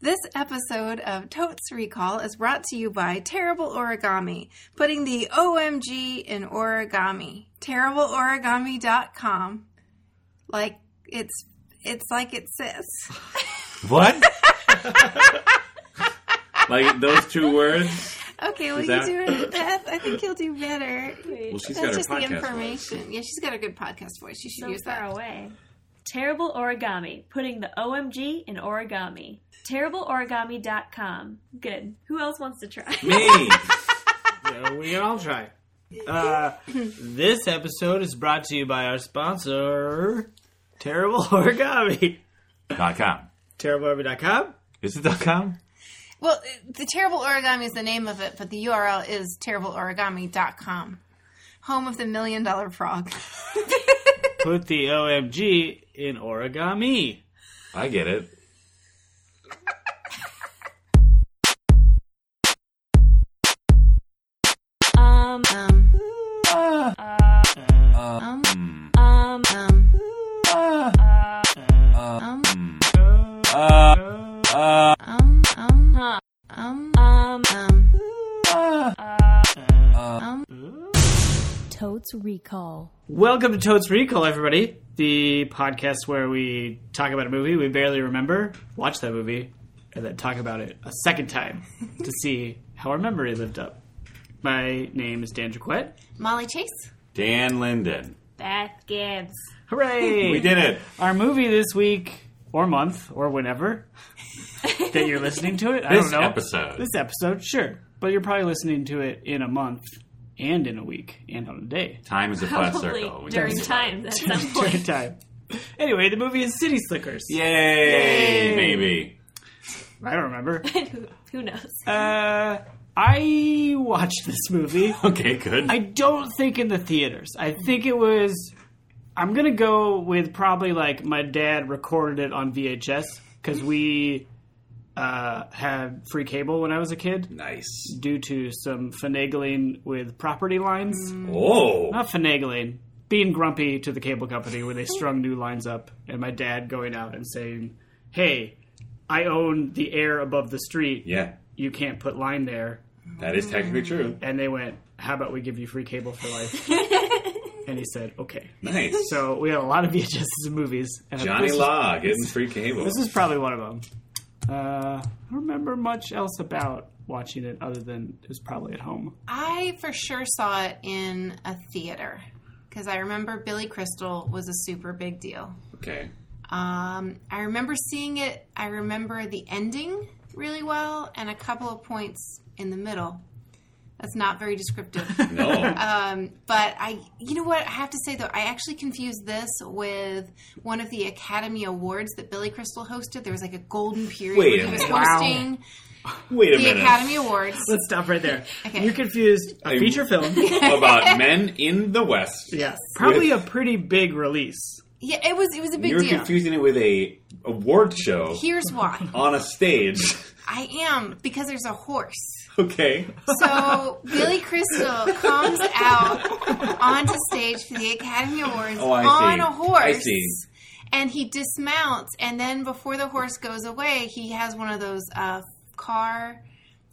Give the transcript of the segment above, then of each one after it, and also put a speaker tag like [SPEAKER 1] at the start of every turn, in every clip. [SPEAKER 1] This episode of Totes Recall is brought to you by Terrible Origami, putting the OMG in origami. TerribleOrigami.com. Like it's it's like it says.
[SPEAKER 2] What?
[SPEAKER 3] Like those two words.
[SPEAKER 1] Okay, well
[SPEAKER 3] Is
[SPEAKER 1] you
[SPEAKER 3] that-
[SPEAKER 1] do it, Beth. I think you'll do better.
[SPEAKER 3] Well, she's
[SPEAKER 1] That's just
[SPEAKER 3] got her
[SPEAKER 1] the
[SPEAKER 3] podcast. voice.
[SPEAKER 1] information. Yeah, she's got a good podcast voice. You should
[SPEAKER 4] so
[SPEAKER 1] use
[SPEAKER 4] far
[SPEAKER 1] that.
[SPEAKER 4] away. Terrible Origami, putting the OMG in origami. TerribleOrigami.com. Good. Who else wants to try?
[SPEAKER 3] Me.
[SPEAKER 2] Yeah, we can all try. Uh, this episode is brought to you by our sponsor, Terrible Origami.
[SPEAKER 3] Dot com.
[SPEAKER 2] TerribleOrigami.com?
[SPEAKER 3] Is it dot com?
[SPEAKER 1] Well, the Terrible Origami is the name of it, but the URL is terribleorigami.com. Home of the million dollar frog.
[SPEAKER 2] Put the OMG in origami.
[SPEAKER 3] I get it.
[SPEAKER 4] Um,
[SPEAKER 1] Um, um,
[SPEAKER 4] um,
[SPEAKER 1] um, um, um, um,
[SPEAKER 4] huh,
[SPEAKER 1] um,
[SPEAKER 4] um.
[SPEAKER 1] um.
[SPEAKER 4] Totes Recall.
[SPEAKER 2] Welcome to Totes Recall, everybody. The podcast where we talk about a movie we barely remember, watch that movie, and then talk about it a second time to see how our memory lived up. My name is Dan Jaquette.
[SPEAKER 1] Molly Chase.
[SPEAKER 3] Dan Linden.
[SPEAKER 4] Beth Gibbs.
[SPEAKER 2] Hooray!
[SPEAKER 3] We did it.
[SPEAKER 2] Our movie this week, or month, or whenever that you're listening to it. I
[SPEAKER 3] This
[SPEAKER 2] don't know.
[SPEAKER 3] episode.
[SPEAKER 2] This episode, sure. But you're probably listening to it in a month, and in a week, and on a day.
[SPEAKER 3] Time is a flat
[SPEAKER 4] Probably
[SPEAKER 3] circle. We
[SPEAKER 4] during
[SPEAKER 3] talked about it.
[SPEAKER 4] time at some point.
[SPEAKER 2] During time. Anyway, the movie is City Slickers.
[SPEAKER 3] Yay,
[SPEAKER 2] Yay.
[SPEAKER 3] Maybe.
[SPEAKER 2] I don't remember.
[SPEAKER 4] Who- Who knows?
[SPEAKER 2] Uh, I watched this movie.
[SPEAKER 3] Okay, good.
[SPEAKER 2] I don't think in the theaters. I think it was. I'm gonna go with probably like my dad recorded it on VHS because we uh, had free cable when I was a kid
[SPEAKER 3] nice.
[SPEAKER 2] due to some finagling with property lines.
[SPEAKER 3] Oh.
[SPEAKER 2] Not finagling, being grumpy to the cable company when they strung new lines up, and my dad going out and saying, "Hey, I own the air above the street.
[SPEAKER 3] Yeah,
[SPEAKER 2] You can't put line there."
[SPEAKER 3] that is technically true.
[SPEAKER 2] And they went, "How about we give you free cable for life?" and he said, "Okay."
[SPEAKER 3] Nice.
[SPEAKER 2] So we had a lot of VHS and movies. And
[SPEAKER 3] Johnny
[SPEAKER 2] this is-
[SPEAKER 3] Law getting free cable.
[SPEAKER 2] This is probably one of them. Uh, I don't remember much else about watching it other than it was probably at home.
[SPEAKER 1] I for sure saw it in a theater because I remember Billy Crystal was a super big deal.
[SPEAKER 3] okay.
[SPEAKER 1] Um, I remember seeing it. I remember the ending really well and a couple of points in the middle. That's not very descriptive.
[SPEAKER 3] No.
[SPEAKER 1] Um, but I, you know what? I have to say though, I actually confused this with one of the Academy Awards that Billy Crystal hosted. There was like a golden period
[SPEAKER 3] Wait
[SPEAKER 1] where
[SPEAKER 3] a
[SPEAKER 1] he was
[SPEAKER 3] minute.
[SPEAKER 2] Wow.
[SPEAKER 1] hosting
[SPEAKER 3] Wait a
[SPEAKER 1] the
[SPEAKER 3] minute.
[SPEAKER 1] Academy Awards.
[SPEAKER 2] Let's stop right there.
[SPEAKER 1] Okay.
[SPEAKER 2] You're confused. A
[SPEAKER 3] I-
[SPEAKER 2] feature film.
[SPEAKER 3] About men in the West.
[SPEAKER 2] yes. Probably a pretty big release.
[SPEAKER 1] Yeah, it was it was a big
[SPEAKER 3] You're
[SPEAKER 1] deal.
[SPEAKER 3] confusing it with a award show
[SPEAKER 1] Here's why
[SPEAKER 3] on a stage.
[SPEAKER 1] I am because there's a horse.
[SPEAKER 3] okay.
[SPEAKER 1] So Billy Crystal comes out onto stage for the Academy Awards
[SPEAKER 3] Oh, I see.
[SPEAKER 1] on a horse.
[SPEAKER 3] I see.
[SPEAKER 1] And he dismounts, and then before the horse goes away, he has one of those uh, car.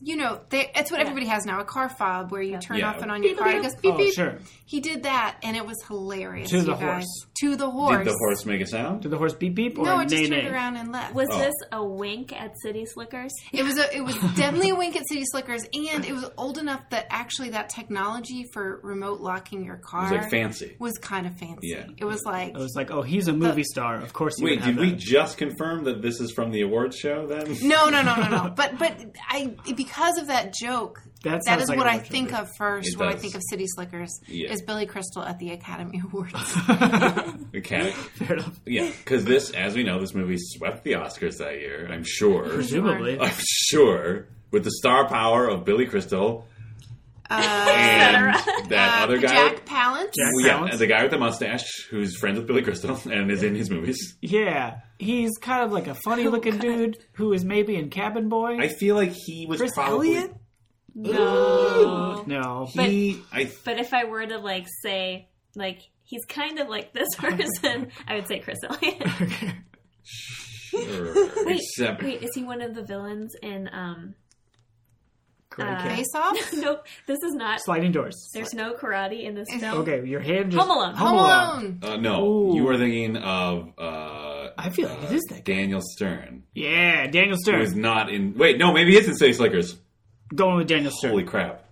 [SPEAKER 1] You know, they, it's what everybody has now—a car fob where you turn
[SPEAKER 3] Yeah.
[SPEAKER 1] off and on your car. It goes beep
[SPEAKER 2] Oh,
[SPEAKER 1] beep.
[SPEAKER 2] sure.
[SPEAKER 1] He did that, and it was hilarious.
[SPEAKER 2] To the
[SPEAKER 1] you guys.
[SPEAKER 2] horse.
[SPEAKER 1] To the horse.
[SPEAKER 3] Did the horse make a sound?
[SPEAKER 2] Did the horse beep beep or
[SPEAKER 1] No,
[SPEAKER 2] nay
[SPEAKER 1] it just
[SPEAKER 2] nay?
[SPEAKER 1] turned around and left.
[SPEAKER 4] Was
[SPEAKER 3] Oh.
[SPEAKER 4] this a wink at City Slickers?
[SPEAKER 1] It was a, it was definitely a wink at City Slickers, and it was old enough that actually that technology for remote locking your car
[SPEAKER 3] It was like fancy.
[SPEAKER 1] was kind of fancy.
[SPEAKER 3] Yeah.
[SPEAKER 1] It was like
[SPEAKER 2] I was like, oh, he's a movie star. Of course he would
[SPEAKER 3] Wait,
[SPEAKER 2] have
[SPEAKER 3] did we
[SPEAKER 2] that.
[SPEAKER 3] just confirm that this is from the awards show then?
[SPEAKER 1] no, no, no, no, no. But but I because of that joke,
[SPEAKER 2] That
[SPEAKER 1] that
[SPEAKER 2] sounds
[SPEAKER 1] is
[SPEAKER 2] like
[SPEAKER 1] what
[SPEAKER 2] a
[SPEAKER 1] I
[SPEAKER 2] joke,
[SPEAKER 1] think
[SPEAKER 2] yeah.
[SPEAKER 1] of first
[SPEAKER 3] It
[SPEAKER 1] when I
[SPEAKER 3] does.
[SPEAKER 1] think of City Slickers
[SPEAKER 3] Yeah.
[SPEAKER 1] is Billy Crystal at the Academy Awards.
[SPEAKER 3] Okay.
[SPEAKER 2] Fair enough.
[SPEAKER 3] Yeah, because this, as we know, this movie swept the Oscars that year. I'm sure.
[SPEAKER 2] Presumably.
[SPEAKER 3] I'm sure. With the star power of Billy Crystal and that
[SPEAKER 1] Uh,
[SPEAKER 3] other guy.
[SPEAKER 1] Jack Palance.
[SPEAKER 2] Jack-
[SPEAKER 3] Well, yeah,
[SPEAKER 2] Palance.
[SPEAKER 3] the guy with the mustache who's friends with Billy Crystal and is in his movies.
[SPEAKER 2] Yeah, he's kind of like a funny looking dude who is maybe in Cabin Boy.
[SPEAKER 3] I feel like he was
[SPEAKER 2] Chris
[SPEAKER 3] probably
[SPEAKER 2] Elliott?
[SPEAKER 4] No.
[SPEAKER 2] no,
[SPEAKER 3] he. I
[SPEAKER 4] But if I were to like say
[SPEAKER 1] Uh,
[SPEAKER 4] like he's kind of like this person, I would say Chris Elliott.
[SPEAKER 3] Sure.
[SPEAKER 4] Wait,
[SPEAKER 3] Except
[SPEAKER 4] wait, is he one of the villains in um
[SPEAKER 2] Great
[SPEAKER 4] Uh,
[SPEAKER 2] cat.
[SPEAKER 1] Face off.
[SPEAKER 4] Nope, this is not
[SPEAKER 2] Sliding doors.
[SPEAKER 4] there's no karate in this
[SPEAKER 1] Is-
[SPEAKER 4] film.
[SPEAKER 2] Okay, your hand just.
[SPEAKER 4] Home Alone.
[SPEAKER 1] Home Alone.
[SPEAKER 3] uh, no,
[SPEAKER 2] Ooh.
[SPEAKER 3] you were thinking of uh,
[SPEAKER 2] I feel like it is that guy.
[SPEAKER 3] Daniel Stern,
[SPEAKER 2] Yeah, Daniel
[SPEAKER 3] who
[SPEAKER 2] Stern.
[SPEAKER 3] is not in. Wait, no, maybe he is in City Slickers.
[SPEAKER 2] Going with Daniel Stern.
[SPEAKER 3] Holy crap!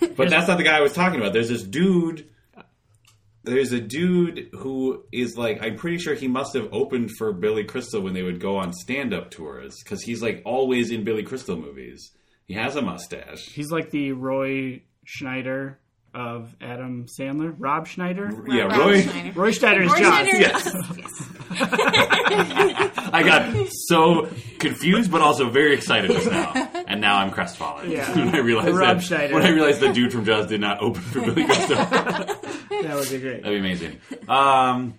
[SPEAKER 3] but that's not the guy I was talking about. There's this dude. There's a dude who is like I'm pretty sure he must have opened for Billy Crystal when they would go on stand-up tours because he's like always in Billy Crystal movies. He has a mustache.
[SPEAKER 2] He's like the Roy Schneider of Adam Sandler. Rob Schneider?
[SPEAKER 3] Yeah,
[SPEAKER 1] Rob
[SPEAKER 3] Roy.
[SPEAKER 1] Schneider.
[SPEAKER 2] Roy Schneider is
[SPEAKER 1] Roy
[SPEAKER 2] Jaws.
[SPEAKER 1] Schneider.
[SPEAKER 3] Yes. I got so confused, but also very excited just now, and now I'm crestfallen.
[SPEAKER 2] Yeah.
[SPEAKER 3] when I realized
[SPEAKER 2] Rob
[SPEAKER 3] that,
[SPEAKER 2] Schneider.
[SPEAKER 3] when I realized the dude from Jaws did not open for Billy Crystal.
[SPEAKER 2] That would be great.
[SPEAKER 3] That'd be amazing. Um,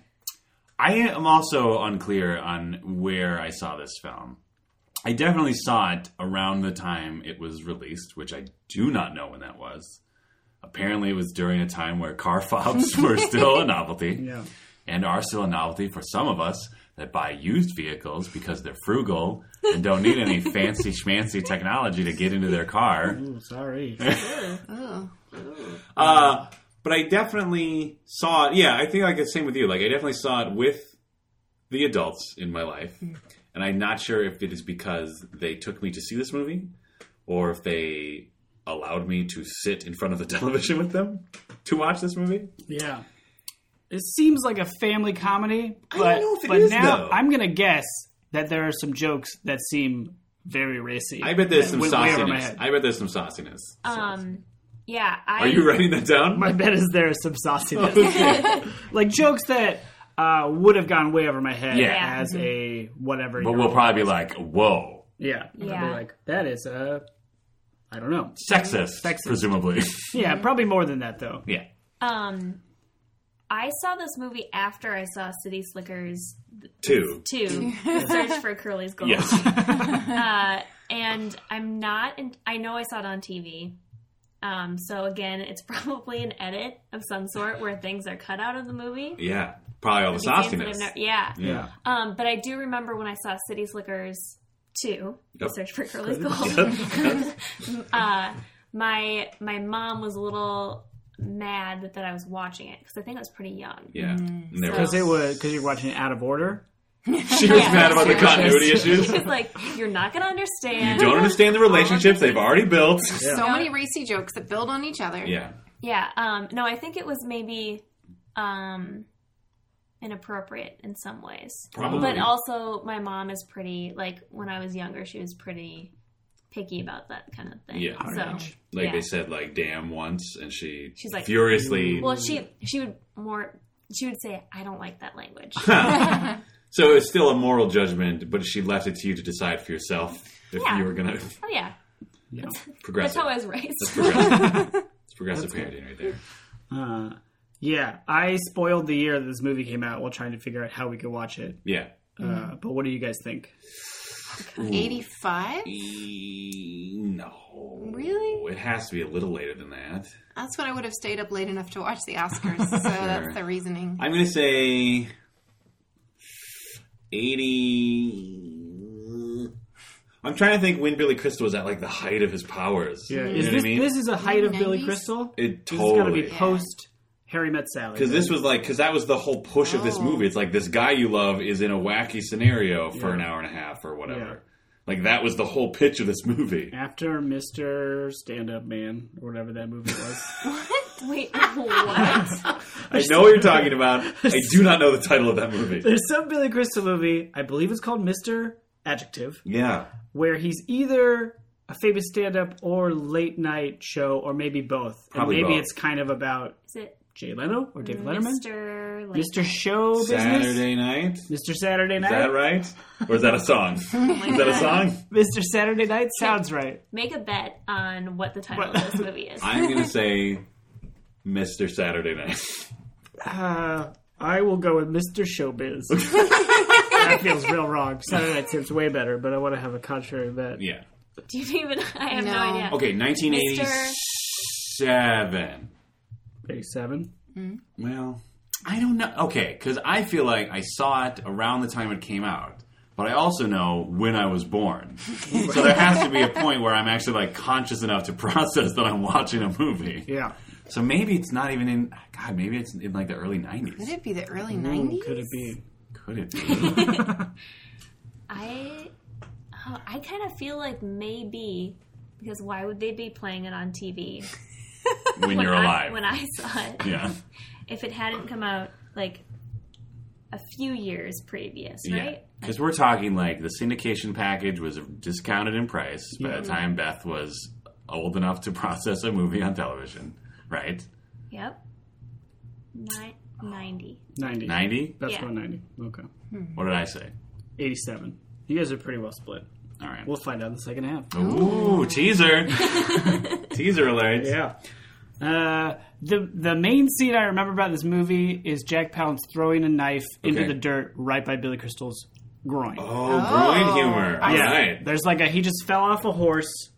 [SPEAKER 3] I am also unclear on where I saw this film. I definitely saw it around the time it was released, which I do not know when that was. Apparently, it was during a time where car fobs were still a novelty
[SPEAKER 2] Yeah.
[SPEAKER 3] and are still a novelty for some of us that buy used vehicles because they're frugal and don't need any fancy schmancy technology to get into their car.
[SPEAKER 2] Ooh, sorry.
[SPEAKER 1] Ugh.
[SPEAKER 3] Uh, but I definitely saw it. Yeah, I think like the same with you. Like I definitely saw it with the adults in my life,
[SPEAKER 2] Hmm.
[SPEAKER 3] and I'm not sure if it is because they took me to see this movie or if they allowed me to sit in front of the television with them to watch this movie.
[SPEAKER 2] Yeah. It seems like a family comedy, but,
[SPEAKER 3] don't know if it
[SPEAKER 2] but
[SPEAKER 3] is,
[SPEAKER 2] now
[SPEAKER 3] though.
[SPEAKER 2] I'm going to guess that there are some jokes that seem very racy.
[SPEAKER 3] I bet there's
[SPEAKER 2] That
[SPEAKER 3] some
[SPEAKER 2] went way over my
[SPEAKER 3] sauciness.
[SPEAKER 2] head. Uh,
[SPEAKER 3] I bet there's some sauciness.
[SPEAKER 4] Um yeah, I
[SPEAKER 3] Are you writing that down?
[SPEAKER 2] My bet is there is some
[SPEAKER 3] Oh,
[SPEAKER 2] sauciness. like jokes that uh, would have gone way over my head
[SPEAKER 3] Yeah.
[SPEAKER 2] as a whatever.
[SPEAKER 3] But
[SPEAKER 2] year
[SPEAKER 3] we'll
[SPEAKER 2] old.
[SPEAKER 3] probably be like, whoa,
[SPEAKER 2] yeah. I'll be
[SPEAKER 4] Yeah.
[SPEAKER 2] like that is a, I don't know.
[SPEAKER 3] sexist,
[SPEAKER 2] Sexist.
[SPEAKER 3] presumably.
[SPEAKER 2] Yeah, probably more than that though.
[SPEAKER 3] yeah.
[SPEAKER 4] um I saw this movie after I saw City Slickers
[SPEAKER 3] Two.
[SPEAKER 4] 2, The Search for Curly's Gold.
[SPEAKER 3] Yes.
[SPEAKER 4] Uh, and I'm not, in, I know I saw it on TV. Um, so again, it's probably an edit of some sort where things are cut out of the movie.
[SPEAKER 3] yeah. Probably all the
[SPEAKER 4] These scenes that I've
[SPEAKER 3] sauciness.
[SPEAKER 4] never- yeah.
[SPEAKER 3] yeah.
[SPEAKER 4] Um, but I do remember when I saw City Slickers 2, The
[SPEAKER 3] Yep.
[SPEAKER 4] Search for Curly's Gold. uh, my my mom was a little mad that, that I was watching it because I think I was pretty young.
[SPEAKER 3] Yeah. And there
[SPEAKER 2] Because
[SPEAKER 3] was-
[SPEAKER 2] it was because you're watching it out of order.
[SPEAKER 3] she was
[SPEAKER 4] Yeah.
[SPEAKER 3] mad about the
[SPEAKER 4] Yeah.
[SPEAKER 3] continuity issues.
[SPEAKER 4] She was like, "You're not gonna
[SPEAKER 3] You
[SPEAKER 4] understand."
[SPEAKER 3] don't understand the relationships they've already built.
[SPEAKER 1] So many racy jokes that build on each other.
[SPEAKER 3] Yeah.
[SPEAKER 4] Yeah. Um, no, I think it was maybe um, inappropriate in some ways.
[SPEAKER 3] Probably.
[SPEAKER 4] But also, my mom is pretty, like, when I was younger, she was pretty picky about that kind of thing.
[SPEAKER 3] Yeah.
[SPEAKER 4] So,
[SPEAKER 2] Ouch.
[SPEAKER 3] Like
[SPEAKER 4] yeah.
[SPEAKER 3] they said, like damn once, and she
[SPEAKER 4] She's like-
[SPEAKER 3] furiously.
[SPEAKER 4] well, she, she would more, she would say, I don't like that language.
[SPEAKER 3] so it's still a moral judgment, but she left it to you to decide for yourself if
[SPEAKER 4] Yeah.
[SPEAKER 3] you were gonna
[SPEAKER 4] oh, yeah.
[SPEAKER 2] Yeah.
[SPEAKER 3] progress.
[SPEAKER 4] That's how
[SPEAKER 3] it.
[SPEAKER 4] I was raised.
[SPEAKER 3] Progressive. it's progressive parenting right there.
[SPEAKER 2] Uh, yeah, I spoiled the year that this movie came out while trying to figure out how we could watch it.
[SPEAKER 3] Yeah.
[SPEAKER 2] Uh, but what do you guys think?
[SPEAKER 1] Eighty-five.
[SPEAKER 3] E- No.
[SPEAKER 1] Really?
[SPEAKER 3] It has to be a little later than that.
[SPEAKER 1] That's when I would have stayed up late enough to watch the Oscars. So that's the reasoning.
[SPEAKER 3] I'm going to say 80. I'm trying to think when Billy Crystal was at like the height of his powers. You know
[SPEAKER 2] Is
[SPEAKER 3] what
[SPEAKER 2] this
[SPEAKER 3] I mean?
[SPEAKER 2] this is a height of Billy
[SPEAKER 1] 90s?
[SPEAKER 2] Crystal?
[SPEAKER 3] it
[SPEAKER 2] This has got to be
[SPEAKER 3] totally.
[SPEAKER 2] post Harry Met Sally.
[SPEAKER 3] Because this was like, because that was the whole push of this
[SPEAKER 1] Oh.
[SPEAKER 3] movie. It's like this guy you love is in a wacky scenario for
[SPEAKER 2] Yeah.
[SPEAKER 3] an hour and a half or whatever.
[SPEAKER 2] Yeah.
[SPEAKER 3] Like that was the whole pitch of this movie.
[SPEAKER 2] after Mr. Stand Up Man or whatever that movie was.
[SPEAKER 4] Wait, what?
[SPEAKER 3] I know what you're talking about. I do not know the title of that movie.
[SPEAKER 2] There's some Billy Crystal movie, I believe it's called Mr. Adjective,
[SPEAKER 3] Yeah.
[SPEAKER 2] where he's either a famous stand up or late night show or maybe both.
[SPEAKER 3] Probably
[SPEAKER 2] and maybe
[SPEAKER 3] both.
[SPEAKER 2] it's kind of about
[SPEAKER 4] Is it
[SPEAKER 2] Jay Leno or David Letterman.
[SPEAKER 4] Mr. Like,
[SPEAKER 2] Mr. Show Business.
[SPEAKER 3] Saturday night.
[SPEAKER 2] Mr. Saturday
[SPEAKER 3] Is that
[SPEAKER 2] Night.
[SPEAKER 3] right? Oh Or is that a song? is that a song?
[SPEAKER 2] Mr. Saturday Night sounds right.
[SPEAKER 4] Make a bet on what the title of this movie is.
[SPEAKER 3] I'm gonna say Mr. Saturday Night.
[SPEAKER 2] Uh, I will go with Mr. Showbiz. that feels real wrong. Saturday Night seems way better, but I want to have a contrary bet.
[SPEAKER 3] Yeah.
[SPEAKER 4] Do you even? I have no,
[SPEAKER 1] No.
[SPEAKER 4] idea.
[SPEAKER 3] Okay, 1987.
[SPEAKER 2] 87.
[SPEAKER 3] Well, I don't know. Okay, because I feel like I saw it around the time it came out, but I also know when I was born. so there has to be a point where I'm actually like conscious enough to process that I'm watching a movie.
[SPEAKER 2] Yeah.
[SPEAKER 3] So maybe it's not even in God. Maybe it's in like the early
[SPEAKER 1] Could
[SPEAKER 3] '90s.
[SPEAKER 1] it be the early
[SPEAKER 2] Ooh,
[SPEAKER 1] nineties?
[SPEAKER 2] could it be?
[SPEAKER 3] Could it? Be?
[SPEAKER 4] I oh, I kind of feel like maybe because why would they be playing it on TV
[SPEAKER 3] when you're
[SPEAKER 4] I-
[SPEAKER 3] alive?
[SPEAKER 4] when I saw it,
[SPEAKER 3] yeah.
[SPEAKER 4] if it hadn't come out like a few years previous,
[SPEAKER 3] Yeah.
[SPEAKER 4] right?
[SPEAKER 3] Because we're talking like the syndication package was discounted in price by the time Beth was old enough to process a movie on television, right?
[SPEAKER 4] Yep. Nine, 90.
[SPEAKER 2] 90.
[SPEAKER 3] 90?
[SPEAKER 2] That's
[SPEAKER 4] Yeah.
[SPEAKER 2] going 90. Okay.
[SPEAKER 3] What did I say?
[SPEAKER 2] 87. You guys are pretty well split.
[SPEAKER 3] All right.
[SPEAKER 2] We'll find out in the second half.
[SPEAKER 3] Oh. Ooh, teaser. teaser alert.
[SPEAKER 2] Yeah. Uh, the the main scene I remember about this movie is Jack Palance throwing a knife into
[SPEAKER 3] Okay.
[SPEAKER 2] the dirt right by Billy Crystal's groin.
[SPEAKER 3] Oh,
[SPEAKER 1] Oh.
[SPEAKER 3] groin humor. All right.
[SPEAKER 2] yeah, there's like a he just fell off a horse,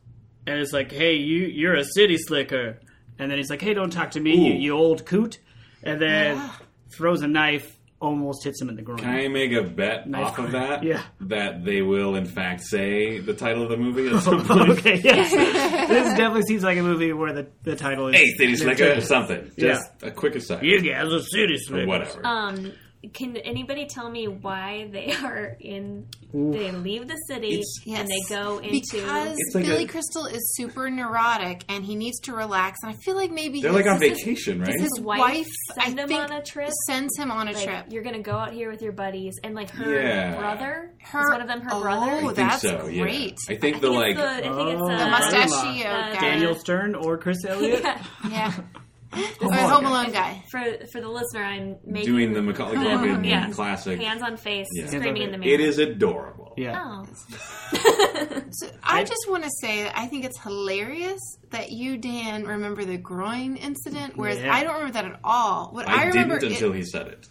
[SPEAKER 2] and it's like, hey, you you're a city slicker, and then he's like, hey, don't talk to me, you,
[SPEAKER 3] Ooh.
[SPEAKER 2] you old coot, and then
[SPEAKER 1] Yeah.
[SPEAKER 2] throws a knife, almost hits him in the groin.
[SPEAKER 3] Can I make a bet
[SPEAKER 2] Nice
[SPEAKER 3] off of
[SPEAKER 2] groin.
[SPEAKER 3] that?
[SPEAKER 2] Yeah.
[SPEAKER 3] That they will, in fact, say the title of the movie at some point?
[SPEAKER 2] okay, yes, this definitely seems like a movie where the, the title is
[SPEAKER 3] hey, City Slicker or something. Just a quick aside.
[SPEAKER 2] You guys are city
[SPEAKER 3] Or
[SPEAKER 2] slickers.
[SPEAKER 3] whatever.
[SPEAKER 4] Um, can anybody tell me why they are in? They leave the city
[SPEAKER 3] It's-
[SPEAKER 4] and they go into.
[SPEAKER 1] because
[SPEAKER 3] It's like
[SPEAKER 1] Billy
[SPEAKER 3] a-
[SPEAKER 1] Crystal is super neurotic and he needs to relax. And I feel like maybe
[SPEAKER 3] They're
[SPEAKER 1] his-
[SPEAKER 3] like on
[SPEAKER 1] this is-
[SPEAKER 3] vacation, right?
[SPEAKER 1] His
[SPEAKER 4] his
[SPEAKER 1] wife,
[SPEAKER 4] wife
[SPEAKER 1] I
[SPEAKER 4] send him
[SPEAKER 1] think,
[SPEAKER 4] on a trip?
[SPEAKER 1] sends him on a
[SPEAKER 4] like,
[SPEAKER 1] trip.
[SPEAKER 4] You're gonna go out here with your buddies, and like her
[SPEAKER 3] Yeah.
[SPEAKER 4] brother,
[SPEAKER 1] Her
[SPEAKER 4] is one of them her
[SPEAKER 1] oh,
[SPEAKER 4] brother.
[SPEAKER 1] I
[SPEAKER 3] I think
[SPEAKER 1] that's
[SPEAKER 3] so, yeah.
[SPEAKER 1] great.
[SPEAKER 3] I think the like
[SPEAKER 4] it's the, I think it's
[SPEAKER 2] Oh.
[SPEAKER 4] uh,
[SPEAKER 2] The
[SPEAKER 1] Mustachio
[SPEAKER 4] Uh,
[SPEAKER 1] guy.
[SPEAKER 2] Daniel Stern or Chris Elliott.
[SPEAKER 4] Yeah.
[SPEAKER 1] Yeah. Or
[SPEAKER 3] Alone
[SPEAKER 1] Home
[SPEAKER 3] guy.
[SPEAKER 1] Alone guy.
[SPEAKER 4] For for the listener, I'm making
[SPEAKER 3] doing the Macaulay Culkin
[SPEAKER 4] yeah.
[SPEAKER 3] classic.
[SPEAKER 4] hands on face,
[SPEAKER 3] Yeah.
[SPEAKER 4] screaming in the mirror.
[SPEAKER 3] It is adorable.
[SPEAKER 2] Yeah.
[SPEAKER 4] Oh.
[SPEAKER 1] So I just want to say that I think it's hilarious that you, Dan, remember the groin incident, whereas
[SPEAKER 2] Yeah.
[SPEAKER 1] I don't remember that at all. What I,
[SPEAKER 3] I,
[SPEAKER 1] remember
[SPEAKER 3] didn't
[SPEAKER 1] it-
[SPEAKER 3] until he said it.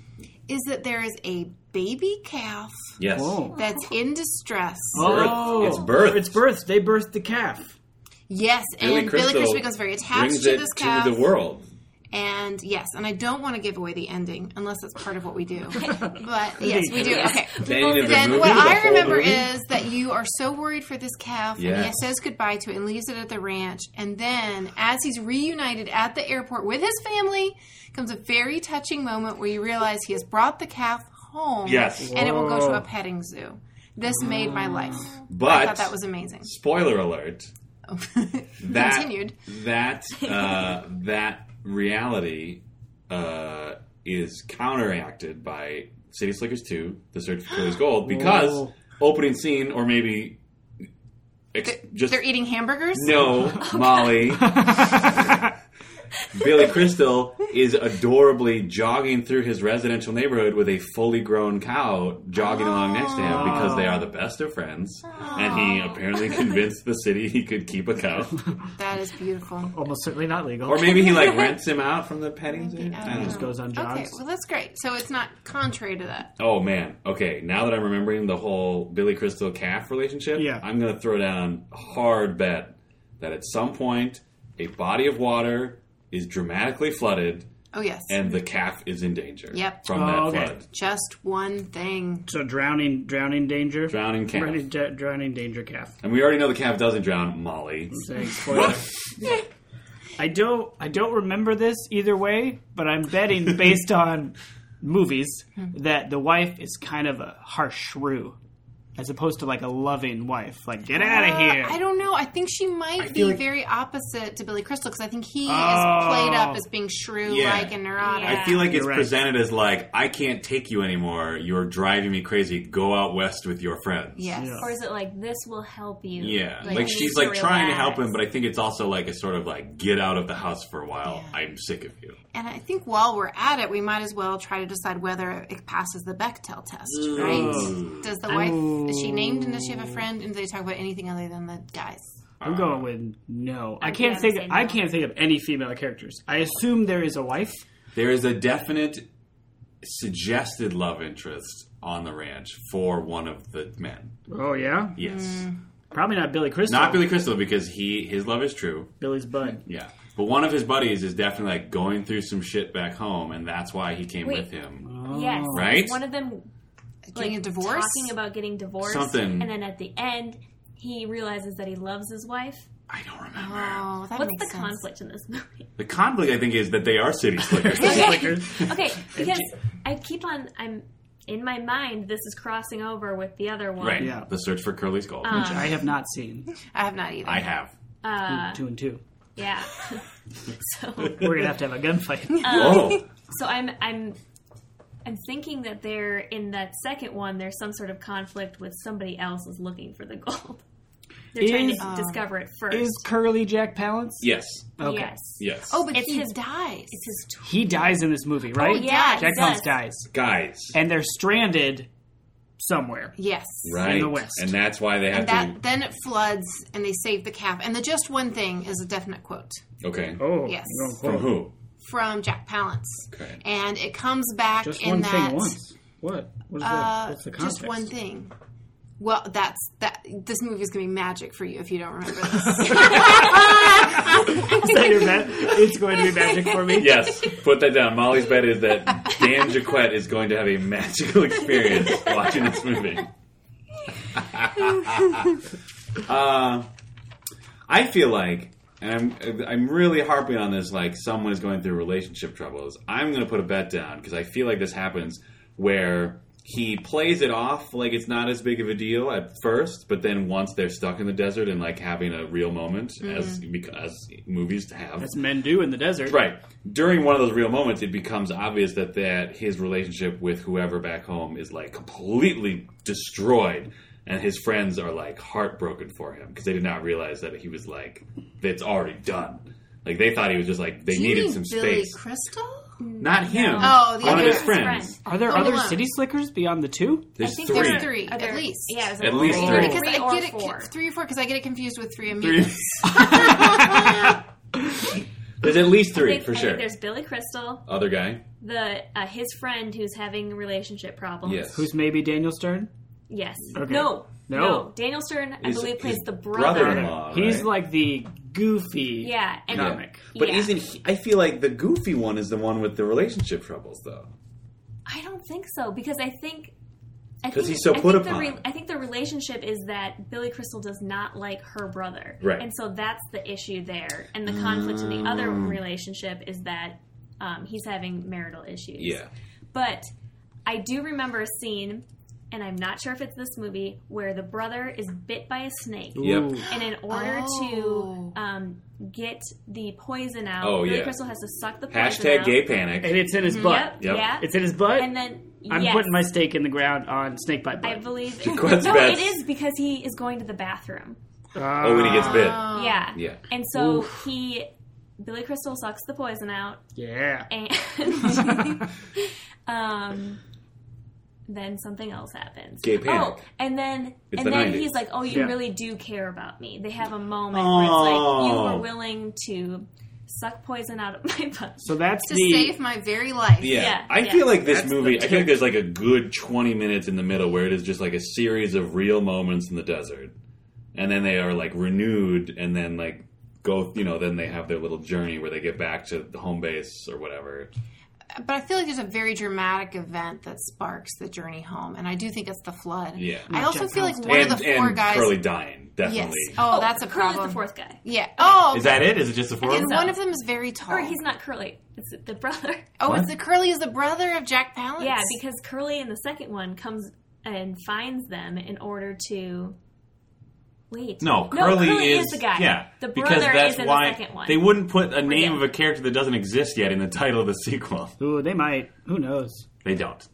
[SPEAKER 1] is that there is a baby calf
[SPEAKER 3] Yes.
[SPEAKER 2] Whoa.
[SPEAKER 1] that's in distress.
[SPEAKER 3] Birth.
[SPEAKER 2] Oh.
[SPEAKER 3] It's birth.
[SPEAKER 2] It's birth. They birthed the calf.
[SPEAKER 1] Yes,
[SPEAKER 3] Billy
[SPEAKER 1] and
[SPEAKER 3] Crystal
[SPEAKER 1] Billy Crystal becomes very attached
[SPEAKER 3] Brings
[SPEAKER 1] to
[SPEAKER 3] it
[SPEAKER 1] this
[SPEAKER 3] to
[SPEAKER 1] calf.
[SPEAKER 3] the world.
[SPEAKER 1] And yes, and I don't want to give away the ending unless it's part of what we do. but yes, we do.
[SPEAKER 4] Yeah.
[SPEAKER 1] Okay.
[SPEAKER 3] Then in the
[SPEAKER 1] Then
[SPEAKER 3] movie,
[SPEAKER 1] what
[SPEAKER 3] the
[SPEAKER 1] I
[SPEAKER 3] whole
[SPEAKER 1] remember
[SPEAKER 3] movie.
[SPEAKER 1] is that you are so worried for this calf, and he
[SPEAKER 3] Yes.
[SPEAKER 1] says goodbye to it and leaves it at the ranch. And then, as he's reunited at the airport with his family, comes a very touching moment where you realize he has brought the calf home.
[SPEAKER 3] Yes.
[SPEAKER 1] and it will go to
[SPEAKER 2] Whoa.
[SPEAKER 1] a petting zoo. This made my life. I
[SPEAKER 3] but
[SPEAKER 1] thought that was amazing.
[SPEAKER 3] spoiler alert. That
[SPEAKER 1] Continued.
[SPEAKER 3] that uh, that reality uh, is counteracted by City Slickers Two: The Search for Chloe's Gold because
[SPEAKER 2] Whoa.
[SPEAKER 3] opening scene or maybe ex- just
[SPEAKER 1] They're eating hamburgers.
[SPEAKER 3] No, Molly. Billy Crystal is adorably jogging through his residential neighborhood with a fully grown cow jogging along next to him because they are the best of friends. And he apparently convinced the city he could keep a cow.
[SPEAKER 1] That is beautiful.
[SPEAKER 2] Almost certainly not legal.
[SPEAKER 3] Or maybe he like rents him out from the petting zoo. I don't
[SPEAKER 2] just
[SPEAKER 3] know.
[SPEAKER 2] goes on
[SPEAKER 1] Okay,
[SPEAKER 2] jobs.
[SPEAKER 1] well that's great. So it's not contrary to that.
[SPEAKER 3] Oh man. Okay, now that I'm remembering the whole Billy Crystal calf relationship,
[SPEAKER 2] Yeah.
[SPEAKER 3] I'm gonna throw down a hard bet that at some point a body of water is dramatically flooded
[SPEAKER 1] Oh yes.
[SPEAKER 3] and the calf is in danger.
[SPEAKER 1] Yep.
[SPEAKER 3] From
[SPEAKER 2] Oh,
[SPEAKER 3] that
[SPEAKER 2] okay.
[SPEAKER 3] flood.
[SPEAKER 1] Just one thing.
[SPEAKER 2] So drowning, drowning danger.
[SPEAKER 3] Drowning calf.
[SPEAKER 2] Drowning, da- drowning danger calf.
[SPEAKER 3] And we already know the calf doesn't drown, Molly.
[SPEAKER 2] Saying spoiler. I don't. I don't remember this either way, but I'm betting based on movies
[SPEAKER 4] Hmm.
[SPEAKER 2] that the wife is kind of a harsh shrew, as opposed to like a loving wife. Like get out of
[SPEAKER 1] Uh,
[SPEAKER 2] here.
[SPEAKER 1] I don't know. I think she might be
[SPEAKER 3] feel like-
[SPEAKER 1] very opposite to Billy Crystal because I think he
[SPEAKER 2] Oh.
[SPEAKER 1] is played up as being shrew like
[SPEAKER 3] Yeah.
[SPEAKER 1] and neurotic.
[SPEAKER 3] I feel like it's
[SPEAKER 2] You're right.
[SPEAKER 3] presented as like, I can't take you anymore. You're driving me crazy. Go out west with your friends.
[SPEAKER 1] Yes.
[SPEAKER 2] Yeah.
[SPEAKER 4] Or is it like this will help you?
[SPEAKER 3] Yeah. Like,
[SPEAKER 4] you
[SPEAKER 3] she's
[SPEAKER 4] need
[SPEAKER 3] like trying to help him,
[SPEAKER 4] relax.
[SPEAKER 3] but I think it's also like a sort of like, get out of the house for a while.
[SPEAKER 1] Yeah.
[SPEAKER 3] I'm sick of you.
[SPEAKER 1] And I think while we're at it, we might as well try to decide whether it passes the Bechtel test, right? Does the wife is she named and does she have a friend? And do they talk about anything other than the guys?
[SPEAKER 2] I'm going with no. I
[SPEAKER 4] I'd
[SPEAKER 2] can't
[SPEAKER 4] be on
[SPEAKER 2] think.
[SPEAKER 4] the same
[SPEAKER 2] I
[SPEAKER 4] note.
[SPEAKER 2] can't think of any female characters. I assume there is a wife.
[SPEAKER 3] There is a definite suggested love interest on the ranch for one of the men.
[SPEAKER 2] Oh yeah,
[SPEAKER 3] Yes.
[SPEAKER 2] probably not Billy Crystal.
[SPEAKER 3] Not Billy Crystal because he his love is true.
[SPEAKER 2] Billy's bud.
[SPEAKER 3] Yeah. But one of his buddies is definitely like going through some shit back home, and that's why he came
[SPEAKER 4] Wait.
[SPEAKER 3] with him.
[SPEAKER 4] Yes.
[SPEAKER 3] Right?
[SPEAKER 4] One of them
[SPEAKER 1] getting
[SPEAKER 4] like,
[SPEAKER 1] a divorce.
[SPEAKER 4] talking about getting divorced,
[SPEAKER 3] Something.
[SPEAKER 4] and then at the end he realizes that he loves his wife.
[SPEAKER 3] I don't remember.
[SPEAKER 1] oh, that
[SPEAKER 4] What's
[SPEAKER 1] makes
[SPEAKER 4] the
[SPEAKER 1] sense.
[SPEAKER 4] conflict in this movie?
[SPEAKER 3] The conflict, I think, is that they are city slickers.
[SPEAKER 4] okay, because I keep on I'm in my mind this is crossing over with the other one.
[SPEAKER 3] right.
[SPEAKER 2] Yeah.
[SPEAKER 3] The search for Curly's gold.
[SPEAKER 1] Uh.
[SPEAKER 2] Which I have not seen.
[SPEAKER 1] I have not either.
[SPEAKER 3] I have.
[SPEAKER 4] Uh,
[SPEAKER 2] two and two.
[SPEAKER 4] yeah. so um,
[SPEAKER 2] We're gonna have to have a gunfight.
[SPEAKER 1] Uh.
[SPEAKER 3] Whoa.
[SPEAKER 4] so I'm I'm I'm thinking that they're in that second one there's some sort of conflict with somebody else is looking for the gold. They're trying
[SPEAKER 2] Is-
[SPEAKER 4] to discover it first.
[SPEAKER 2] Is Curly Jack Palance?
[SPEAKER 3] Yes.
[SPEAKER 2] Okay.
[SPEAKER 4] Yes.
[SPEAKER 3] Yes.
[SPEAKER 1] oh, but
[SPEAKER 4] It's
[SPEAKER 1] he
[SPEAKER 4] his-
[SPEAKER 1] dies.
[SPEAKER 4] It's his
[SPEAKER 2] He dies in this movie, right?
[SPEAKER 1] yeah.
[SPEAKER 4] Oh, yeah,
[SPEAKER 2] Jack
[SPEAKER 4] it
[SPEAKER 2] Palance
[SPEAKER 4] does.
[SPEAKER 2] dies,
[SPEAKER 3] Guys.
[SPEAKER 2] and they're stranded somewhere.
[SPEAKER 1] yes.
[SPEAKER 3] Right.
[SPEAKER 2] in the West.
[SPEAKER 3] And that's why they
[SPEAKER 1] And
[SPEAKER 3] have
[SPEAKER 1] that then it floods and they save the calf. And the just one thing is a definite quote
[SPEAKER 3] to. Okay.
[SPEAKER 2] Oh,
[SPEAKER 1] Yes.
[SPEAKER 3] From who?
[SPEAKER 1] from Jack Palance.
[SPEAKER 3] Okay.
[SPEAKER 1] And it comes back
[SPEAKER 2] Just
[SPEAKER 1] in
[SPEAKER 2] one
[SPEAKER 1] that
[SPEAKER 2] thing once. What? What is that?
[SPEAKER 1] uh,
[SPEAKER 2] What's the context?
[SPEAKER 1] just one thing. Well, that's that. This movie is gonna be magic for you if you don't remember this.
[SPEAKER 2] Is that your bet? It's going to be magic for me.
[SPEAKER 3] Yes. Put that down. Molly's bet is that Dan Jaquette is going to have a magical experience watching this movie. uh, I feel like, and I'm I'm really harping on this, like someone's going through relationship troubles. I'm going to put a bet down because I feel like this happens where he plays it off like it's not as big of a deal at first, but then once they're stuck in the desert and like having a real moment, as because movies have,
[SPEAKER 2] As men do in the desert.
[SPEAKER 3] Right. During one of those real moments, it becomes obvious that, that his relationship with whoever back home is like completely destroyed. And his friends are like heartbroken for him because they did not realize that he was like, that's already done. Like they thought he was just like, they
[SPEAKER 1] Do you
[SPEAKER 3] needed
[SPEAKER 1] mean
[SPEAKER 3] some
[SPEAKER 1] Billy
[SPEAKER 3] space.
[SPEAKER 1] Crystal?
[SPEAKER 3] Not him.
[SPEAKER 1] Oh, the
[SPEAKER 3] One
[SPEAKER 1] other-
[SPEAKER 3] of his
[SPEAKER 1] his
[SPEAKER 3] friends.
[SPEAKER 2] Are there
[SPEAKER 1] Home
[SPEAKER 2] other
[SPEAKER 1] Alone.
[SPEAKER 2] city slickers beyond the two?
[SPEAKER 3] There's
[SPEAKER 4] think
[SPEAKER 3] three.
[SPEAKER 1] There's three,
[SPEAKER 4] Are
[SPEAKER 1] at
[SPEAKER 4] there-
[SPEAKER 1] least.
[SPEAKER 4] Yeah, is
[SPEAKER 3] At
[SPEAKER 4] it
[SPEAKER 3] least three.
[SPEAKER 1] Because
[SPEAKER 4] Three
[SPEAKER 1] I
[SPEAKER 4] or
[SPEAKER 1] get it
[SPEAKER 4] four.
[SPEAKER 1] three or four because I get it confused with three
[SPEAKER 3] Three.
[SPEAKER 1] amigos.
[SPEAKER 3] there's at least
[SPEAKER 4] I
[SPEAKER 3] three
[SPEAKER 4] think-
[SPEAKER 3] for
[SPEAKER 4] I think
[SPEAKER 3] sure.
[SPEAKER 4] There's Billy Crystal,
[SPEAKER 3] Other guy.
[SPEAKER 4] the uh, his friend who's having relationship problems.
[SPEAKER 3] Yes.
[SPEAKER 2] Who's maybe Daniel Stern?
[SPEAKER 4] Yes.
[SPEAKER 2] Okay.
[SPEAKER 4] No.
[SPEAKER 2] No.
[SPEAKER 4] Daniel Stern, I
[SPEAKER 3] Is-
[SPEAKER 4] believe, plays
[SPEAKER 3] is
[SPEAKER 4] the brother.
[SPEAKER 3] brother-in-law,
[SPEAKER 2] He's
[SPEAKER 3] right?
[SPEAKER 2] like the goofy.
[SPEAKER 4] Yeah. And
[SPEAKER 3] Yeah.
[SPEAKER 2] Comic.
[SPEAKER 3] But
[SPEAKER 4] Yeah.
[SPEAKER 3] isn't he, I feel like the goofy one is the one with the relationship troubles though.
[SPEAKER 4] I don't think so because I think. I
[SPEAKER 3] 'Cause
[SPEAKER 4] think-
[SPEAKER 3] he's so
[SPEAKER 4] I
[SPEAKER 3] put
[SPEAKER 4] think
[SPEAKER 3] upon.
[SPEAKER 4] The I think the relationship is that Billy Crystal does not like her brother,
[SPEAKER 3] Right.
[SPEAKER 4] And so that's the issue there. And the
[SPEAKER 2] Mm.
[SPEAKER 4] conflict in the other relationship is that um, he's having marital issues.
[SPEAKER 3] Yeah.
[SPEAKER 4] But I do remember a scene, and I'm not sure if it's this movie, where the brother is bit by a snake.
[SPEAKER 3] Yep.
[SPEAKER 2] Ooh.
[SPEAKER 4] And in order
[SPEAKER 1] Oh.
[SPEAKER 4] to um, get the poison out,
[SPEAKER 3] Oh,
[SPEAKER 4] Billy
[SPEAKER 3] yeah.
[SPEAKER 4] Crystal has to suck the poison
[SPEAKER 3] Hashtag
[SPEAKER 4] out.
[SPEAKER 3] gay panic.
[SPEAKER 2] And it's in his
[SPEAKER 4] Mm-hmm. Yep,
[SPEAKER 2] butt.
[SPEAKER 3] Yep.
[SPEAKER 4] yeah.
[SPEAKER 2] It's in his butt.
[SPEAKER 4] and then,
[SPEAKER 2] I'm
[SPEAKER 4] yes,
[SPEAKER 2] putting my stake in the ground on snake bite
[SPEAKER 4] I
[SPEAKER 2] butt.
[SPEAKER 4] believe.
[SPEAKER 3] Quits
[SPEAKER 4] no,
[SPEAKER 3] bets.
[SPEAKER 4] it is because he is going to the bathroom.
[SPEAKER 3] Oh, when he
[SPEAKER 2] Ah,
[SPEAKER 3] gets bit.
[SPEAKER 1] Oh.
[SPEAKER 4] yeah.
[SPEAKER 3] Yeah.
[SPEAKER 4] And so he, Billy Crystal sucks the poison out,
[SPEAKER 2] Yeah.
[SPEAKER 4] and um, then something else happens.
[SPEAKER 3] Gay panic.
[SPEAKER 4] Oh, and then
[SPEAKER 3] It's
[SPEAKER 4] and
[SPEAKER 3] the
[SPEAKER 4] then
[SPEAKER 3] 90s.
[SPEAKER 4] he's like, "Oh, you
[SPEAKER 2] Yeah.
[SPEAKER 4] really do care about me." They have a moment where it's like, "You
[SPEAKER 3] Oh.
[SPEAKER 4] were willing to suck poison out of my butt."
[SPEAKER 2] So that's
[SPEAKER 1] to
[SPEAKER 2] the.
[SPEAKER 1] save my very life.
[SPEAKER 3] Yeah.
[SPEAKER 4] Yeah,
[SPEAKER 3] I
[SPEAKER 4] yeah.
[SPEAKER 3] feel like this
[SPEAKER 2] That's
[SPEAKER 3] movie,
[SPEAKER 2] the
[SPEAKER 3] I feel like there's like a good 20 minutes in the middle where it is just like a series of real moments in the desert. And then they are like renewed and then like go, you know, then they have their little journey where they get back to the home base or whatever.
[SPEAKER 1] But I feel like there's a very dramatic event that sparks the journey home, and I do think it's the flood.
[SPEAKER 3] Yeah.
[SPEAKER 1] I also feel like one
[SPEAKER 3] and
[SPEAKER 1] of the four
[SPEAKER 3] and
[SPEAKER 1] guys.
[SPEAKER 3] Curly dying,
[SPEAKER 1] yes.
[SPEAKER 3] definitely.
[SPEAKER 1] Oh, that's a
[SPEAKER 4] Curly's
[SPEAKER 1] problem.
[SPEAKER 4] the fourth guy.
[SPEAKER 1] Yeah. Oh.
[SPEAKER 3] Is that it? Is it just the four?
[SPEAKER 1] and
[SPEAKER 3] of them?
[SPEAKER 1] one of them is very tall.
[SPEAKER 3] Oh.
[SPEAKER 4] Or he's not Curly. It's the brother.
[SPEAKER 1] oh,
[SPEAKER 3] What?
[SPEAKER 1] it's the Curly is the brother of Jack Palance.
[SPEAKER 4] Yeah, because Curly in the second one comes and finds them in order to wait.
[SPEAKER 3] No, Curly, is,
[SPEAKER 4] the guy.
[SPEAKER 3] Yeah,
[SPEAKER 4] the
[SPEAKER 3] because
[SPEAKER 4] brother
[SPEAKER 3] that's
[SPEAKER 4] is in
[SPEAKER 3] why
[SPEAKER 4] the second one.
[SPEAKER 3] they wouldn't put a name
[SPEAKER 4] yeah.
[SPEAKER 3] of a character that doesn't exist yet in the title of the sequel.
[SPEAKER 2] Ooh, they might. Who knows?
[SPEAKER 3] They don't.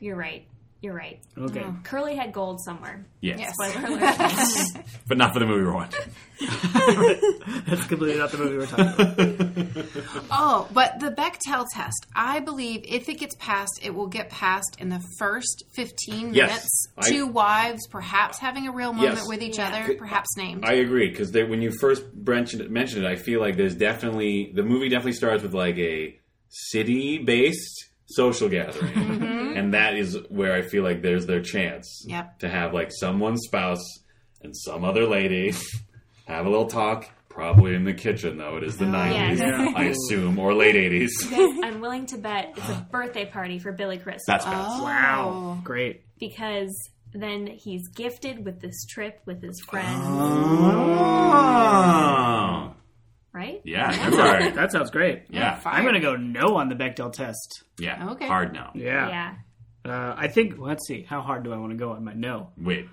[SPEAKER 4] You're right. You're right.
[SPEAKER 2] Okay.
[SPEAKER 4] Curly had gold somewhere.
[SPEAKER 3] Yes,
[SPEAKER 1] Yes.
[SPEAKER 4] Spoiler alert.
[SPEAKER 3] but not for the movie we're watching.
[SPEAKER 2] That's completely not the movie we're talking about.
[SPEAKER 1] Oh, but the Bechtel test, I believe if it gets passed, it will get passed in the first 15
[SPEAKER 3] Yes.
[SPEAKER 1] minutes.
[SPEAKER 3] I-
[SPEAKER 1] Two wives perhaps having a real moment
[SPEAKER 3] Yes.
[SPEAKER 1] with each other,
[SPEAKER 3] Could-
[SPEAKER 1] perhaps named.
[SPEAKER 3] I agree because when you first mentioned it, mentioned it, I feel like there's definitely the movie definitely starts with like a city-based social gathering, and that is where I feel like there's their chance
[SPEAKER 1] Mm-hmm. Yep.
[SPEAKER 3] to have like someone's spouse and some other lady have a little talk. Probably in the kitchen, though. It is
[SPEAKER 1] Oh,
[SPEAKER 3] the 90s,
[SPEAKER 2] yeah.
[SPEAKER 3] I assume, or late 80s.
[SPEAKER 4] Guys, I'm willing to bet it's a birthday party for Billy Crystal.
[SPEAKER 3] That's bad.
[SPEAKER 1] Oh.
[SPEAKER 2] Wow. Great.
[SPEAKER 4] because then he's gifted with this trip with his friends,
[SPEAKER 3] Oh.
[SPEAKER 4] right?
[SPEAKER 3] Yeah, you are.
[SPEAKER 2] That sounds great.
[SPEAKER 3] Yeah.
[SPEAKER 1] Fire.
[SPEAKER 2] I'm gonna go no on the Bechdel test.
[SPEAKER 3] Yeah.
[SPEAKER 1] Okay.
[SPEAKER 3] Hard now.
[SPEAKER 2] Yeah.
[SPEAKER 4] yeah.
[SPEAKER 2] Uh, I think. Let's see. How hard do I want to go on my no?
[SPEAKER 3] Wait.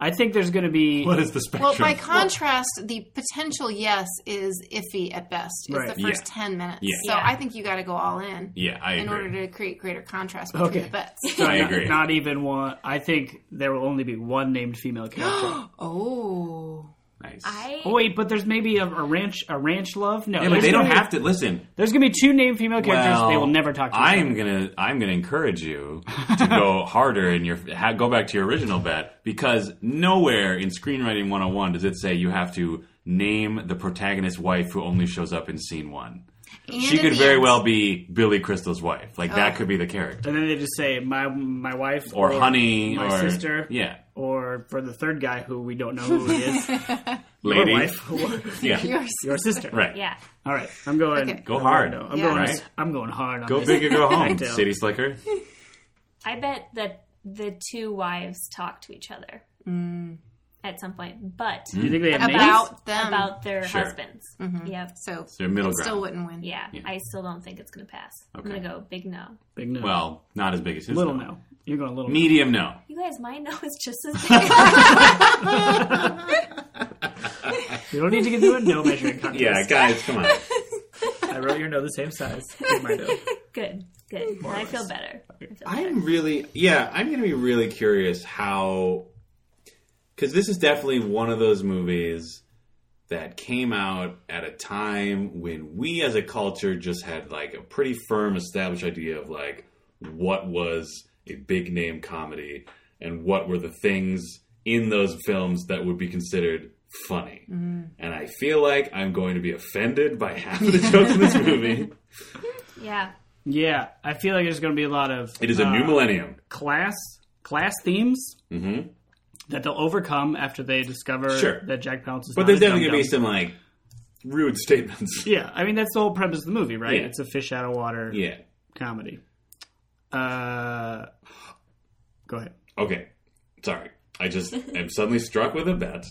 [SPEAKER 2] I think there's gonna be.
[SPEAKER 3] What is the spectrum?
[SPEAKER 1] Well, by contrast, the potential yes is iffy at best. It's
[SPEAKER 2] Right.
[SPEAKER 1] the first
[SPEAKER 3] Yeah.
[SPEAKER 1] ten minutes.
[SPEAKER 3] Yeah.
[SPEAKER 1] So
[SPEAKER 4] Yeah.
[SPEAKER 1] I think you got to go all in
[SPEAKER 3] yeah, I
[SPEAKER 1] in
[SPEAKER 3] agree.
[SPEAKER 1] order to create greater contrast between
[SPEAKER 2] Okay.
[SPEAKER 1] the bets.
[SPEAKER 3] I agree.
[SPEAKER 2] Not even one. I think there will only be one named female character.
[SPEAKER 1] oh,
[SPEAKER 3] nice.
[SPEAKER 4] I
[SPEAKER 2] oh wait, but there's maybe a, a ranch. A ranch love. No,
[SPEAKER 3] yeah, but
[SPEAKER 2] there's
[SPEAKER 3] they don't
[SPEAKER 2] gonna be-
[SPEAKER 3] have to listen.
[SPEAKER 2] There's gonna be two named female characters.
[SPEAKER 3] Well,
[SPEAKER 2] they will never talk to. each
[SPEAKER 3] I'm gonna I'm gonna encourage you to go harder in your ha, go back to your original bet because nowhere in screenwriting 101 does it say you have to name the protagonist's wife who only shows up in scene one.
[SPEAKER 1] And
[SPEAKER 3] she
[SPEAKER 1] at
[SPEAKER 3] could
[SPEAKER 1] the
[SPEAKER 3] very
[SPEAKER 1] end-
[SPEAKER 3] well be Billy Crystal's wife. Like that
[SPEAKER 1] Oh.
[SPEAKER 3] could be the character
[SPEAKER 2] And then they just say my my wife
[SPEAKER 3] or, Honey
[SPEAKER 2] my
[SPEAKER 3] or
[SPEAKER 2] sister
[SPEAKER 3] Yeah,
[SPEAKER 2] or for the third guy who we don't know who he is
[SPEAKER 3] lady.
[SPEAKER 2] your wife
[SPEAKER 3] Yeah,
[SPEAKER 1] Yours.
[SPEAKER 2] your sister
[SPEAKER 3] right.
[SPEAKER 4] yeah.
[SPEAKER 2] all right I'm going
[SPEAKER 1] Okay.
[SPEAKER 3] Go
[SPEAKER 2] I'm
[SPEAKER 3] hard.
[SPEAKER 2] going, no, I'm
[SPEAKER 1] Yeah.
[SPEAKER 2] going
[SPEAKER 3] Right.
[SPEAKER 2] I'm going hard on
[SPEAKER 3] Go
[SPEAKER 2] this.
[SPEAKER 3] big or go home,
[SPEAKER 2] Cocktail.
[SPEAKER 3] City Slicker.
[SPEAKER 4] I bet that the two wives talk to each other at some point, but
[SPEAKER 2] do you think they have names
[SPEAKER 1] about them. Mm-hmm.
[SPEAKER 4] about their
[SPEAKER 3] Sure.
[SPEAKER 4] husbands. Yep.
[SPEAKER 1] so
[SPEAKER 3] It's their middle ground.
[SPEAKER 1] still wouldn't win.
[SPEAKER 4] Yeah, I still don't think it's going to pass. I'm
[SPEAKER 3] Okay.
[SPEAKER 4] going to go big no.
[SPEAKER 2] big no
[SPEAKER 3] Well, not as big as his.
[SPEAKER 2] little
[SPEAKER 3] though.
[SPEAKER 2] no you're going little no.
[SPEAKER 3] Medium no.
[SPEAKER 4] You guys, my no is just as big.
[SPEAKER 2] you don't need to do a no measuring contest
[SPEAKER 3] Yeah, guys, come on.
[SPEAKER 2] I wrote your no the same size as my no
[SPEAKER 4] good, good. I feel better. I feel better.
[SPEAKER 3] I'm really, yeah, I'm going to be really curious how, because this is definitely one of those movies that came out at a time when we as a culture just had like a pretty firm established idea of like what was a big name comedy and what were the things in those films that would be considered funny. And I feel like I'm going to be offended by half of the jokes in this movie.
[SPEAKER 4] Yeah.
[SPEAKER 2] yeah I feel like there's going to be a lot of
[SPEAKER 3] It is a new
[SPEAKER 2] uh,
[SPEAKER 3] millennium.
[SPEAKER 2] class class themes
[SPEAKER 3] hmm
[SPEAKER 2] that they'll overcome after they discover
[SPEAKER 3] Sure.
[SPEAKER 2] that Jack Palance is
[SPEAKER 3] But
[SPEAKER 2] not
[SPEAKER 3] there's
[SPEAKER 2] a
[SPEAKER 3] definitely gonna
[SPEAKER 2] dum-dum.
[SPEAKER 3] be some like rude statements.
[SPEAKER 2] Yeah, I mean that's the whole premise of the movie, right?
[SPEAKER 3] Yeah.
[SPEAKER 2] It's a fish out of water
[SPEAKER 3] yeah.
[SPEAKER 2] comedy. Uh, go ahead.
[SPEAKER 3] Okay. Sorry. I just am suddenly struck with a bet.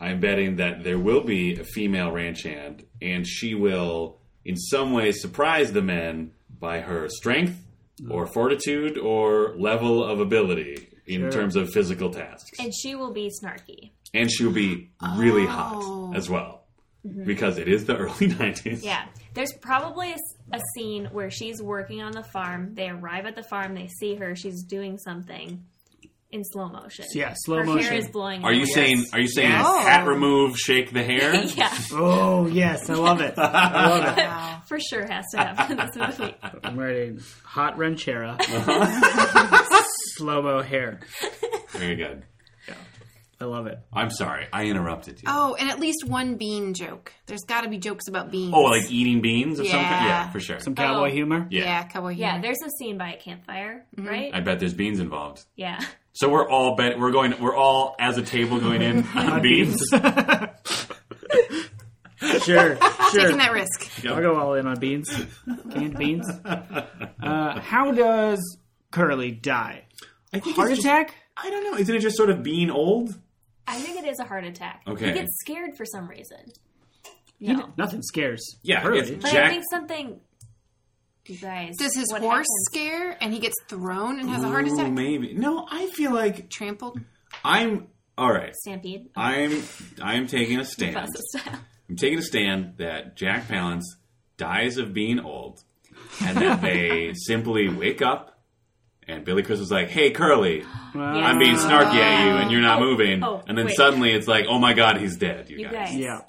[SPEAKER 3] I'm betting that there will be a female ranch hand, and she will, in some way, surprise the men by her strength or fortitude or level of ability in
[SPEAKER 2] Sure.
[SPEAKER 3] terms of physical tasks.
[SPEAKER 4] And she will be snarky.
[SPEAKER 3] And she'll be really
[SPEAKER 1] Oh.
[SPEAKER 3] hot as well. Because it is the early 90s.
[SPEAKER 4] Mm-hmm. Yeah. There's probably a, s- a scene where she's working on the farm. They arrive at the farm. They see her. She's doing something in slow motion.
[SPEAKER 2] Yeah, slow
[SPEAKER 4] her
[SPEAKER 2] motion.
[SPEAKER 4] hair is blowing.
[SPEAKER 3] Are you
[SPEAKER 4] everywhere.
[SPEAKER 3] saying? Are you saying
[SPEAKER 1] Yes.
[SPEAKER 3] hat
[SPEAKER 1] Oh.
[SPEAKER 3] remove, shake the hair?
[SPEAKER 4] yeah,
[SPEAKER 2] Oh yes, I love it. I love it.
[SPEAKER 1] Wow.
[SPEAKER 4] for sure has to happen in this movie.
[SPEAKER 2] I'm writing hot ranchera, slow mo hair.
[SPEAKER 3] Very good.
[SPEAKER 2] I love it.
[SPEAKER 3] I'm sorry, I interrupted you.
[SPEAKER 1] Oh, and at least one bean joke. There's got to be jokes about beans.
[SPEAKER 3] Oh, like eating beans of some
[SPEAKER 1] Yeah.
[SPEAKER 3] kind? Yeah, for sure.
[SPEAKER 2] Some cowboy
[SPEAKER 4] Oh.
[SPEAKER 2] humor.
[SPEAKER 1] yeah,
[SPEAKER 3] yeah.
[SPEAKER 1] cowboy
[SPEAKER 4] Yeah,
[SPEAKER 1] humor.
[SPEAKER 4] there's a scene by a campfire,
[SPEAKER 1] Mm-hmm.
[SPEAKER 4] right?
[SPEAKER 3] I bet there's beans involved.
[SPEAKER 4] yeah.
[SPEAKER 3] So we're all bet we're going we're all as a table going in on beans.
[SPEAKER 2] sure, sure.
[SPEAKER 1] Taking that risk.
[SPEAKER 2] I'll go all in on beans, canned beans. Uh, how does Curly die?
[SPEAKER 3] I think
[SPEAKER 2] Heart
[SPEAKER 3] it's just-
[SPEAKER 2] attack?
[SPEAKER 3] I don't know. Isn't it just sort of being old?
[SPEAKER 4] I think it is a heart attack.
[SPEAKER 3] Okay.
[SPEAKER 4] He gets scared for some reason. No.
[SPEAKER 2] Nothing scares.
[SPEAKER 3] Yeah,
[SPEAKER 2] Curly.
[SPEAKER 3] it's-
[SPEAKER 4] But I
[SPEAKER 3] Jack-
[SPEAKER 4] think something. You guys.
[SPEAKER 1] Does his
[SPEAKER 4] what
[SPEAKER 1] horse
[SPEAKER 4] happens-
[SPEAKER 1] scare and he gets thrown and has a heart
[SPEAKER 3] Ooh,
[SPEAKER 1] attack?
[SPEAKER 3] maybe. No, I feel like
[SPEAKER 1] Trampled?
[SPEAKER 3] I'm all right.
[SPEAKER 4] Stampede.
[SPEAKER 3] I'm I'm taking a stand.
[SPEAKER 4] Buses style.
[SPEAKER 3] I'm taking a stand that Jack Palance dies of being old, and that they simply wake up, and Billy Crystal's like, "Hey, Curly,
[SPEAKER 2] Well,
[SPEAKER 4] Yeah.
[SPEAKER 3] I'm being snarky at you, and you're not moving."
[SPEAKER 4] oh,
[SPEAKER 3] and then
[SPEAKER 4] wait.
[SPEAKER 3] suddenly it's like, "Oh my God, he's dead, you,
[SPEAKER 4] You
[SPEAKER 3] guys."
[SPEAKER 4] guys.
[SPEAKER 2] Yeah.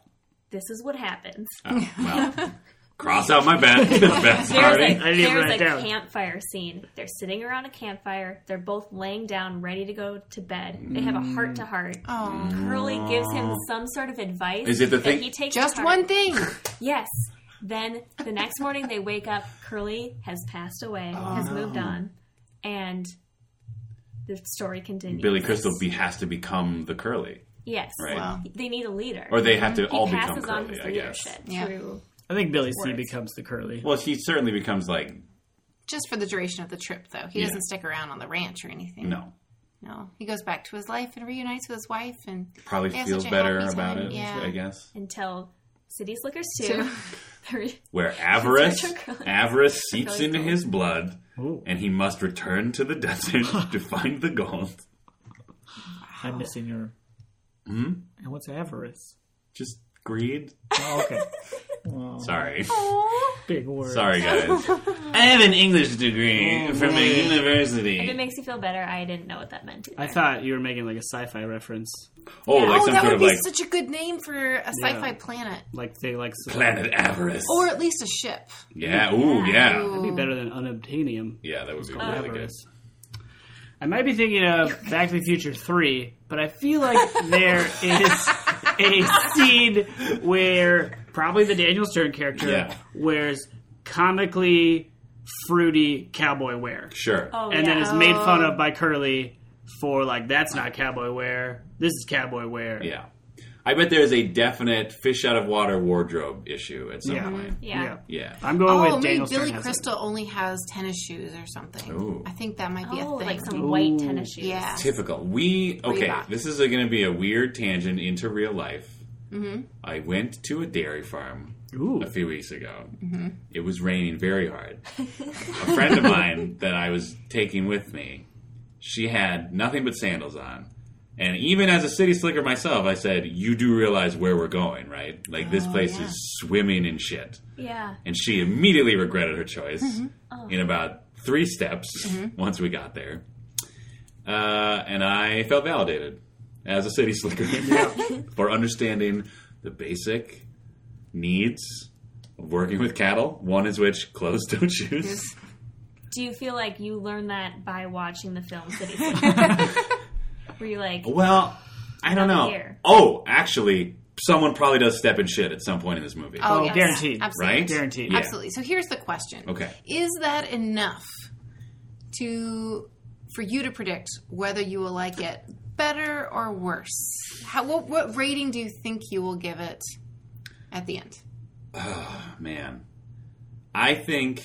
[SPEAKER 4] This is what happens.
[SPEAKER 3] Oh, well, cross out my bet. Bet's already.
[SPEAKER 4] There's
[SPEAKER 2] I
[SPEAKER 4] a,
[SPEAKER 2] didn't even
[SPEAKER 4] there's
[SPEAKER 2] write
[SPEAKER 4] a
[SPEAKER 2] it down.
[SPEAKER 4] campfire scene. They're sitting around a campfire. They're both laying down, ready to go to bed. They have a heart to heart.
[SPEAKER 1] Oh.
[SPEAKER 4] Curly gives him some sort of advice.
[SPEAKER 3] Is it the
[SPEAKER 4] that
[SPEAKER 3] thing-
[SPEAKER 4] He takes
[SPEAKER 1] Just
[SPEAKER 4] to heart.
[SPEAKER 1] one thing.
[SPEAKER 4] Yes. Then the next morning they wake up. Curly has passed away, has moved on, and the story continues.
[SPEAKER 3] Billy Crystal be, has to become the Curly,
[SPEAKER 4] Yes.
[SPEAKER 3] right?
[SPEAKER 1] Wow.
[SPEAKER 4] They need a leader.
[SPEAKER 3] Or they have to
[SPEAKER 4] he
[SPEAKER 3] all
[SPEAKER 4] passes
[SPEAKER 3] become
[SPEAKER 4] on his
[SPEAKER 3] Curly, I guess.
[SPEAKER 4] leadership
[SPEAKER 1] Yeah.
[SPEAKER 4] through.
[SPEAKER 2] I think Billy C
[SPEAKER 4] Words.
[SPEAKER 2] becomes the Curly.
[SPEAKER 3] Well, he certainly becomes like
[SPEAKER 1] Just for the duration of the trip, though. He
[SPEAKER 3] Yeah.
[SPEAKER 1] doesn't stick around on the ranch or anything.
[SPEAKER 3] no.
[SPEAKER 1] No, he goes back to his life and reunites with his wife, and
[SPEAKER 3] Probably
[SPEAKER 1] They have
[SPEAKER 3] feels
[SPEAKER 1] such a happy
[SPEAKER 3] better
[SPEAKER 1] time,
[SPEAKER 3] about it,
[SPEAKER 1] yeah.
[SPEAKER 3] I guess.
[SPEAKER 4] until City Slickers
[SPEAKER 1] Two.
[SPEAKER 4] 2.
[SPEAKER 3] Where avarice,
[SPEAKER 4] Such a good-
[SPEAKER 3] avarice seeps
[SPEAKER 4] really
[SPEAKER 3] into
[SPEAKER 4] cool.
[SPEAKER 3] his blood,
[SPEAKER 2] Ooh,
[SPEAKER 3] and he must return to the desert to find the gold.
[SPEAKER 2] I'm missing your.
[SPEAKER 3] Hmm?
[SPEAKER 2] And what's avarice?
[SPEAKER 3] Just greed.
[SPEAKER 2] Oh, okay. Well,
[SPEAKER 3] Sorry.
[SPEAKER 2] Big word.
[SPEAKER 3] Sorry, guys. I have an English degree
[SPEAKER 2] Oh,
[SPEAKER 3] from
[SPEAKER 2] boy.
[SPEAKER 3] a
[SPEAKER 4] if it
[SPEAKER 3] university.
[SPEAKER 4] makes you feel better, I didn't know what that meant.
[SPEAKER 2] I
[SPEAKER 4] either.
[SPEAKER 2] thought you were making like a sci-fi reference,
[SPEAKER 3] Oh, like
[SPEAKER 1] oh,
[SPEAKER 3] some
[SPEAKER 1] that would
[SPEAKER 3] sort of
[SPEAKER 1] be
[SPEAKER 3] like
[SPEAKER 1] such a good name for a sci-fi
[SPEAKER 2] Yeah.
[SPEAKER 1] planet,
[SPEAKER 2] like they like s-
[SPEAKER 3] planet avarice.
[SPEAKER 1] or at least a ship.
[SPEAKER 3] yeah. Ooh, yeah.
[SPEAKER 1] Ooh.
[SPEAKER 2] That'd be better than unobtainium.
[SPEAKER 3] Yeah, that would be
[SPEAKER 4] called
[SPEAKER 3] really good.
[SPEAKER 2] Avarice. I might be thinking of Back to the Future 3, but I feel like there is a scene where probably the Daniel Stern character
[SPEAKER 3] Yeah.
[SPEAKER 2] wears comically fruity cowboy wear.
[SPEAKER 3] Sure.
[SPEAKER 4] Oh,
[SPEAKER 2] and
[SPEAKER 4] yeah.
[SPEAKER 2] then is made fun of by Curly for, like, that's not cowboy wear. This is cowboy wear.
[SPEAKER 3] Yeah. I bet there's a definite fish out of water wardrobe issue at some
[SPEAKER 2] Yeah.
[SPEAKER 3] point.
[SPEAKER 4] Yeah.
[SPEAKER 3] Yeah.
[SPEAKER 2] I'm going
[SPEAKER 1] Oh,
[SPEAKER 2] with
[SPEAKER 1] maybe
[SPEAKER 2] Daniel
[SPEAKER 1] Billy
[SPEAKER 2] Stern. has it.
[SPEAKER 1] Crystal only has tennis shoes or something.
[SPEAKER 3] Ooh.
[SPEAKER 1] I think that might be
[SPEAKER 4] Oh,
[SPEAKER 1] a thing.
[SPEAKER 4] like some white tennis shoes.
[SPEAKER 1] yeah.
[SPEAKER 3] Typical. We okay.
[SPEAKER 1] Reebok.
[SPEAKER 3] This is going to be a weird tangent into real life.
[SPEAKER 1] Mm-hmm.
[SPEAKER 3] I went to a dairy farm
[SPEAKER 2] Ooh.
[SPEAKER 3] a few weeks ago.
[SPEAKER 1] Mm-hmm.
[SPEAKER 3] It was raining very hard. a friend of mine that I was taking with me, she had nothing but sandals on. And even as a city slicker myself, I said, "You do realize where we're going, right? Like this place
[SPEAKER 1] Oh, yeah.
[SPEAKER 3] is swimming in shit."
[SPEAKER 4] Yeah.
[SPEAKER 3] and she immediately regretted her choice in about three steps once we got there. Uh, and I felt validated as a city slicker for understanding the basic needs of working with cattle. One is which clothes don't choose.
[SPEAKER 4] Do you feel like you learned that by watching the film City Slickers? Were you like,
[SPEAKER 3] Well, I don't
[SPEAKER 4] Not
[SPEAKER 3] know.
[SPEAKER 4] here.
[SPEAKER 3] Oh, actually, someone probably does step in shit at some point in this movie,
[SPEAKER 2] Oh, guaranteed.
[SPEAKER 1] Absolutely.
[SPEAKER 3] right?
[SPEAKER 2] Guaranteed.
[SPEAKER 3] Yeah.
[SPEAKER 1] Absolutely. So here's the question.
[SPEAKER 3] Okay.
[SPEAKER 1] Is that enough to for you to predict whether you will like it better or worse? How, what, what rating do you think you will give it at the end?
[SPEAKER 3] Ah, Man, I think.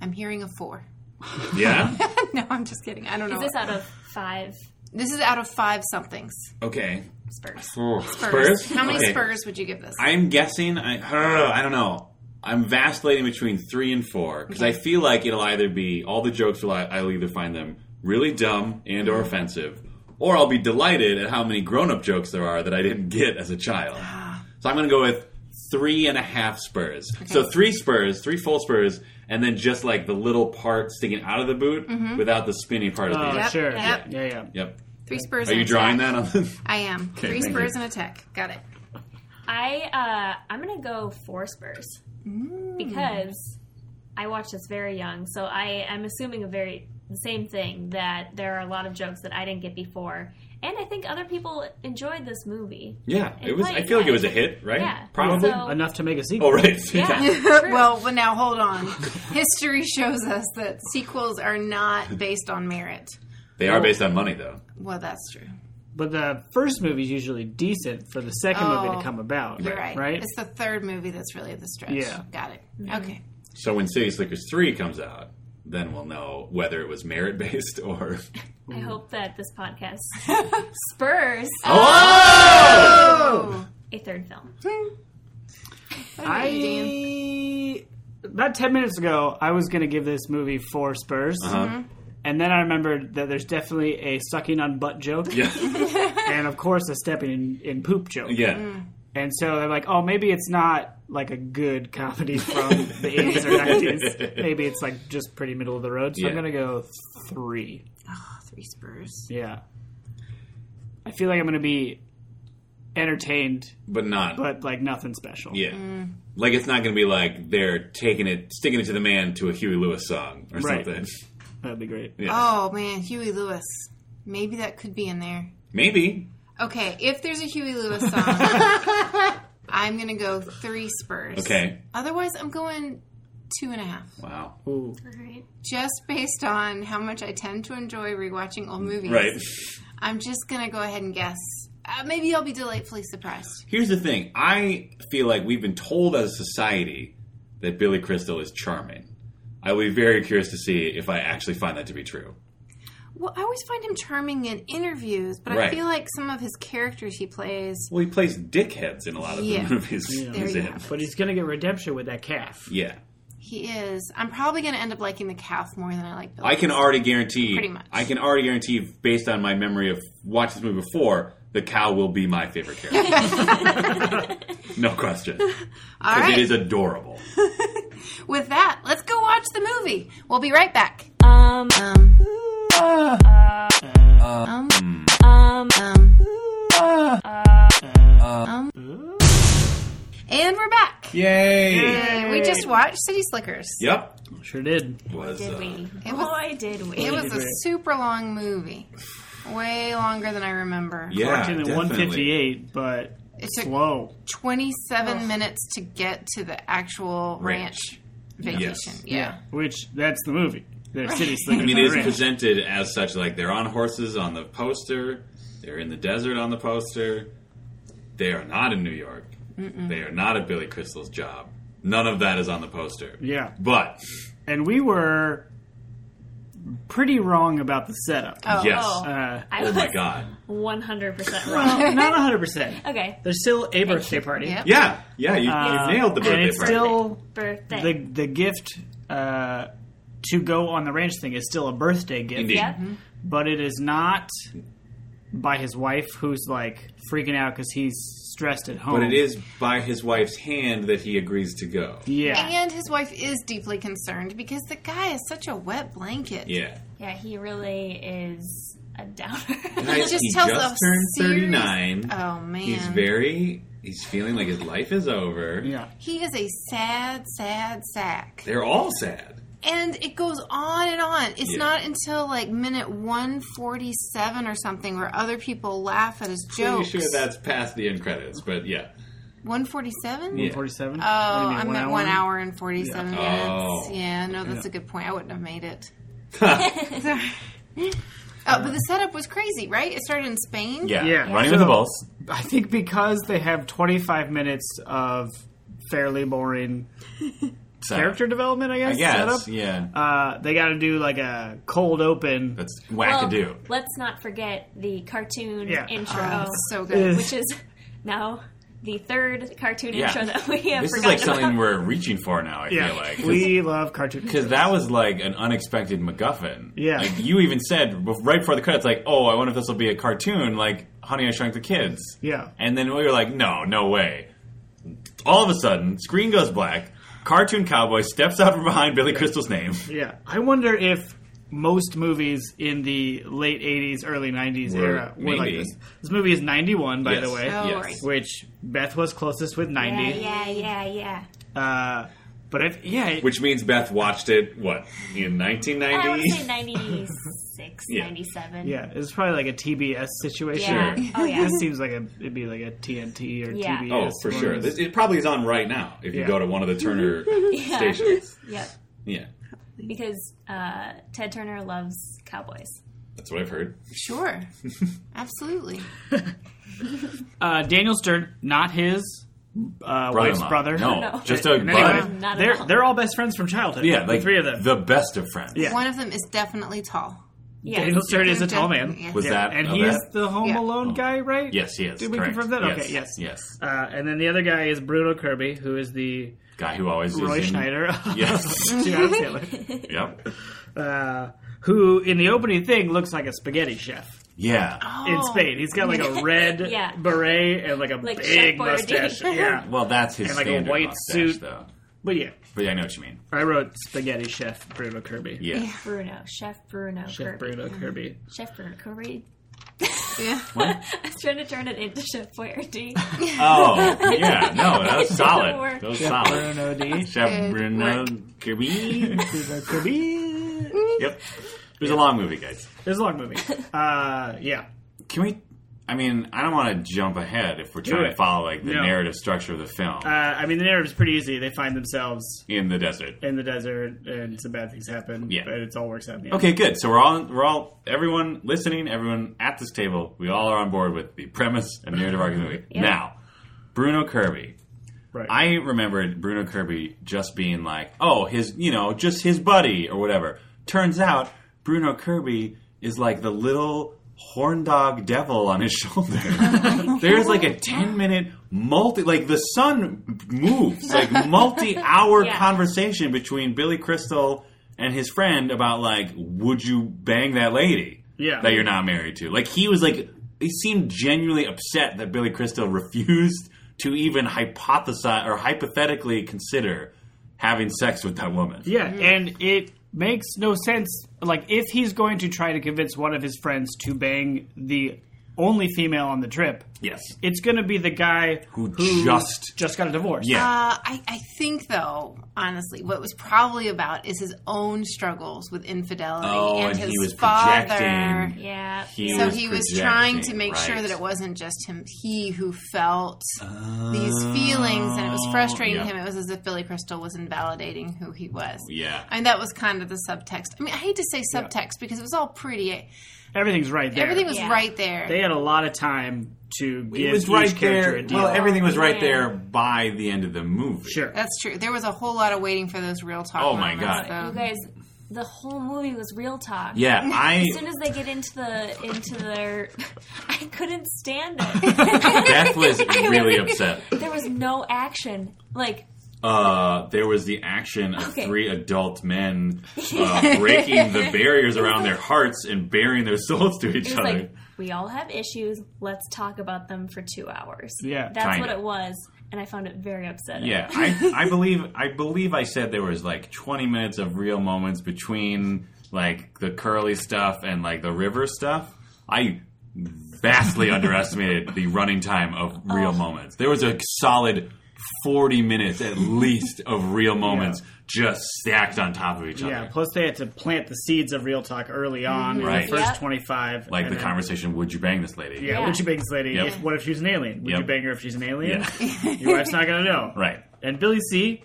[SPEAKER 1] I'm hearing a four.
[SPEAKER 3] Yeah.
[SPEAKER 1] no, I'm just kidding. I don't know.
[SPEAKER 4] is this out of five
[SPEAKER 1] this is out of five somethings.
[SPEAKER 3] okay.
[SPEAKER 4] Spurs?
[SPEAKER 3] Spurs.
[SPEAKER 1] Spurs. How many
[SPEAKER 3] Okay.
[SPEAKER 1] Spurs would you give this?
[SPEAKER 3] I'm guessing. I, uh, I don't know. I'm vacillating between three and four because I feel like it'll either be all the jokes will I, I'll either find them really dumb and or offensive, or I'll be delighted at how many grown up jokes there are that I didn't get as a child.
[SPEAKER 1] Ah.
[SPEAKER 3] So I'm going to go with three and a half spurs. So three spurs, three full spurs, and then just like the little part sticking out of the boot
[SPEAKER 1] Mm-hmm.
[SPEAKER 3] without the spinny part of the
[SPEAKER 2] Oh,
[SPEAKER 1] Yep,
[SPEAKER 2] sure.
[SPEAKER 1] yep.
[SPEAKER 2] Yeah, yeah.
[SPEAKER 3] Yep.
[SPEAKER 1] Three Spurs.
[SPEAKER 3] Are
[SPEAKER 1] and
[SPEAKER 3] you
[SPEAKER 1] a
[SPEAKER 3] drawing
[SPEAKER 1] tech.
[SPEAKER 3] that on the?
[SPEAKER 1] I am. Three
[SPEAKER 3] thank
[SPEAKER 1] Spurs
[SPEAKER 3] you.
[SPEAKER 1] and a tech. Got it.
[SPEAKER 4] I uh, I'm gonna go four Spurs because I watched this very young, so I am assuming a very the same thing that there are a lot of jokes that I didn't get before, and I think other people enjoyed this movie.
[SPEAKER 3] Yeah, it
[SPEAKER 4] It
[SPEAKER 3] was. I
[SPEAKER 4] might,
[SPEAKER 3] feel like
[SPEAKER 4] yeah.
[SPEAKER 3] it was a hit, right?
[SPEAKER 4] Yeah.
[SPEAKER 3] Probably.
[SPEAKER 4] So-
[SPEAKER 2] Enough to make a sequel.
[SPEAKER 3] oh, right.
[SPEAKER 4] Yeah, true.
[SPEAKER 1] well, but now hold on. History shows us that sequels are not based on merit.
[SPEAKER 3] They are based on money, though.
[SPEAKER 1] Well, that's true.
[SPEAKER 2] But the first movie's usually decent for the second movie
[SPEAKER 1] Oh,
[SPEAKER 2] to come about.
[SPEAKER 1] You're right.
[SPEAKER 2] Right?
[SPEAKER 1] It's the third movie that's really the stretch.
[SPEAKER 2] Yeah.
[SPEAKER 1] Got it. Okay.
[SPEAKER 3] So when City Slickers 3 comes out, then we'll know whether it was merit based or.
[SPEAKER 4] I hope that this podcast spurs
[SPEAKER 3] Oh!
[SPEAKER 1] Oh!
[SPEAKER 4] a third film.
[SPEAKER 2] I about ten minutes ago, I was going to give this movie four Spurs,
[SPEAKER 3] Uh-huh.
[SPEAKER 2] and then I remembered that there's definitely a sucking on butt joke,
[SPEAKER 3] Yeah.
[SPEAKER 2] and of course a stepping in, in poop joke.
[SPEAKER 3] yeah.
[SPEAKER 2] And so they're like, oh, maybe it's not like a good comedy from the 80s or 90s. Maybe it's like just pretty middle of the road. So I'm
[SPEAKER 3] Yeah.
[SPEAKER 2] going to go three.
[SPEAKER 1] Oh, three Spurs.
[SPEAKER 2] Yeah. I feel like I'm going to be entertained,
[SPEAKER 3] But not.
[SPEAKER 2] but like nothing special.
[SPEAKER 3] yeah. Like it's not going to be like they're taking it, sticking it to the man to a Huey Lewis song or
[SPEAKER 2] Right.
[SPEAKER 3] something.
[SPEAKER 2] That'd be great.
[SPEAKER 3] Yeah.
[SPEAKER 1] Oh, man. Huey Lewis. Maybe that could be in there.
[SPEAKER 3] Maybe.
[SPEAKER 1] Okay. If there's a Huey Lewis song, I'm going to go three Spurs.
[SPEAKER 3] Okay.
[SPEAKER 1] Otherwise, I'm going two and a half.
[SPEAKER 3] Wow.
[SPEAKER 2] Ooh.
[SPEAKER 4] All right.
[SPEAKER 1] Just based on how much I tend to enjoy rewatching old movies.
[SPEAKER 3] Right.
[SPEAKER 1] I'm just gonna go ahead and guess. Uh, maybe I'll be delightfully surprised.
[SPEAKER 3] Here's the thing I feel like we've been told as a society that Billy Crystal is charming. I will be very curious to see if I actually find that to be true.
[SPEAKER 1] Well, I always find him charming in interviews, but I
[SPEAKER 3] Right.
[SPEAKER 1] feel like some of his characters he plays.
[SPEAKER 3] Well, he plays dickheads in a lot of
[SPEAKER 1] Yeah.
[SPEAKER 3] the movies
[SPEAKER 2] Yeah.
[SPEAKER 1] There
[SPEAKER 3] he's
[SPEAKER 1] you
[SPEAKER 3] in.
[SPEAKER 1] have it.
[SPEAKER 2] But he's gonna get redemption with that calf.
[SPEAKER 3] Yeah.
[SPEAKER 1] He is. I'm probably going to end up liking the calf more than I like. Billy.
[SPEAKER 3] I can already guarantee.
[SPEAKER 1] Pretty much.
[SPEAKER 3] I can already guarantee, based on my memory of watching this movie before, the cow will be my favorite character. no question, because
[SPEAKER 1] All right.
[SPEAKER 3] it is adorable.
[SPEAKER 1] With that, let's go watch the movie. We'll be right back.
[SPEAKER 4] Um,
[SPEAKER 1] Um. Um. Um. Um. Um. And we're back.
[SPEAKER 3] Yay!
[SPEAKER 1] And We just watched City Slickers.
[SPEAKER 3] Yep.
[SPEAKER 2] Sure did.
[SPEAKER 3] Was
[SPEAKER 4] did
[SPEAKER 3] uh,
[SPEAKER 4] we?
[SPEAKER 1] It was-
[SPEAKER 4] Boy, Oh, did we.
[SPEAKER 1] It was a
[SPEAKER 2] Great.
[SPEAKER 1] super long movie, way longer than I remember.
[SPEAKER 3] yeah,
[SPEAKER 2] Clocked in at
[SPEAKER 3] definitely.
[SPEAKER 2] one fifty eight, but
[SPEAKER 1] It took
[SPEAKER 2] slow.
[SPEAKER 1] 27 minutes to get to the actual ranch,
[SPEAKER 3] Ranch.
[SPEAKER 1] vacation.
[SPEAKER 3] Yes.
[SPEAKER 1] Yeah.
[SPEAKER 2] Which that's the movie. They're city
[SPEAKER 3] I
[SPEAKER 2] slickers.
[SPEAKER 3] mean, it is
[SPEAKER 2] Ranch.
[SPEAKER 3] presented as such. Like they're on horses on the poster. They're in the desert on the poster. They are not in New York. They are not at Billy Crystal's job. None of that is on the poster.
[SPEAKER 2] Yeah.
[SPEAKER 3] But
[SPEAKER 2] And we were pretty wrong about the setup.
[SPEAKER 1] Oh,
[SPEAKER 3] yes.
[SPEAKER 4] oh.
[SPEAKER 2] Uh,
[SPEAKER 4] I
[SPEAKER 3] Oh
[SPEAKER 4] was
[SPEAKER 3] my god.
[SPEAKER 4] 100% wrong.
[SPEAKER 2] well, not hundred percent.
[SPEAKER 4] Okay.
[SPEAKER 2] There's still a birthday party.
[SPEAKER 1] Yep.
[SPEAKER 3] Yeah, yeah, you,
[SPEAKER 2] Uh,
[SPEAKER 3] you nailed the birthday
[SPEAKER 2] And it's
[SPEAKER 3] party.
[SPEAKER 2] still
[SPEAKER 4] Birthday.
[SPEAKER 2] the the gift uh, to go on the ranch thing is still a birthday gift,
[SPEAKER 3] Indeed.
[SPEAKER 4] Yep.
[SPEAKER 2] but it is not by his wife who's like freaking out because he's stressed at home.
[SPEAKER 3] But it is by his wife's hand that he agrees to go.
[SPEAKER 2] Oh. yeah.
[SPEAKER 1] And his wife is deeply concerned because the guy is such a wet blanket.
[SPEAKER 3] Yeah.
[SPEAKER 4] Yeah, he really is a downer.
[SPEAKER 1] He just tells us
[SPEAKER 3] turned
[SPEAKER 1] serious-
[SPEAKER 3] 39.
[SPEAKER 1] Oh man,
[SPEAKER 3] He's very, he's feeling like his life is over.
[SPEAKER 2] yeah,
[SPEAKER 1] he is a sad, sad sack,
[SPEAKER 3] They're all sad.
[SPEAKER 1] and it goes on and on. It's
[SPEAKER 3] Yeah.
[SPEAKER 1] not until like minute one forty seven or something where other people laugh at his
[SPEAKER 3] Pretty
[SPEAKER 1] jokes.
[SPEAKER 3] sure that's past the end credits, but yeah.
[SPEAKER 1] one forty seven?
[SPEAKER 3] Yeah.
[SPEAKER 2] forty-seven.
[SPEAKER 1] Oh, I'm at one hour and forty seven
[SPEAKER 3] Yeah.
[SPEAKER 1] minutes.
[SPEAKER 3] Oh.
[SPEAKER 1] Yeah, no, that's a good point. I wouldn't have made it. Sorry. Oh, but the setup was crazy, right? It started in Spain.
[SPEAKER 2] Yeah. Running with the Bulls. I think because they have twenty-five minutes of fairly boring character development, I guess.
[SPEAKER 3] I guess,
[SPEAKER 2] setup.
[SPEAKER 3] yeah.
[SPEAKER 2] Uh, they got to do like a cold open.
[SPEAKER 3] That's
[SPEAKER 4] well,
[SPEAKER 3] wackadoo.
[SPEAKER 4] let's not forget the cartoon
[SPEAKER 2] Yeah. Oh,
[SPEAKER 4] intro,
[SPEAKER 1] Oh, so good.
[SPEAKER 4] which is now the third cartoon
[SPEAKER 3] Yeah.
[SPEAKER 4] intro that we have
[SPEAKER 3] this is
[SPEAKER 4] forgotten
[SPEAKER 3] like something
[SPEAKER 4] about.
[SPEAKER 3] we're reaching for now, I
[SPEAKER 2] yeah,
[SPEAKER 3] feel like. 'cause
[SPEAKER 2] we love cartoon.
[SPEAKER 3] Because that was like an unexpected MacGuffin.
[SPEAKER 2] Yeah.
[SPEAKER 3] Like you even said bef- right before the credits, like, "Oh, I wonder if this will be a cartoon like Honey I Shrunk the Kids."
[SPEAKER 2] Yeah.
[SPEAKER 3] And then we were like, "No, no way!" All of a sudden, screen goes black. Cartoon cowboy steps out from behind Billy Crystal's name.
[SPEAKER 2] Yeah, I wonder if most movies in the late '80s, early '90s
[SPEAKER 3] Were-
[SPEAKER 2] era were like
[SPEAKER 3] maybe.
[SPEAKER 2] this. This movie is '91, by
[SPEAKER 3] Yes.
[SPEAKER 2] the way,
[SPEAKER 1] Oh,
[SPEAKER 3] yes.
[SPEAKER 1] right.
[SPEAKER 2] which Beth was closest with
[SPEAKER 4] Yeah,
[SPEAKER 2] 90.
[SPEAKER 4] yeah, yeah, yeah.
[SPEAKER 2] Uh, but if, yeah, it-
[SPEAKER 3] Which means Beth watched it what in
[SPEAKER 4] I would
[SPEAKER 3] 1990.
[SPEAKER 4] say 96,
[SPEAKER 3] Yeah.
[SPEAKER 4] 97.
[SPEAKER 2] yeah, it was probably like a TBS situation.
[SPEAKER 4] Yeah.
[SPEAKER 3] Sure.
[SPEAKER 4] Oh, yeah.
[SPEAKER 2] This seems like a, it'd be like a TNT or
[SPEAKER 4] Yeah.
[SPEAKER 2] TBS.
[SPEAKER 3] Oh, for
[SPEAKER 2] one of
[SPEAKER 3] sure.
[SPEAKER 2] those.
[SPEAKER 3] This, it probably is on right now if you
[SPEAKER 2] Yeah.
[SPEAKER 3] go to one of the Turner
[SPEAKER 4] Yeah.
[SPEAKER 3] stations.
[SPEAKER 4] Yep.
[SPEAKER 3] Yeah,
[SPEAKER 4] Because uh, Ted Turner loves cowboys.
[SPEAKER 3] that's what I've heard.
[SPEAKER 1] Sure. Absolutely.
[SPEAKER 2] uh, Daniel Stern, not his uh, wife's
[SPEAKER 3] Brother-in-law.
[SPEAKER 2] brother.
[SPEAKER 3] No,
[SPEAKER 4] No.
[SPEAKER 3] just a
[SPEAKER 2] And
[SPEAKER 3] bud.
[SPEAKER 2] anyway,
[SPEAKER 4] Not at
[SPEAKER 2] they're
[SPEAKER 4] all.
[SPEAKER 2] they're all best friends from childhood.
[SPEAKER 3] Yeah,
[SPEAKER 2] The
[SPEAKER 3] like
[SPEAKER 2] three of them.
[SPEAKER 3] The best of friends.
[SPEAKER 2] Yeah.
[SPEAKER 1] One of them is definitely tall.
[SPEAKER 4] Yeah.
[SPEAKER 2] Daniel Stern is a
[SPEAKER 1] Yeah.
[SPEAKER 2] tall man.
[SPEAKER 1] Yeah.
[SPEAKER 3] Was that
[SPEAKER 2] and
[SPEAKER 3] of
[SPEAKER 2] he is
[SPEAKER 3] that?
[SPEAKER 2] the Home
[SPEAKER 1] Yeah.
[SPEAKER 2] Alone guy, right?
[SPEAKER 3] Yes, he is.
[SPEAKER 2] Did we
[SPEAKER 3] correct.
[SPEAKER 2] confirm that? Okay, yes.
[SPEAKER 3] Yes.
[SPEAKER 2] Uh, and then the other guy is Bruno Kirby, who is the
[SPEAKER 3] Guy who always is
[SPEAKER 2] Roy
[SPEAKER 3] in-
[SPEAKER 2] Schneider. of
[SPEAKER 3] Yes.
[SPEAKER 2] Two Hours Taylor,
[SPEAKER 3] yep.
[SPEAKER 2] uh, who in the opening thing looks like a spaghetti chef
[SPEAKER 3] Yeah.
[SPEAKER 2] in Spain. He's got like a red
[SPEAKER 4] Oh. Yeah.
[SPEAKER 2] beret and like a
[SPEAKER 4] Like Chef
[SPEAKER 2] big
[SPEAKER 4] Boyardee.
[SPEAKER 2] mustache. Yeah.
[SPEAKER 3] Well, that's his
[SPEAKER 2] And, like, a
[SPEAKER 3] standard
[SPEAKER 2] white
[SPEAKER 3] mustache,
[SPEAKER 2] suit.
[SPEAKER 3] though.
[SPEAKER 2] But yeah,
[SPEAKER 3] But yeah, I know what you mean.
[SPEAKER 2] I wrote spaghetti chef Bruno Kirby.
[SPEAKER 3] Yeah.
[SPEAKER 4] Bruno. Chef Bruno. Kirby.
[SPEAKER 2] Chef Bruno Kirby.
[SPEAKER 4] Chef Bruno Kirby.
[SPEAKER 1] Yeah.
[SPEAKER 4] I was trying to turn it into Chef Boyardee.
[SPEAKER 3] Oh, yeah. No, that was
[SPEAKER 4] It
[SPEAKER 3] solid.
[SPEAKER 4] didn't work.
[SPEAKER 3] That was
[SPEAKER 2] Chef
[SPEAKER 3] solid.
[SPEAKER 2] Bruno D.
[SPEAKER 3] Chef
[SPEAKER 1] It
[SPEAKER 3] Bruno Kirby.
[SPEAKER 2] Bruno Kirby.
[SPEAKER 3] yep. It was a long movie, guys.
[SPEAKER 2] It's a long movie. Uh, yeah.
[SPEAKER 3] Can we? I mean, I don't want to jump ahead if we're trying
[SPEAKER 2] it.
[SPEAKER 3] to follow like the
[SPEAKER 2] No.
[SPEAKER 3] narrative structure of the film
[SPEAKER 2] Uh, I mean, the narrative's pretty easy. They find themselves
[SPEAKER 3] in the desert.
[SPEAKER 2] in the desert, and some bad things happen.
[SPEAKER 3] Yeah.
[SPEAKER 2] but it all works out. In the end.
[SPEAKER 3] Okay, good. So we're all we're all everyone listening, everyone at this table, we all are on board with the premise and narrative arc of the movie.
[SPEAKER 4] Yeah.
[SPEAKER 3] Now, Bruno Kirby.
[SPEAKER 2] right.
[SPEAKER 3] I remembered Bruno Kirby just being like, oh, his, you know, just his buddy or whatever. Turns out Bruno Kirby is like the little horn dog devil on his shoulder. There's like a 10 minute multi, like the sun moves, like multi hour
[SPEAKER 4] Yeah.
[SPEAKER 3] conversation between Billy Crystal and his friend about like, would you bang that lady
[SPEAKER 2] Yeah.
[SPEAKER 3] that you're not married to? Like he was like, he seemed genuinely upset that Billy Crystal refused to even hypothesize or hypothetically consider having sex with that woman.
[SPEAKER 2] Yeah, and it makes no sense. Like, if he's going to try to convince one of his friends to bang the only female on the trip,
[SPEAKER 3] Yes.
[SPEAKER 2] it's going to be the guy
[SPEAKER 3] Who just-
[SPEAKER 2] just got a divorce.
[SPEAKER 3] Yeah.
[SPEAKER 1] Uh, I, I think, though, honestly, what it was probably about is his own struggles with infidelity
[SPEAKER 3] Oh,
[SPEAKER 1] and,
[SPEAKER 3] and
[SPEAKER 1] his
[SPEAKER 3] he was
[SPEAKER 1] father.
[SPEAKER 3] projecting.
[SPEAKER 4] Yeah.
[SPEAKER 3] He
[SPEAKER 1] so
[SPEAKER 3] was
[SPEAKER 1] he was trying to
[SPEAKER 3] projecting,
[SPEAKER 1] make sure
[SPEAKER 3] right.
[SPEAKER 1] that it wasn't just him, he who felt these feelings, and it was frustrating
[SPEAKER 3] Oh, yeah. Oh,
[SPEAKER 1] him. It was as if Billy Crystal was invalidating who he was.
[SPEAKER 3] Yeah.
[SPEAKER 1] I mean, that was kind of the subtext. I mean, I hate to say subtext because it was all pretty.
[SPEAKER 2] Everything's right there.
[SPEAKER 1] Everything was
[SPEAKER 4] Yeah.
[SPEAKER 1] right there.
[SPEAKER 2] They had a lot of time to give
[SPEAKER 3] it was
[SPEAKER 2] each
[SPEAKER 3] right
[SPEAKER 2] character
[SPEAKER 3] there.
[SPEAKER 2] a deal.
[SPEAKER 3] Well, everything was right
[SPEAKER 4] Yeah.
[SPEAKER 3] there by the end of the movie.
[SPEAKER 2] sure.
[SPEAKER 1] That's true. There was a whole lot of waiting for those real talk.
[SPEAKER 3] Oh my
[SPEAKER 1] moments,
[SPEAKER 3] God.
[SPEAKER 1] though.
[SPEAKER 4] You guys, the whole movie was real talk.
[SPEAKER 3] Yeah, I.
[SPEAKER 4] As soon as they get into the into their, I couldn't stand it.
[SPEAKER 3] Beth was really upset.
[SPEAKER 4] there was no action. Like
[SPEAKER 3] Uh, there was the action of
[SPEAKER 4] Okay.
[SPEAKER 3] three adult men uh, breaking the barriers around their hearts and burying their souls to each
[SPEAKER 4] It's
[SPEAKER 3] other.
[SPEAKER 4] like we all have issues. Let's talk about them for two hours.
[SPEAKER 2] Yeah.
[SPEAKER 4] that's
[SPEAKER 3] Kinda.
[SPEAKER 4] what it was, and I found it very upsetting.
[SPEAKER 3] yeah, I, I believe I believe I said there was like 20 minutes of real moments between like the curly stuff and like the river stuff. I vastly underestimated the running time of
[SPEAKER 2] Oh.
[SPEAKER 3] real moments. There was a solid 40 minutes at least of real moments just stacked on top of each other.
[SPEAKER 2] Yeah, plus they had to plant the seeds of real talk early on in
[SPEAKER 3] Right.
[SPEAKER 2] the first
[SPEAKER 4] Mm-hmm. Yep.
[SPEAKER 2] 25.
[SPEAKER 3] like
[SPEAKER 2] and
[SPEAKER 3] the
[SPEAKER 2] then-
[SPEAKER 3] conversation, would you bang this lady?
[SPEAKER 2] Yeah,
[SPEAKER 4] Yeah.
[SPEAKER 2] would you bang this lady?
[SPEAKER 3] Yep.
[SPEAKER 2] If, what if she's an alien? Would
[SPEAKER 3] Yep.
[SPEAKER 2] you bang her if she's an alien?
[SPEAKER 3] Yeah.
[SPEAKER 2] Your wife's not going to know.
[SPEAKER 3] Right.
[SPEAKER 2] And Billy C.,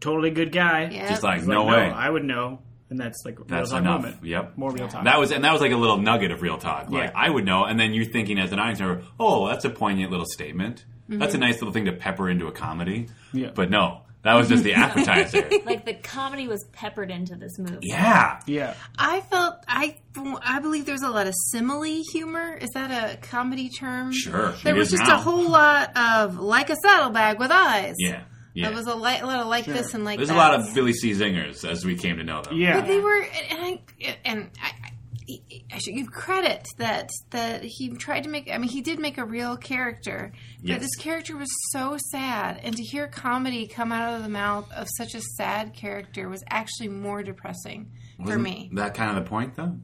[SPEAKER 2] totally good guy.
[SPEAKER 1] Yeah.
[SPEAKER 3] Just like,
[SPEAKER 2] He's
[SPEAKER 3] no,
[SPEAKER 2] like,
[SPEAKER 3] way.
[SPEAKER 2] I would know. And that's like
[SPEAKER 3] That's
[SPEAKER 2] real talk
[SPEAKER 3] enough.
[SPEAKER 2] moment.
[SPEAKER 3] Yep.
[SPEAKER 2] More real talk.
[SPEAKER 3] That was and that was like a little nugget of real talk. Like
[SPEAKER 2] Yeah.
[SPEAKER 3] I would know, and then you're thinking as an audience member, oh, that's a poignant little statement.
[SPEAKER 1] Mm-hmm.
[SPEAKER 3] That's a nice little thing to pepper into a comedy.
[SPEAKER 2] Yeah.
[SPEAKER 3] But no, that was just the appetizer.
[SPEAKER 4] like the comedy was peppered into this movie.
[SPEAKER 3] yeah.
[SPEAKER 2] yeah.
[SPEAKER 1] I felt I I believe there's a lot of simile humor. Is that a comedy term?
[SPEAKER 3] Sure,
[SPEAKER 1] There
[SPEAKER 3] it
[SPEAKER 1] was
[SPEAKER 3] is
[SPEAKER 1] just
[SPEAKER 3] now.
[SPEAKER 1] a whole lot of like a saddlebag with eyes.
[SPEAKER 3] Yeah. Yeah.
[SPEAKER 1] There was a, li- a lot of like this and like
[SPEAKER 3] There's
[SPEAKER 1] that.
[SPEAKER 3] a lot of Billy C. Zingers as we came to know them.
[SPEAKER 2] Yeah.
[SPEAKER 1] But they were, and I, and I, I should give credit that that he tried to make. I mean, he did make a real character, but
[SPEAKER 3] Yes.
[SPEAKER 1] this character was so sad, and to hear comedy come out of the mouth of such a sad character was actually more depressing for
[SPEAKER 3] Wasn't
[SPEAKER 1] me.
[SPEAKER 3] That kind of the point though?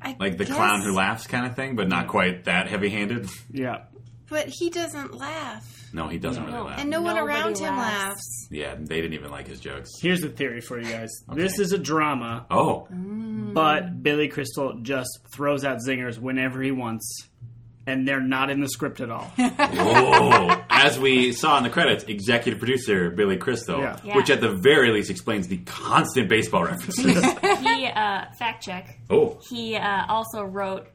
[SPEAKER 1] I
[SPEAKER 3] Like the
[SPEAKER 1] guess,
[SPEAKER 3] clown who laughs kind of thing, but not quite that heavy handed.
[SPEAKER 2] yeah.
[SPEAKER 1] but he doesn't laugh,
[SPEAKER 3] No, he doesn't really
[SPEAKER 4] No.
[SPEAKER 3] laugh.
[SPEAKER 1] and no one
[SPEAKER 4] Nobody
[SPEAKER 1] around him
[SPEAKER 4] laughs.
[SPEAKER 1] laughs.
[SPEAKER 3] yeah, they didn't even like his jokes.
[SPEAKER 2] Here's the theory for you guys. This is a drama,
[SPEAKER 3] Oh.
[SPEAKER 2] but Billy Crystal just throws out zingers whenever he wants, and they're not in the script at all.
[SPEAKER 3] Whoa. As we saw in the credits, executive producer Billy Crystal,
[SPEAKER 2] Yeah.
[SPEAKER 4] Yeah.
[SPEAKER 3] which at the very least explains the constant baseball references.
[SPEAKER 4] He uh, fact check.
[SPEAKER 3] oh,
[SPEAKER 4] He uh, also wrote,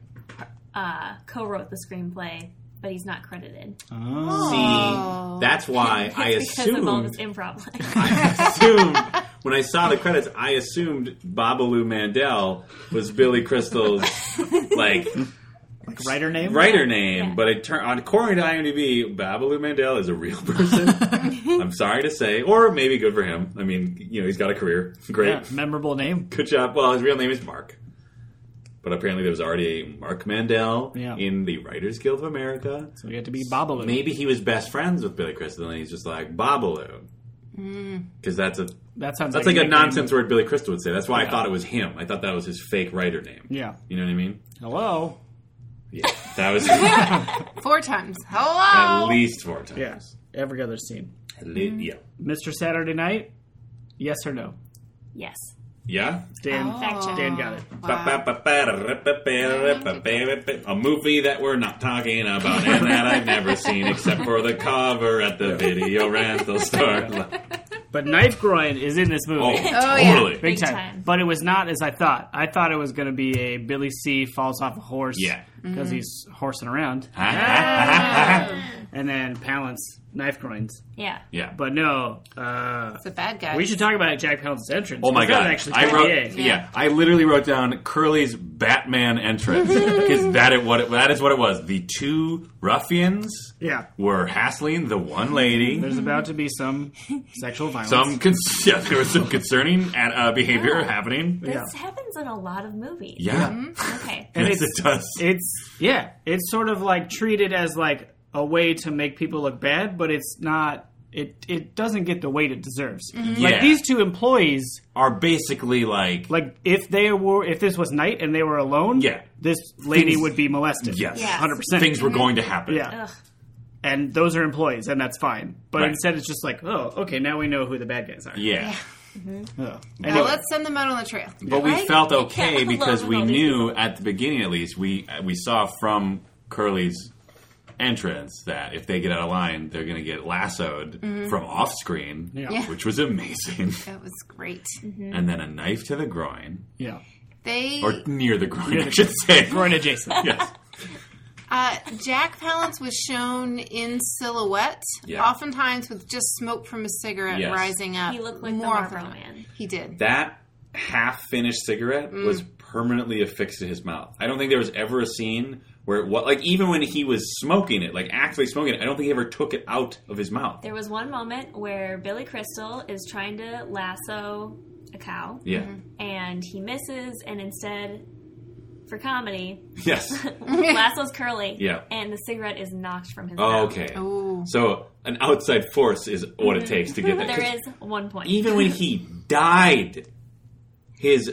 [SPEAKER 4] uh, co-wrote the screenplay, but he's not credited.
[SPEAKER 1] Oh.
[SPEAKER 3] see, that's why I
[SPEAKER 4] It's because of all this
[SPEAKER 3] assumed.
[SPEAKER 4] improv.
[SPEAKER 3] I assumed when I saw the credits, I assumed Babalu Mandel was Billy Crystal's like
[SPEAKER 2] Like, writer name?
[SPEAKER 3] writer name,
[SPEAKER 4] Yeah.
[SPEAKER 3] but it turned on according to IMDb, Babalu Mandel is a real person. I'm sorry to say, or maybe good for him. I mean, you know, he's got a career. Great.
[SPEAKER 2] Yeah, memorable name.
[SPEAKER 3] Good job. Well, his real name is Mark. But apparently there was already a Mark Mandel
[SPEAKER 2] Yeah.
[SPEAKER 3] in the Writers Guild of America.
[SPEAKER 2] So you had to be Babalu.
[SPEAKER 3] Maybe he was best friends with Billy Crystal and he's just like, Babaloo. Because that's a
[SPEAKER 2] That sounds
[SPEAKER 3] that's like
[SPEAKER 2] Hmm. like,
[SPEAKER 3] a
[SPEAKER 2] nickname.
[SPEAKER 3] nonsense word Billy Crystal would say. That's why I thought it was him. I thought that was his fake writer name.
[SPEAKER 2] Yeah.
[SPEAKER 3] You know what I mean?
[SPEAKER 2] Hello.
[SPEAKER 3] Yeah. That was at
[SPEAKER 1] Four times. Hello.
[SPEAKER 3] least four times.
[SPEAKER 2] Yeah. Mm-hmm. Every other scene.
[SPEAKER 3] At le- yeah.
[SPEAKER 2] Mr. Saturday Night? Yes or no?
[SPEAKER 4] yes.
[SPEAKER 3] Yeah?
[SPEAKER 2] Dan,
[SPEAKER 4] Fact check.
[SPEAKER 2] Dan got it.
[SPEAKER 1] Oh. Wow.
[SPEAKER 3] A movie that we're not talking about and that I've never seen except for the cover at the video rental store.
[SPEAKER 2] But Knife Groin is in this movie.
[SPEAKER 3] Oh,
[SPEAKER 1] yeah.
[SPEAKER 3] totally.
[SPEAKER 2] Big,
[SPEAKER 4] Big
[SPEAKER 2] time.
[SPEAKER 4] time.
[SPEAKER 2] But it was not as I thought. I thought it was going to be a Billy C falls off a horse.
[SPEAKER 4] Mm-hmm.
[SPEAKER 3] Yeah. Uh-huh.
[SPEAKER 2] Because he's horsing around. and then Palance knife groins.
[SPEAKER 4] Yeah.
[SPEAKER 3] Yeah.
[SPEAKER 2] But no, uh,
[SPEAKER 1] The bad guy.
[SPEAKER 2] we should talk about Jack Palance's entrance.
[SPEAKER 3] Oh my
[SPEAKER 2] 'cause that
[SPEAKER 3] god!
[SPEAKER 2] Actually,
[SPEAKER 3] I wrote, yeah.
[SPEAKER 1] Yeah.
[SPEAKER 3] I literally wrote down Curly's Batman entrance because that it what it, that is what it was. The two ruffians
[SPEAKER 2] Yeah.
[SPEAKER 3] were hassling the one lady.
[SPEAKER 2] There's about to be some sexual violence.
[SPEAKER 3] Some con- yeah, there was some concerning at, uh, behavior happening.
[SPEAKER 4] This
[SPEAKER 2] Yeah.
[SPEAKER 4] happens in a lot of movies.
[SPEAKER 3] Yeah,
[SPEAKER 4] Okay.
[SPEAKER 2] and
[SPEAKER 3] yes,
[SPEAKER 2] it's
[SPEAKER 3] it does.
[SPEAKER 2] it's yeah, it's sort of like treated as like a way to make people look bad, but it's not. It it doesn't get the weight it deserves.
[SPEAKER 3] Yeah.
[SPEAKER 4] Mm-hmm.
[SPEAKER 2] Like these two employees,
[SPEAKER 3] Are basically like,
[SPEAKER 2] like if they were if this was night and they were alone,
[SPEAKER 3] Yeah.
[SPEAKER 2] this lady
[SPEAKER 3] Things-
[SPEAKER 2] would be molested.
[SPEAKER 3] yes,
[SPEAKER 4] Yeah.
[SPEAKER 2] hundred percent.
[SPEAKER 3] things were going to happen.
[SPEAKER 2] yeah,
[SPEAKER 4] Ugh.
[SPEAKER 2] and those are employees, and that's fine. But
[SPEAKER 3] Right.
[SPEAKER 2] instead, it's just like, oh, okay, now we know who the bad guys are.
[SPEAKER 3] yeah.
[SPEAKER 2] Ugh.
[SPEAKER 1] Now
[SPEAKER 2] Anyway,
[SPEAKER 1] let's send them out on the trail.
[SPEAKER 3] But we
[SPEAKER 4] Right?
[SPEAKER 3] felt
[SPEAKER 4] I
[SPEAKER 3] okay
[SPEAKER 4] can't
[SPEAKER 3] because
[SPEAKER 4] love
[SPEAKER 3] we
[SPEAKER 4] all these
[SPEAKER 3] knew at the beginning, at least, we we saw from Curly's entrance that if they get out of line, they're going to get lassoed
[SPEAKER 4] Mm-hmm.
[SPEAKER 3] from off screen,
[SPEAKER 2] Yeah.
[SPEAKER 1] Yeah.
[SPEAKER 3] which was amazing.
[SPEAKER 1] That was great.
[SPEAKER 4] Mm-hmm.
[SPEAKER 3] And then a knife to the groin,
[SPEAKER 2] yeah,
[SPEAKER 1] They
[SPEAKER 3] Mm-hmm. or near the groin, I should say.
[SPEAKER 2] groin adjacent.
[SPEAKER 3] yes.
[SPEAKER 1] uh, Jack Palance was shown in silhouette,
[SPEAKER 3] Yeah.
[SPEAKER 1] oftentimes with just smoke from a cigarette
[SPEAKER 3] Yes.
[SPEAKER 1] rising up.
[SPEAKER 4] He looked like the
[SPEAKER 1] More often
[SPEAKER 4] Marlboro
[SPEAKER 1] than not.
[SPEAKER 4] Man.
[SPEAKER 1] He did.
[SPEAKER 3] That half finished cigarette was permanently affixed to his mouth. I don't think there was ever a scene where it was like even when he was smoking it, like actually smoking it, I don't think he ever took it out of his mouth.
[SPEAKER 4] There was one moment where Billy Crystal is trying to lasso a cow
[SPEAKER 3] yeah.
[SPEAKER 4] and he misses, and instead, for comedy,
[SPEAKER 3] Yes.
[SPEAKER 4] lasso's curly.
[SPEAKER 3] Yeah.
[SPEAKER 4] And the cigarette is knocked from his
[SPEAKER 3] Oh,
[SPEAKER 4] mouth.
[SPEAKER 3] okay.
[SPEAKER 1] Ooh.
[SPEAKER 3] So an outside force is what it takes to get that.
[SPEAKER 4] There
[SPEAKER 3] 'Cause
[SPEAKER 4] is one point.
[SPEAKER 3] Even when he died, his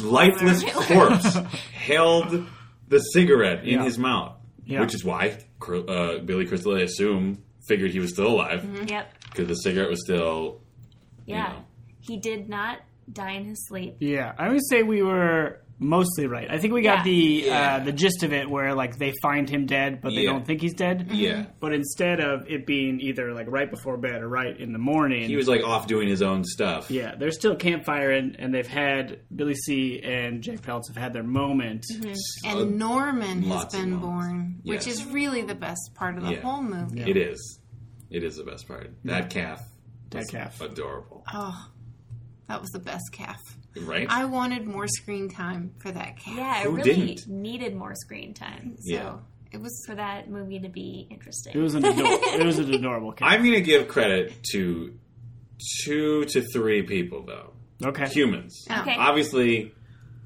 [SPEAKER 3] lifeless corpse held the cigarette in
[SPEAKER 2] Yeah.
[SPEAKER 3] his mouth,
[SPEAKER 2] Yeah.
[SPEAKER 3] which is why Cr- uh, Billy Crystal, I assume, figured he was still alive because
[SPEAKER 4] Yep.
[SPEAKER 3] the cigarette was still.
[SPEAKER 4] Yeah.
[SPEAKER 3] know.
[SPEAKER 4] He did not die in his sleep.
[SPEAKER 2] Yeah, I would say we were mostly right. I think we got
[SPEAKER 4] Yeah.
[SPEAKER 2] the
[SPEAKER 3] Yeah.
[SPEAKER 2] uh, the gist of it, where like they find him dead, but they
[SPEAKER 3] Yeah.
[SPEAKER 2] don't think he's dead.
[SPEAKER 3] Yeah.
[SPEAKER 2] But instead of it being either like right before bed or right in the morning,
[SPEAKER 3] He was like off doing his own stuff.
[SPEAKER 2] yeah, they're still campfiring, and they've had Billy C and Jack Palance have had their moment.
[SPEAKER 1] And Norman has
[SPEAKER 3] lots of
[SPEAKER 1] been
[SPEAKER 3] moments.
[SPEAKER 1] born, which
[SPEAKER 3] Yes.
[SPEAKER 1] is really the best part of the
[SPEAKER 3] Yeah.
[SPEAKER 1] whole movie.
[SPEAKER 3] It is. It is the best part. That calf.
[SPEAKER 2] That
[SPEAKER 3] was
[SPEAKER 2] calf.
[SPEAKER 3] Adorable.
[SPEAKER 1] Oh, that was the best calf.
[SPEAKER 3] Right?
[SPEAKER 1] I wanted more screen time for that calf.
[SPEAKER 4] Yeah, it
[SPEAKER 3] Who
[SPEAKER 4] really
[SPEAKER 3] didn't?
[SPEAKER 4] needed more screen time
[SPEAKER 1] So
[SPEAKER 3] Yeah.
[SPEAKER 1] it was
[SPEAKER 4] for that movie to be
[SPEAKER 2] It
[SPEAKER 4] interesting.
[SPEAKER 2] was an ador- it was an adorable. Camp.
[SPEAKER 3] I'm going to give credit to two to three people, though.
[SPEAKER 2] Okay.
[SPEAKER 3] humans.
[SPEAKER 1] Oh.
[SPEAKER 4] Okay.
[SPEAKER 3] Obviously,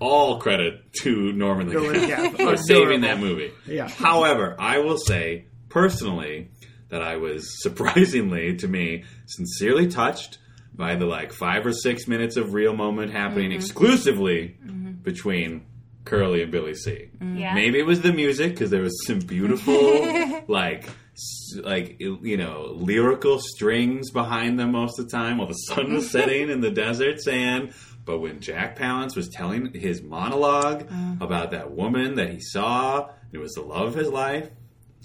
[SPEAKER 3] all credit to Norman the
[SPEAKER 2] Norman the
[SPEAKER 3] Cat
[SPEAKER 2] Cat.
[SPEAKER 3] for saving that movie.
[SPEAKER 2] Yeah.
[SPEAKER 3] However, I will say personally that I was surprisingly to me sincerely touched by the like five or six minutes of real moment happening exclusively between Curly and Billy C.
[SPEAKER 4] Yeah.
[SPEAKER 3] Maybe it was the music because there was some beautiful, like, s- like il- you know, lyrical strings behind them most of the time while the sun was setting in the desert sand. But when Jack Palance was telling his monologue
[SPEAKER 4] Uh.
[SPEAKER 3] about that woman that he saw, it was the love of his life.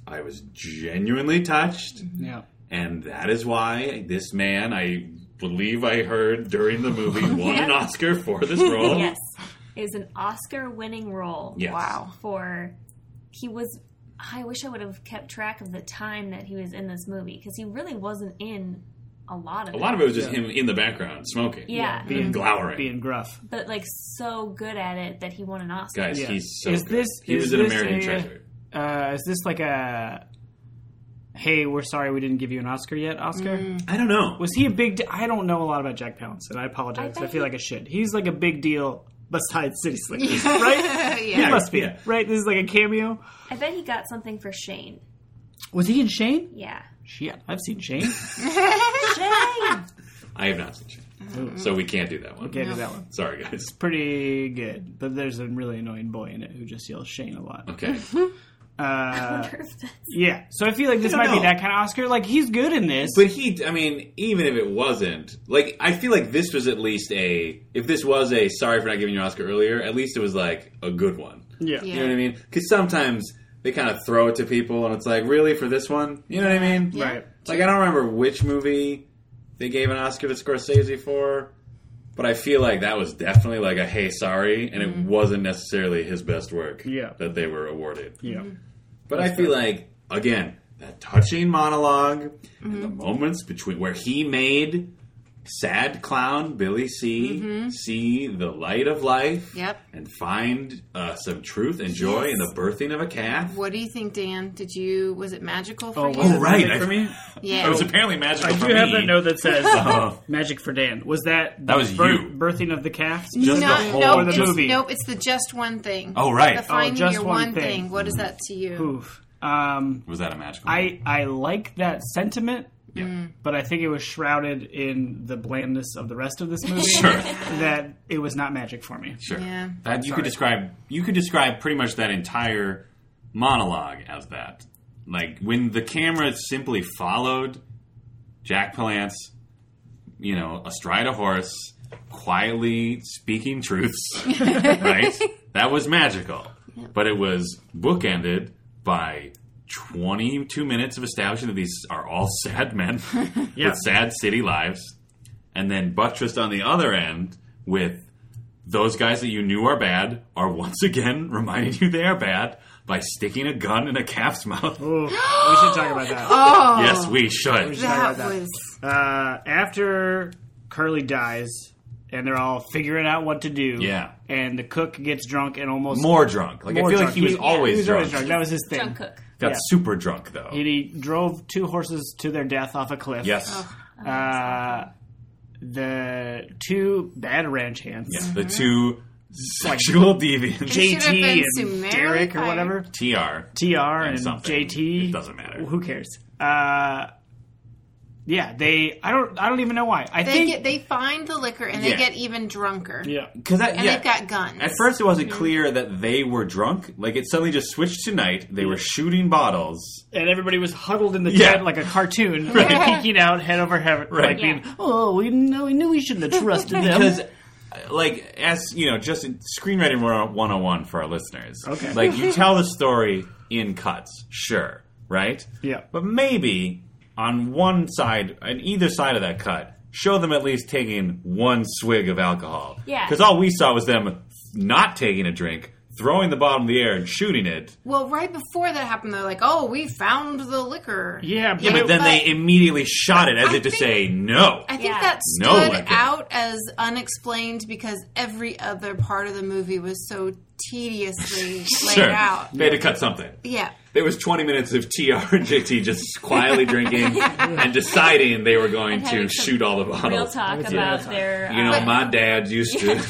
[SPEAKER 3] I was genuinely touched,
[SPEAKER 2] Yeah.
[SPEAKER 3] and that is why this man, I believe I heard during the movie, won an Oscar for this role.
[SPEAKER 4] yes. It was an Oscar winning role.
[SPEAKER 3] Yes.
[SPEAKER 1] wow.
[SPEAKER 4] for he was I wish I would have kept track of the time that he was in this movie because he really wasn't in a lot of
[SPEAKER 3] A lot of it was just him in the background smoking.
[SPEAKER 4] Yeah.
[SPEAKER 3] Being glowering.
[SPEAKER 2] Being gruff.
[SPEAKER 4] but like so good at it that he won an Oscar.
[SPEAKER 3] Guys,
[SPEAKER 2] Yeah.
[SPEAKER 3] he's so
[SPEAKER 2] Is
[SPEAKER 3] good.
[SPEAKER 2] this-
[SPEAKER 3] he
[SPEAKER 2] is
[SPEAKER 3] was an
[SPEAKER 2] this
[SPEAKER 3] American
[SPEAKER 2] a-
[SPEAKER 3] treasure.
[SPEAKER 2] Uh, is this like a? Hey, we're sorry we didn't give you an Oscar yet, Oscar.
[SPEAKER 3] I don't know.
[SPEAKER 2] Was he a big? De- I don't know a lot about Jack Palance, and I apologize.
[SPEAKER 4] I
[SPEAKER 2] I,
[SPEAKER 4] bet
[SPEAKER 2] feel
[SPEAKER 4] he-
[SPEAKER 2] like a shit. He's like a big deal besides City Slickers, right?
[SPEAKER 1] yeah.
[SPEAKER 2] He must be
[SPEAKER 3] yeah.
[SPEAKER 2] right. This is like a cameo.
[SPEAKER 4] I bet he got something for Shane.
[SPEAKER 2] Was he in Shane?
[SPEAKER 4] Yeah,
[SPEAKER 2] Shit, I've seen Shane.
[SPEAKER 4] Shane.
[SPEAKER 3] I have not seen Shane. So we can't do that one.
[SPEAKER 2] Okay, do that one.
[SPEAKER 3] Sorry, guys.
[SPEAKER 2] Pretty good, but there's a really annoying boy in it who just yells Shane a lot. Uh,
[SPEAKER 3] Okay.
[SPEAKER 4] I wonder if that's-
[SPEAKER 2] Yeah, so I feel like this
[SPEAKER 3] I
[SPEAKER 2] might
[SPEAKER 3] don't
[SPEAKER 2] be
[SPEAKER 3] know.
[SPEAKER 2] that kind of Oscar. Like he's good in this.
[SPEAKER 3] But he, I mean, even if it wasn't, like, I feel like this was at least a, if this was a sorry for not giving you an Oscar earlier, at least it was like a good one.
[SPEAKER 2] yeah.
[SPEAKER 1] Yeah.
[SPEAKER 3] You know what I mean? Because sometimes they kind of throw it to people and it's like, really, for this one? You know what I mean?
[SPEAKER 2] right.
[SPEAKER 3] Like I don't remember which movie they gave an Oscar to Scorsese for, but I feel like that was definitely like a hey sorry, and it wasn't necessarily his best work
[SPEAKER 2] Mm-hmm. Yeah. Mm-hmm.
[SPEAKER 3] that they were awarded.
[SPEAKER 2] Yeah,
[SPEAKER 3] But I feel like again, that touching monolog and the
[SPEAKER 2] Mm-hmm.
[SPEAKER 3] moments between where he made sad clown Billy C
[SPEAKER 2] Mm-hmm.
[SPEAKER 3] see the light of life
[SPEAKER 1] Yep.
[SPEAKER 3] and find uh, some truth and joy in the birthing of a calf.
[SPEAKER 1] What do you think, Dan? Did you was it magical for
[SPEAKER 2] Oh,
[SPEAKER 1] you?
[SPEAKER 2] was
[SPEAKER 3] Oh, right.
[SPEAKER 2] Magic for me?
[SPEAKER 1] Yeah.
[SPEAKER 3] It was apparently magical
[SPEAKER 2] I
[SPEAKER 3] for
[SPEAKER 2] do have
[SPEAKER 3] me.
[SPEAKER 2] that note that says
[SPEAKER 3] Uh,
[SPEAKER 2] "Magic for Dan." Was that the
[SPEAKER 3] That was
[SPEAKER 2] bir-
[SPEAKER 3] you.
[SPEAKER 2] birthing of the calf?
[SPEAKER 3] Just
[SPEAKER 1] Not-
[SPEAKER 3] the whole
[SPEAKER 1] nope,
[SPEAKER 2] the
[SPEAKER 1] it's,
[SPEAKER 2] movie.
[SPEAKER 1] nope, it's the just one thing.
[SPEAKER 3] Oh, right.
[SPEAKER 1] The
[SPEAKER 3] Oh,
[SPEAKER 1] finding
[SPEAKER 2] just
[SPEAKER 1] your
[SPEAKER 2] one
[SPEAKER 1] one thing.
[SPEAKER 2] thing.
[SPEAKER 1] What
[SPEAKER 3] Mm-hmm.
[SPEAKER 1] is that to you?
[SPEAKER 2] Oof. Um,
[SPEAKER 3] was that a magical?
[SPEAKER 2] I Mm. I like that sentiment,
[SPEAKER 3] yeah.
[SPEAKER 2] but I think it was shrouded in the blandness of the rest of this movie.
[SPEAKER 3] Sure.
[SPEAKER 2] That it was not magic for me.
[SPEAKER 3] Sure.
[SPEAKER 1] Yeah.
[SPEAKER 3] That you could describe you could describe pretty much that entire monologue as that. Like when the camera simply followed Jack Palance, you know, astride a horse, quietly speaking truths, right? That was magical. But it was bookended by 22 minutes of establishing that these are all sad men
[SPEAKER 2] Yeah.
[SPEAKER 3] with sad city lives, and then buttressed on the other end with those guys that you knew are bad are once again reminding you they are bad by sticking a gun in a calf's mouth.
[SPEAKER 2] Ooh, we should talk about that.
[SPEAKER 1] Oh,
[SPEAKER 3] Yes, we should.
[SPEAKER 1] that
[SPEAKER 2] Sorry about that.
[SPEAKER 1] was
[SPEAKER 2] uh, after Curly dies, and they're all figuring out what to do.
[SPEAKER 3] Yeah.
[SPEAKER 2] And the cook gets drunk and almost
[SPEAKER 3] More drunk. Like I
[SPEAKER 2] more
[SPEAKER 3] feel
[SPEAKER 2] drunk.
[SPEAKER 3] like he was always
[SPEAKER 2] he was
[SPEAKER 3] drunk.
[SPEAKER 2] always drunk. That was his thing.
[SPEAKER 4] Drunk cook.
[SPEAKER 3] Got
[SPEAKER 2] Yeah.
[SPEAKER 3] super drunk though.
[SPEAKER 2] And he drove two horses to their death off a cliff.
[SPEAKER 3] Yes.
[SPEAKER 2] Uh, the two bad ranch hands,
[SPEAKER 3] yes. The two sexual deviants.
[SPEAKER 1] They should have been
[SPEAKER 2] JT and
[SPEAKER 1] summarily
[SPEAKER 2] Derek or
[SPEAKER 1] fired.
[SPEAKER 2] whatever,
[SPEAKER 3] TR.
[SPEAKER 2] TR and,
[SPEAKER 3] something.
[SPEAKER 2] JT.
[SPEAKER 3] It doesn't matter.
[SPEAKER 2] Who cares? Uh, yeah, they. I don't. I don't even know why. I
[SPEAKER 1] they
[SPEAKER 2] think.
[SPEAKER 1] get they find the liquor and
[SPEAKER 3] Yeah.
[SPEAKER 1] they get even drunker.
[SPEAKER 2] yeah.
[SPEAKER 3] Because
[SPEAKER 1] And they've got Mm. guns.
[SPEAKER 3] At first, it wasn't clear that they were drunk. Like it suddenly just switched to night. They were shooting bottles.
[SPEAKER 2] and everybody was huddled in the
[SPEAKER 3] Yeah.
[SPEAKER 2] tent like a cartoon, like peeking out head over head,
[SPEAKER 3] Right.
[SPEAKER 2] like being,
[SPEAKER 4] Yeah.
[SPEAKER 2] "Oh, we know, we knew we shouldn't have trusted them."
[SPEAKER 3] because uh, like as you know just in screenwriting 101 for our listeners
[SPEAKER 2] Okay.
[SPEAKER 3] like you tell the story in cuts sure right
[SPEAKER 2] Yeah.
[SPEAKER 3] but maybe on one side on either side of that cut show them at least taking one swig of alcohol
[SPEAKER 4] Yeah.
[SPEAKER 3] because all we saw was them not taking a drink throwing the bottom of the air and shooting it
[SPEAKER 1] Well, right before that happened, they're like, "Oh, we found the liquor."
[SPEAKER 2] Yeah, but
[SPEAKER 1] You know,
[SPEAKER 2] it-
[SPEAKER 3] but then they immediately shot it as
[SPEAKER 1] I
[SPEAKER 3] if to
[SPEAKER 1] think-
[SPEAKER 3] say no
[SPEAKER 1] I think
[SPEAKER 4] Yeah.
[SPEAKER 1] that
[SPEAKER 3] No
[SPEAKER 1] stood
[SPEAKER 3] liquor.
[SPEAKER 1] out as unexplained because every other part of the movie was so tediously laid
[SPEAKER 3] sure
[SPEAKER 1] out.
[SPEAKER 3] they had to cut something
[SPEAKER 1] Yeah.
[SPEAKER 3] There was 20 minutes of TR and JT just quietly drinking and deciding they were going
[SPEAKER 4] And
[SPEAKER 3] to
[SPEAKER 4] having some
[SPEAKER 3] shoot all the
[SPEAKER 4] Real
[SPEAKER 3] bottles.
[SPEAKER 4] talk
[SPEAKER 2] Yeah,
[SPEAKER 4] about
[SPEAKER 2] that's fine.
[SPEAKER 4] their.
[SPEAKER 3] You know,
[SPEAKER 4] uh,
[SPEAKER 3] my dad used to.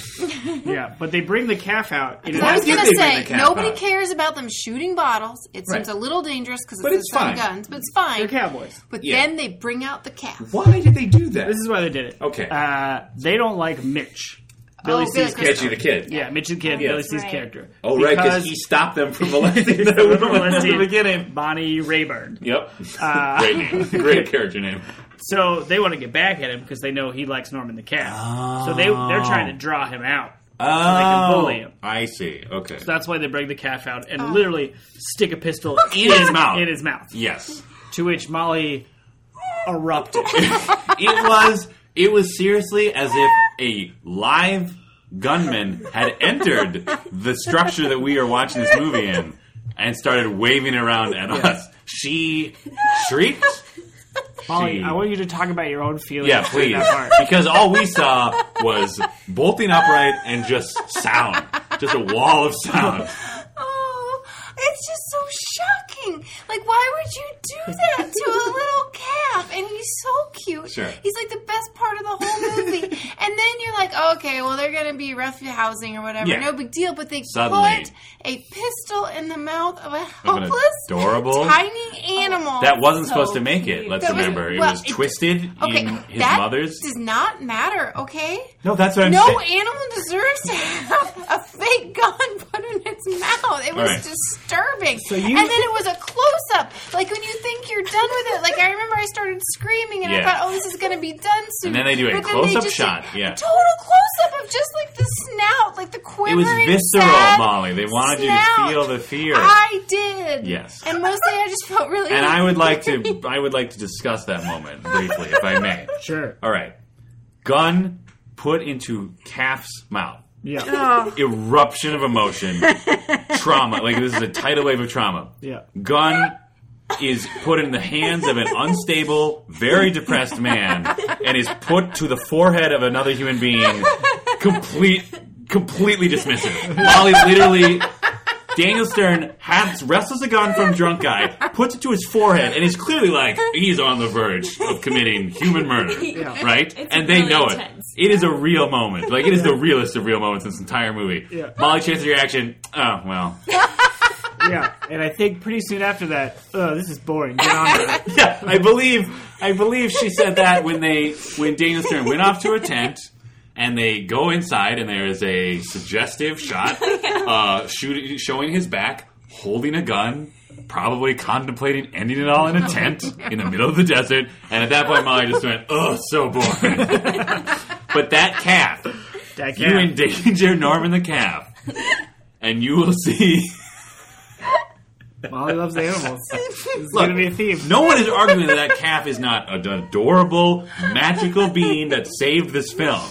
[SPEAKER 2] yeah, but they bring the calf out. In an
[SPEAKER 1] I was
[SPEAKER 3] did
[SPEAKER 1] gonna
[SPEAKER 3] they bring
[SPEAKER 1] say
[SPEAKER 3] the cat
[SPEAKER 1] nobody
[SPEAKER 3] out?
[SPEAKER 1] cares about them shooting bottles. It seems
[SPEAKER 3] Right.
[SPEAKER 1] a little dangerous because
[SPEAKER 3] But
[SPEAKER 1] it's
[SPEAKER 3] it's
[SPEAKER 1] fine.
[SPEAKER 3] fine.
[SPEAKER 1] guns, but it's fine.
[SPEAKER 2] they're cowboys.
[SPEAKER 1] But
[SPEAKER 3] Yeah.
[SPEAKER 1] then they bring out the calf.
[SPEAKER 3] Why did they do that?
[SPEAKER 2] This is why they did it.
[SPEAKER 3] Okay.
[SPEAKER 2] Uh, they don't like Mitch, Billy
[SPEAKER 1] Billy
[SPEAKER 2] C's
[SPEAKER 1] Crystal.
[SPEAKER 2] character.
[SPEAKER 3] Catchy the kid.
[SPEAKER 2] Yeah, Mitch the kid,
[SPEAKER 3] Yes.
[SPEAKER 2] Billy C's
[SPEAKER 4] Right.
[SPEAKER 2] character.
[SPEAKER 3] Oh, right, because he stopped them from molesting that
[SPEAKER 2] Remember
[SPEAKER 3] woman at the
[SPEAKER 2] Lindsay-
[SPEAKER 3] beginning.
[SPEAKER 2] Bonnie Rayburn.
[SPEAKER 3] Yep.
[SPEAKER 2] Ah.
[SPEAKER 3] great name. Great character name.
[SPEAKER 2] So they want to get back at him because they know he likes Norman the calf. So they they're trying to draw him out. So they can bully him.
[SPEAKER 3] Oh, I see. Okay.
[SPEAKER 2] So that's why they bring the calf out and literally stick a pistol in
[SPEAKER 3] his mouth.
[SPEAKER 2] In his mouth.
[SPEAKER 3] Yes.
[SPEAKER 2] To which Molly erupted.
[SPEAKER 3] it was it was seriously as if a live gunman had entered the structure that we are watching this movie in and started waving around at us. She shrieked.
[SPEAKER 2] Molly,
[SPEAKER 3] She-
[SPEAKER 2] I want you to talk about your own feelings.
[SPEAKER 3] Yeah,
[SPEAKER 2] during
[SPEAKER 3] please.
[SPEAKER 2] That part.
[SPEAKER 3] Because all we saw was bolting upright and just sound. Just a wall of sound.
[SPEAKER 1] Oh, it's just so shocking. Like, why would you do that to a little calf? And he's so cute.
[SPEAKER 3] Sure.
[SPEAKER 1] He's like the best part of the whole movie. and then you're like, okay, well, they're going to be rough housing or whatever.
[SPEAKER 3] Yeah.
[SPEAKER 1] No big deal. But they
[SPEAKER 3] Suddenly.
[SPEAKER 1] put a pistol in the mouth of a
[SPEAKER 3] an
[SPEAKER 1] helpless,
[SPEAKER 3] adorable-
[SPEAKER 1] tiny animal.
[SPEAKER 3] That wasn't
[SPEAKER 4] So
[SPEAKER 3] supposed to make it,
[SPEAKER 4] cute.
[SPEAKER 3] let's
[SPEAKER 1] That was-
[SPEAKER 3] remember.
[SPEAKER 1] well,
[SPEAKER 3] it was
[SPEAKER 1] it-
[SPEAKER 3] twisted
[SPEAKER 1] okay,
[SPEAKER 3] in his
[SPEAKER 1] that
[SPEAKER 3] mother's.
[SPEAKER 1] does not matter, okay?
[SPEAKER 3] no, that's what I'm
[SPEAKER 1] No
[SPEAKER 3] saying.
[SPEAKER 1] animal deserves to have a fake gun put in its mouth. It was
[SPEAKER 3] Alright.
[SPEAKER 1] disturbing.
[SPEAKER 2] you-
[SPEAKER 1] and then it was a close up. Like when you think you're done with it. Like I remember I started screaming and I
[SPEAKER 3] Yeah.
[SPEAKER 1] thought, oh, this is going to be done soon.
[SPEAKER 3] And then they do a
[SPEAKER 1] But then
[SPEAKER 3] close-up
[SPEAKER 1] just-
[SPEAKER 3] shot, yeah.
[SPEAKER 1] a total close up of just like the snout, like the
[SPEAKER 3] It was
[SPEAKER 1] quivering.
[SPEAKER 3] visceral,
[SPEAKER 1] sad
[SPEAKER 3] Molly. They wanted
[SPEAKER 1] snout.
[SPEAKER 3] you to feel the fear.
[SPEAKER 1] I did.
[SPEAKER 3] Yes.
[SPEAKER 1] And mostly I just felt really.
[SPEAKER 3] and I would like to I would like to discuss that moment briefly, if I may.
[SPEAKER 2] Sure.
[SPEAKER 3] All right, gun put into calf's mouth.
[SPEAKER 2] Yeah.
[SPEAKER 3] Eruption of emotion, trauma. Like this is a tidal wave of trauma.
[SPEAKER 2] Yeah.
[SPEAKER 3] Gun is put in the hands of an unstable, very depressed man and is put to the forehead of another human being, complete, completely dismissive. Molly literally. Daniel Stern has wrestles a gun from drunk guy, puts it to his forehead, and is clearly like he's on the verge of committing human murder, right?
[SPEAKER 4] It's
[SPEAKER 3] and they
[SPEAKER 4] really
[SPEAKER 3] know
[SPEAKER 4] intense.
[SPEAKER 3] it. It is a real moment. Like it is the realest of real moments in this entire movie.
[SPEAKER 2] Yeah.
[SPEAKER 3] Molly Chance's reaction. Oh well.
[SPEAKER 2] yeah, and I think pretty soon after that, oh, this is boring. Get on with it.
[SPEAKER 3] yeah, I believe I believe she said that when they when Daniel Stern went off to her tent and they go inside and there is a suggestive shot uh, shooting showing his back holding a gun. Probably contemplating ending it all in a tent in the middle of the desert, and at that point, Molly just went, "Oh, so boring." but that calf,
[SPEAKER 2] That
[SPEAKER 3] you
[SPEAKER 2] cat.
[SPEAKER 3] endanger Norman the calf, and you will see.
[SPEAKER 2] Molly loves animals. It's gonna be a theme.
[SPEAKER 3] No one is arguing that that calf is not an adorable, magical being that saved this film.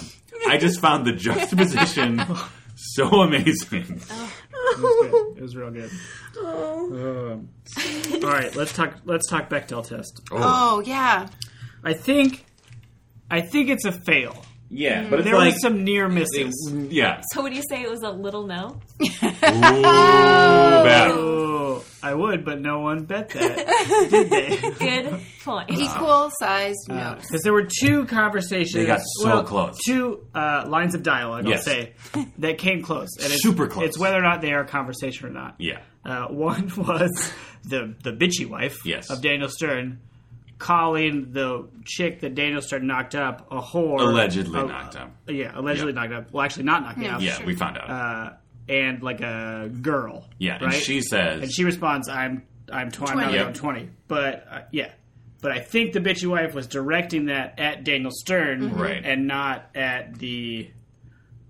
[SPEAKER 3] I just found the juxtaposition so amazing.
[SPEAKER 2] Good. It was real good.
[SPEAKER 3] Oh.
[SPEAKER 2] Um, all right, let's talk. Let's talk Bechdel test.
[SPEAKER 3] Uh,
[SPEAKER 1] Oh yeah,
[SPEAKER 2] I think, I think it's a fail.
[SPEAKER 3] Yeah, but
[SPEAKER 2] There was some near misses.
[SPEAKER 3] yeah.
[SPEAKER 4] So would you say it was a little no?
[SPEAKER 3] Ooh, bad.
[SPEAKER 2] Oh, I would, but no one bet that, did they?
[SPEAKER 4] Good point.
[SPEAKER 1] equal sized
[SPEAKER 2] Uh,
[SPEAKER 1] notes.
[SPEAKER 2] Because there were two conversations.
[SPEAKER 3] They got so
[SPEAKER 2] well,
[SPEAKER 3] close.
[SPEAKER 2] Two uh, lines of dialogue,
[SPEAKER 3] Yes.
[SPEAKER 2] I'll say, that came close. And it's,
[SPEAKER 3] Super close.
[SPEAKER 2] It's whether or not they are a conversation or not.
[SPEAKER 3] Yeah.
[SPEAKER 2] Uh, one was the the bitchy wife
[SPEAKER 3] Yes.
[SPEAKER 2] of Daniel Stern calling the chick that Daniel Stern knocked up a whore.
[SPEAKER 3] Allegedly
[SPEAKER 2] Uh,
[SPEAKER 3] knocked him.
[SPEAKER 2] Yeah, allegedly
[SPEAKER 3] Yeah.
[SPEAKER 2] knocked up. Well, actually, not knocked
[SPEAKER 1] Yeah.
[SPEAKER 2] up.
[SPEAKER 3] Yeah,
[SPEAKER 1] Sure.
[SPEAKER 3] we found out.
[SPEAKER 2] Uh, and like a girl.
[SPEAKER 3] yeah, and
[SPEAKER 2] right?
[SPEAKER 3] she
[SPEAKER 2] and
[SPEAKER 3] says,
[SPEAKER 2] she responds, "I'm I'm 20,
[SPEAKER 1] Twenty.
[SPEAKER 2] I'm 20." But uh, yeah, but I think the bitchy wife was directing that at Daniel Stern,
[SPEAKER 3] Mm-hmm. Right.
[SPEAKER 2] and not at the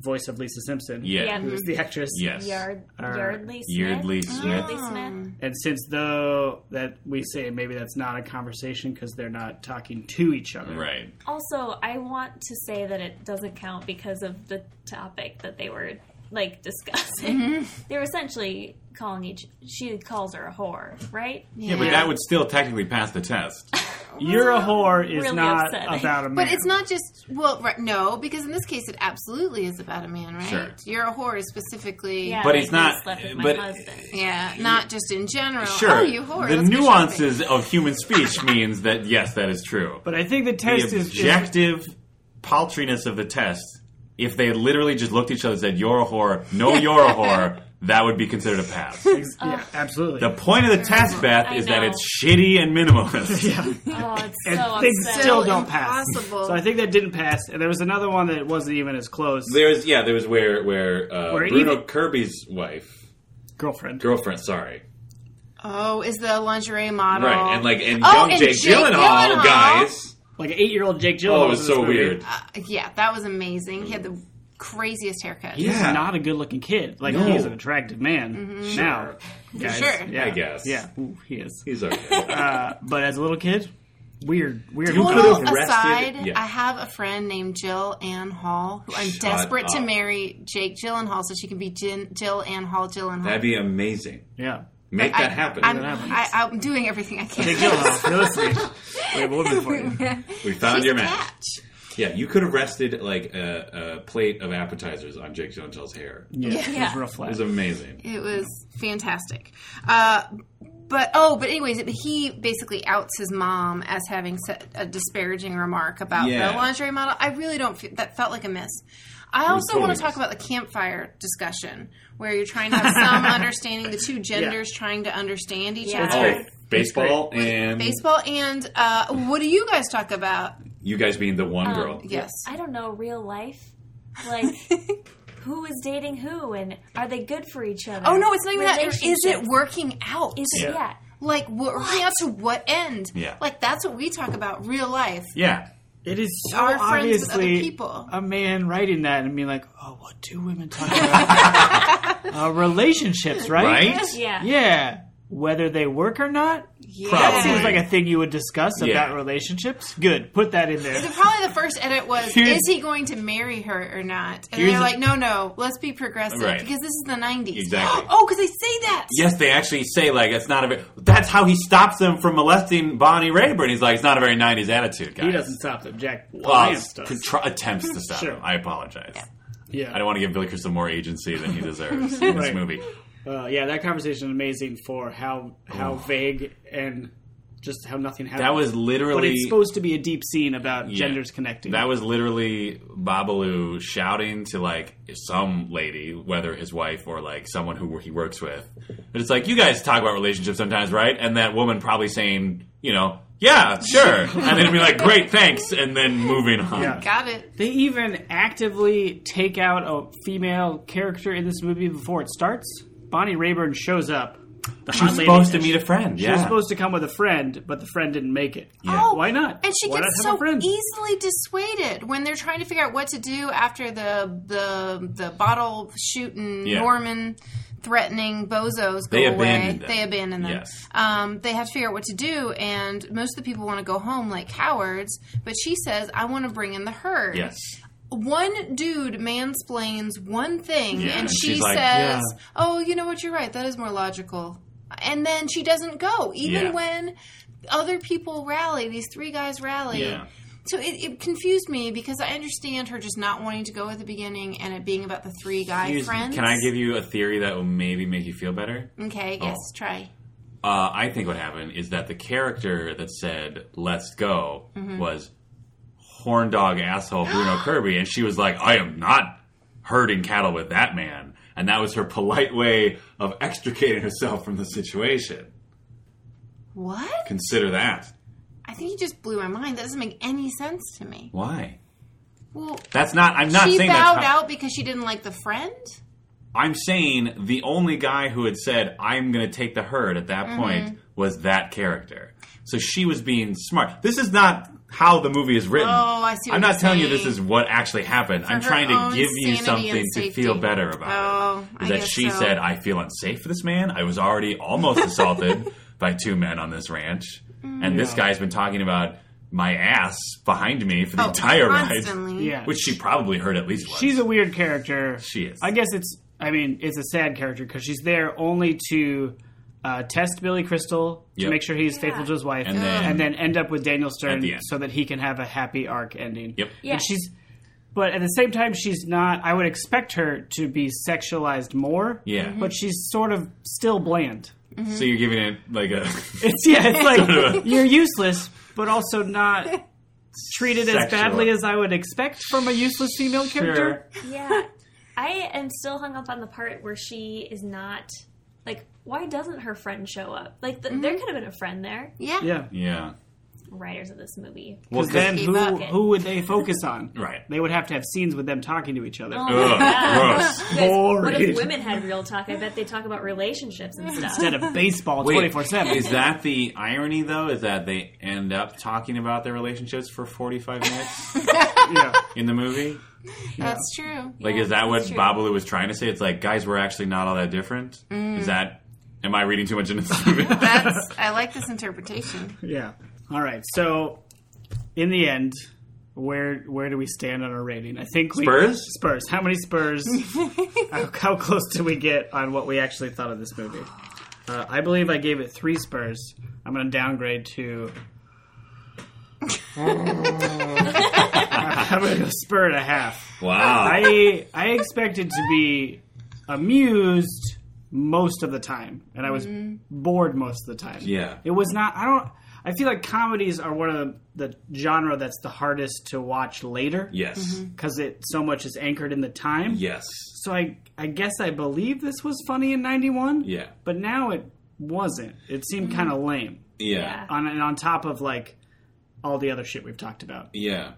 [SPEAKER 2] voice of Lisa Simpson,
[SPEAKER 3] yeah,
[SPEAKER 4] Yeah.
[SPEAKER 2] who was the actress.
[SPEAKER 3] yes.
[SPEAKER 4] Yard,
[SPEAKER 2] Or-
[SPEAKER 4] Yardley Smith.
[SPEAKER 3] Yeardley Smith.
[SPEAKER 4] Yardley Smith.
[SPEAKER 2] And since though that we say maybe that's not a conversation because they're not talking to each other,
[SPEAKER 3] Right.
[SPEAKER 4] Also, I want to say that it doesn't count because of the topic that they were like discussing.
[SPEAKER 1] Mm-hmm.
[SPEAKER 4] They were essentially calling each. She calls her a whore, right?
[SPEAKER 3] Yeah, but that would still technically pass the test.
[SPEAKER 2] You're a whore is
[SPEAKER 4] Really
[SPEAKER 2] not
[SPEAKER 4] upsetting.
[SPEAKER 2] about a man.
[SPEAKER 1] But it's not just well, right, no, because in this case, it absolutely is about a man, right?
[SPEAKER 3] Sure.
[SPEAKER 1] You're a whore is specifically,
[SPEAKER 4] Yeah,
[SPEAKER 3] But
[SPEAKER 4] like,
[SPEAKER 3] it's not-
[SPEAKER 4] you slept with my
[SPEAKER 3] but-
[SPEAKER 4] husband.
[SPEAKER 1] yeah, not just in general.
[SPEAKER 3] Sure.
[SPEAKER 1] oh, you whore.
[SPEAKER 3] the
[SPEAKER 1] let's go shopping.
[SPEAKER 3] nuances of human speech means that yes, that is true.
[SPEAKER 2] But I think the test
[SPEAKER 3] the
[SPEAKER 2] is, is
[SPEAKER 3] objective paltriness of the test, if they literally just looked at each other and said, You're a whore, no, you're a whore, that would be considered a pass.
[SPEAKER 2] yeah, absolutely.
[SPEAKER 3] The point of the test, Beth,
[SPEAKER 4] I
[SPEAKER 3] is that
[SPEAKER 4] know.
[SPEAKER 3] it's shitty and minimalist.
[SPEAKER 2] yeah.
[SPEAKER 4] Oh, it's so
[SPEAKER 2] and things
[SPEAKER 4] upsetting.
[SPEAKER 2] still
[SPEAKER 1] So
[SPEAKER 2] don't pass.
[SPEAKER 1] impossible.
[SPEAKER 2] So I think that didn't pass, and there was another one that wasn't even as close.
[SPEAKER 3] There was yeah, there was where where, uh,
[SPEAKER 2] Where
[SPEAKER 3] Bruno
[SPEAKER 2] even-
[SPEAKER 3] Kirby's wife,
[SPEAKER 2] Girlfriend.
[SPEAKER 3] girlfriend, sorry,
[SPEAKER 1] Oh, is the lingerie model
[SPEAKER 3] right, and like and
[SPEAKER 1] Oh,
[SPEAKER 3] young
[SPEAKER 1] and
[SPEAKER 3] Jake,
[SPEAKER 1] Jake
[SPEAKER 3] Gyllenhaal,
[SPEAKER 1] Gyllenhaal.
[SPEAKER 3] guys.
[SPEAKER 2] like an eight-year-old Jake Gyllenhaal.
[SPEAKER 3] Oh, it
[SPEAKER 2] in
[SPEAKER 3] was
[SPEAKER 2] this
[SPEAKER 3] so
[SPEAKER 2] movie.
[SPEAKER 3] weird.
[SPEAKER 1] Uh, yeah, that was amazing. He had the craziest haircut.
[SPEAKER 2] He's
[SPEAKER 3] Yeah.
[SPEAKER 2] not a good-looking kid. Like
[SPEAKER 3] No.
[SPEAKER 2] he's an attractive man now. Guys.
[SPEAKER 1] Mm-hmm. sure.
[SPEAKER 2] Yeah.
[SPEAKER 3] I guess.
[SPEAKER 2] Yeah, Ooh, he is.
[SPEAKER 3] He's okay.
[SPEAKER 2] Uh, but as a little kid, weird, weird.
[SPEAKER 3] You could've-
[SPEAKER 1] Total
[SPEAKER 3] could've rested-
[SPEAKER 1] aside,
[SPEAKER 3] yeah.
[SPEAKER 1] I have a friend named Jill Ann Hall who I'm
[SPEAKER 3] Shut
[SPEAKER 1] desperate to
[SPEAKER 3] up.
[SPEAKER 1] marry Jake Gyllenhaal so she can be Jin, Jill Ann Hall Gyllenhaal.
[SPEAKER 3] That'd be amazing.
[SPEAKER 2] yeah.
[SPEAKER 3] Make
[SPEAKER 1] I-
[SPEAKER 3] that happen.
[SPEAKER 1] I'm,
[SPEAKER 2] happen.
[SPEAKER 1] I, I'm doing everything I can.
[SPEAKER 2] Jake Gyllenhaal, you're listening. We have a woman for you.
[SPEAKER 3] we found
[SPEAKER 1] She's
[SPEAKER 3] your
[SPEAKER 1] a
[SPEAKER 3] match.
[SPEAKER 1] catch.
[SPEAKER 3] Yeah, you could have rested like a, a plate of appetizers on Jake Gyllenhaal's hair. It
[SPEAKER 2] Yeah,
[SPEAKER 4] Yeah.
[SPEAKER 2] It was real
[SPEAKER 3] was
[SPEAKER 2] flat.
[SPEAKER 3] amazing.
[SPEAKER 1] It was fantastic. Uh, but oh, but anyways, he basically outs his mom as having said a disparaging remark about
[SPEAKER 3] Yeah.
[SPEAKER 1] the lingerie model. I really don't feel that felt like a miss. I
[SPEAKER 3] was
[SPEAKER 1] also want
[SPEAKER 3] totally
[SPEAKER 1] to talk
[SPEAKER 3] missed.
[SPEAKER 1] about the campfire discussion where you're trying to have some understanding, the two genders trying to understand each
[SPEAKER 4] Yeah. That's
[SPEAKER 1] other.
[SPEAKER 3] Oh, baseball and
[SPEAKER 1] Baseball and uh, what do you guys talk about?
[SPEAKER 3] you guys being the
[SPEAKER 2] Um,
[SPEAKER 3] one girl.
[SPEAKER 1] Yes,
[SPEAKER 4] I don't know real life, like who is dating who, and are they good for each other?
[SPEAKER 1] Oh no, it's not even that. Is it
[SPEAKER 4] Relationships.
[SPEAKER 1] working out?
[SPEAKER 4] Is it?
[SPEAKER 3] Yeah.
[SPEAKER 4] Yeah.
[SPEAKER 1] like what, working out to what end?
[SPEAKER 3] Yeah.
[SPEAKER 1] Like that's what we talk about, real life.
[SPEAKER 3] Yeah.
[SPEAKER 2] It is so
[SPEAKER 1] Our friends with other
[SPEAKER 2] obviously
[SPEAKER 1] people.
[SPEAKER 2] a man writing that and being like, "Oh, what do women talk about? uh, relationships, right?
[SPEAKER 3] Right?
[SPEAKER 4] Yeah.
[SPEAKER 2] Yeah. whether they work or not.
[SPEAKER 1] Yeah.
[SPEAKER 3] Probably.
[SPEAKER 2] That seems like a thing you would discuss
[SPEAKER 3] Yeah.
[SPEAKER 2] about relationships. Good, put that in there.
[SPEAKER 1] So probably the first edit was,
[SPEAKER 2] Here's-
[SPEAKER 1] is he going to marry her or not? And
[SPEAKER 2] Here's
[SPEAKER 1] they're
[SPEAKER 2] a-
[SPEAKER 1] like, no, no, let's be progressive
[SPEAKER 3] Right.
[SPEAKER 1] because this is the 90s.
[SPEAKER 3] Exactly.
[SPEAKER 1] oh, because they say that.
[SPEAKER 3] Yes, they actually say like it's not a. Very, that's how he stops them from molesting Bonnie Rayburn. He's like, it's not a very '90s attitude, guys.
[SPEAKER 2] He doesn't stop them. Jack
[SPEAKER 3] Well,
[SPEAKER 2] Palance does.
[SPEAKER 3] to try, attempts to stop
[SPEAKER 2] Sure.
[SPEAKER 3] him. I apologize.
[SPEAKER 2] yeah,
[SPEAKER 3] I don't want to give Billy Crystal more agency than he deserves in this
[SPEAKER 2] Right.
[SPEAKER 3] movie.
[SPEAKER 2] uh, yeah. That conversation is amazing for how how vague and just how nothing happened.
[SPEAKER 3] That was
[SPEAKER 2] but
[SPEAKER 3] literally
[SPEAKER 2] it's supposed to be a deep scene about
[SPEAKER 3] Yeah.
[SPEAKER 2] genders connecting.
[SPEAKER 3] That was literally Babalu shouting to like some lady, whether his wife or like someone who he works with. But it's like you guys talk about relationships sometimes, right? And that woman probably saying, you know, yeah, sure, and then be like, great, thanks, and then moving on.
[SPEAKER 2] Yeah.
[SPEAKER 1] Got it.
[SPEAKER 2] They even actively take out a female character in this movie before it starts. Bonnie Rayburn shows up. The
[SPEAKER 3] She was supposed to meet a friend.
[SPEAKER 2] She
[SPEAKER 3] Yeah,
[SPEAKER 2] was supposed to come with a friend, but the friend didn't make it.
[SPEAKER 3] Yeah.
[SPEAKER 1] Oh,
[SPEAKER 2] Why not?
[SPEAKER 1] And she
[SPEAKER 2] Why
[SPEAKER 1] gets
[SPEAKER 2] not have
[SPEAKER 1] so
[SPEAKER 2] a friend?
[SPEAKER 1] easily dissuaded when they're trying to figure out what to do after the the the bottle shooting
[SPEAKER 3] Yeah.
[SPEAKER 1] Norman threatening bozos go
[SPEAKER 3] They
[SPEAKER 1] away.
[SPEAKER 3] abandoned them.
[SPEAKER 1] They abandon them.
[SPEAKER 3] Yes.
[SPEAKER 1] Um, they have to figure out what to do, and most of the people want to go home like cowards. But she says, "I want to bring in the herd."
[SPEAKER 3] yes,
[SPEAKER 1] One dude mansplains one thing,
[SPEAKER 3] Yeah,
[SPEAKER 1] and
[SPEAKER 3] and
[SPEAKER 1] she says,
[SPEAKER 3] she's like, "Yeah."
[SPEAKER 1] "Oh, you know what? You're right. That is more logical." And then she doesn't go, even
[SPEAKER 3] Yeah.
[SPEAKER 1] when other people rally. These three guys rally.
[SPEAKER 3] yeah.
[SPEAKER 1] So it, it confused me because I understand her just not wanting to go at the beginning and it being about the three guy
[SPEAKER 3] Here's-
[SPEAKER 1] friends.
[SPEAKER 3] Can I give you a theory that will maybe make you feel better?
[SPEAKER 1] Okay. Yes.
[SPEAKER 3] Oh.
[SPEAKER 1] Try.
[SPEAKER 3] Uh, I think what happened is that the character that said "Let's go"
[SPEAKER 1] Mm-hmm.
[SPEAKER 3] was horn dog asshole Bruno Kirby, and she was like, "I am not herding cattle with that man," and that was her polite way of extricating herself from the situation.
[SPEAKER 1] What?
[SPEAKER 3] Consider that.
[SPEAKER 1] I think you just blew my mind. That doesn't make any sense to me.
[SPEAKER 3] Why?
[SPEAKER 1] Well,
[SPEAKER 3] That's not. I'm not
[SPEAKER 1] she
[SPEAKER 3] saying that's
[SPEAKER 1] bowed
[SPEAKER 3] how-
[SPEAKER 1] out because she didn't like the friend.
[SPEAKER 3] I'm saying the only guy who had said, I'm going to take the herd at that
[SPEAKER 1] Mm-hmm.
[SPEAKER 3] point was that character. So she was being smart. This is not how the movie is written.
[SPEAKER 1] Oh, I see what
[SPEAKER 3] I'm
[SPEAKER 1] you're
[SPEAKER 3] not telling you
[SPEAKER 1] saying.
[SPEAKER 3] this is what actually happened. I'm
[SPEAKER 1] her
[SPEAKER 3] trying
[SPEAKER 1] own
[SPEAKER 3] to give you
[SPEAKER 1] sanity and
[SPEAKER 3] something to feel
[SPEAKER 1] safety.
[SPEAKER 3] better about.
[SPEAKER 1] Oh,
[SPEAKER 3] it. Is
[SPEAKER 1] I
[SPEAKER 3] that
[SPEAKER 1] guess
[SPEAKER 3] she
[SPEAKER 1] so.
[SPEAKER 3] said, I feel unsafe for this man. I was already almost assaulted by two men on this ranch. And
[SPEAKER 1] Mm.
[SPEAKER 3] this guy's been talking about my ass behind me for the entire ride.
[SPEAKER 1] Oh, constantly.
[SPEAKER 2] Yeah.
[SPEAKER 3] Which she probably heard at least once.
[SPEAKER 2] She's a weird character.
[SPEAKER 3] She is.
[SPEAKER 2] I guess it's. I mean, it's a sad character because she's there only to uh, test Billy Crystal to
[SPEAKER 3] Yep.
[SPEAKER 2] make sure he's faithful to his wife,
[SPEAKER 3] And then-
[SPEAKER 2] end up with Daniel Stern
[SPEAKER 3] At the end.
[SPEAKER 2] so that he can have a happy arc ending.
[SPEAKER 3] Yep.
[SPEAKER 4] Yeah.
[SPEAKER 2] And she's. But at the same time, she's not. I would expect her to be sexualized more.
[SPEAKER 3] Yeah. Mhm.
[SPEAKER 2] But she's sort of still bland.
[SPEAKER 3] So you're giving it like a
[SPEAKER 2] It's yeah. It's like you're useless, but also not treated as
[SPEAKER 3] Sexual.
[SPEAKER 2] badly as I would expect from a useless female character.
[SPEAKER 4] Yeah. I am still hung up on the part where she is not like why doesn't her friend show up? Like th there could have been a friend there.
[SPEAKER 1] Yeah.
[SPEAKER 2] Yeah.
[SPEAKER 3] Yeah.
[SPEAKER 4] Writers of this movie.
[SPEAKER 3] Well,
[SPEAKER 2] Because then
[SPEAKER 1] Keep
[SPEAKER 2] who,
[SPEAKER 1] up.
[SPEAKER 2] who would they focus on?
[SPEAKER 3] Right. Oh,
[SPEAKER 2] They would have to have scenes with them talking to each other.
[SPEAKER 3] Ugh, gross.
[SPEAKER 4] Guys, What
[SPEAKER 2] Boring.
[SPEAKER 4] if women had real talk? I bet they talk about relationships and stuff.
[SPEAKER 2] Instead of baseball
[SPEAKER 3] Wait,
[SPEAKER 2] 24 7.
[SPEAKER 3] Is that the irony though? Is that they end up talking about their relationships for 45 minutes
[SPEAKER 2] Yeah.
[SPEAKER 3] in the movie?
[SPEAKER 1] That's true.
[SPEAKER 3] Like, is that what Babalu was trying to say? It's like, guys, we're actually not all that different. Is that? Am I reading too much into this movie?
[SPEAKER 1] Mm. That's. I like this interpretation.
[SPEAKER 2] Yeah. All right. So, in the end, where where do we stand on our rating? I think we,
[SPEAKER 3] Spurs?
[SPEAKER 2] Spurs. How many Spurs? how, how close did we get on what we actually thought of this movie? Uh, I believe I gave it three Spurs. I'm going to downgrade to. I'm going to go Spur and a half.
[SPEAKER 3] wow.
[SPEAKER 2] I I expected to be amused most of the time, and I was bored most of the time.
[SPEAKER 3] Yeah.
[SPEAKER 2] it was not. I don't. I feel like comedies are one of the, the genre that's the hardest to watch later
[SPEAKER 3] Yes.
[SPEAKER 1] Mm-hmm.
[SPEAKER 2] because it so much is anchored in the time.
[SPEAKER 3] Yes.
[SPEAKER 2] So I I guess I believe this was funny in '91.
[SPEAKER 3] Yeah.
[SPEAKER 2] but now it wasn't. It seemed kind of lame.
[SPEAKER 3] Yeah.
[SPEAKER 2] On and on top of like all the other shit we've talked about.
[SPEAKER 3] Yeah.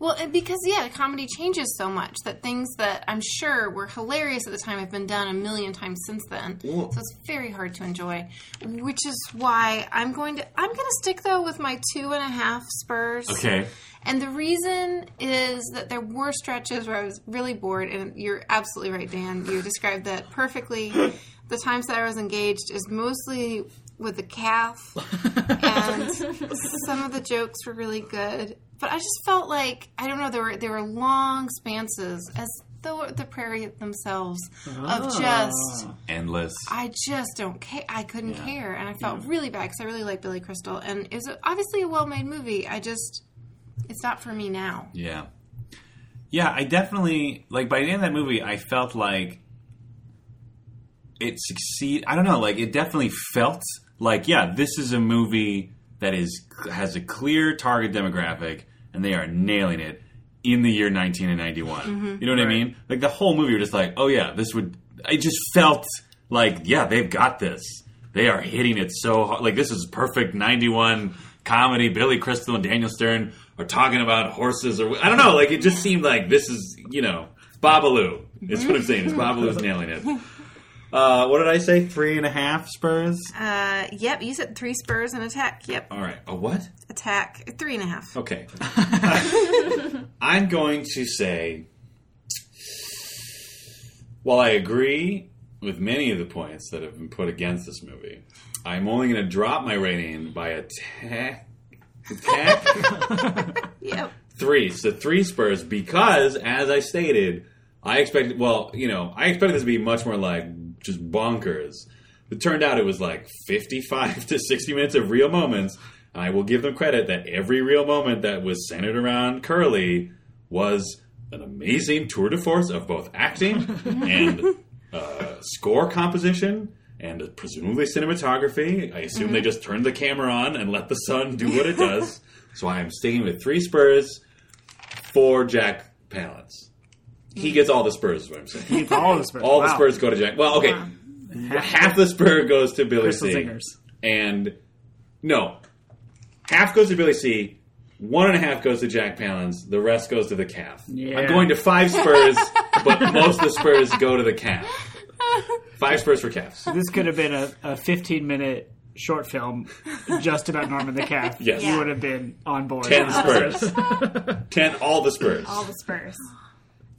[SPEAKER 1] Well, and because yeah, comedy changes so much that things that I'm sure were hilarious at the time have been done a million times since then.
[SPEAKER 3] Well-
[SPEAKER 1] So it's very hard to enjoy, which is why I'm going to I'm going to stick though with my two and a half Spurs.
[SPEAKER 3] Okay.
[SPEAKER 1] And the reason is that there were stretches where I was really bored, and you're absolutely right, Dan. You described that perfectly. the times that I was engaged is mostly with the calf, and some of the jokes were really good. But I just felt like I don't know there were there were long spanses as though the prairie themselves
[SPEAKER 3] Ah.
[SPEAKER 1] of just
[SPEAKER 3] Endless.
[SPEAKER 1] I just don't care. I couldn't care, and I felt really bad because I really like Billy Crystal, and it was obviously a well made movie. I just it's not for me now.
[SPEAKER 3] Yeah. Yeah, I definitely like by the end of that movie I felt like it succeed I don't know, like it definitely felt like yeah, this is a movie that is has a clear target demographic and they are nailing it in the year 1991. You know what I mean? Like the whole movie you're just like, "Oh yeah, this would I just felt like yeah, they've got this. They are hitting it so hard. Like this is perfect 91 comedy. Billy Crystal and Daniel Stern are talking about horses or I don't know. Like it just seemed like this is you know Babalu. It's what I'm saying. It's Babalu's nailing it. Uh, what did I say? Three and a half Spurs.
[SPEAKER 1] Uh, yep, you said three spurs and attack. Yep,
[SPEAKER 3] All right. A what?
[SPEAKER 1] attack three and a half.
[SPEAKER 3] Okay. I'm going to say, while I agree with many of the points that have been put against this movie, I'm only going to drop my rating by a tack, tack
[SPEAKER 1] Yep.
[SPEAKER 3] three. So three Spurs because, as I stated, I expected. Well, you know, I expected this to be much more like just bonkers. It turned out it was like 55 to 60 minutes of real moments. And I will give them credit that every real moment that was centered around Curly was an amazing tour de force of both acting and uh, score composition and presumably cinematography. I assume they just turned the camera on and let the sun do what it does. so I am sticking with three Spurs for Jack Palance. He gets all the Spurs, is what I'm saying.
[SPEAKER 2] Keep all the Spurs.
[SPEAKER 3] All the
[SPEAKER 2] Wow.
[SPEAKER 3] Spurs go to Jack. Well, okay. Half the Spur goes to Billy
[SPEAKER 2] Crystal
[SPEAKER 3] C.
[SPEAKER 2] Zingers.
[SPEAKER 3] And no. Half goes to Billy C. One and a half goes to Jack Palance. The rest goes to the calf.
[SPEAKER 2] Yeah.
[SPEAKER 3] I'm going to five Spurs, but most of the Spurs go to the calf. Five Spurs for calves.
[SPEAKER 2] This could have been a, a 15 minute short film just about Norman the Calf.
[SPEAKER 3] Yes.
[SPEAKER 2] You would have been on board.
[SPEAKER 3] Ten Spurs. Ten, all the Spurs.
[SPEAKER 4] All the Spurs.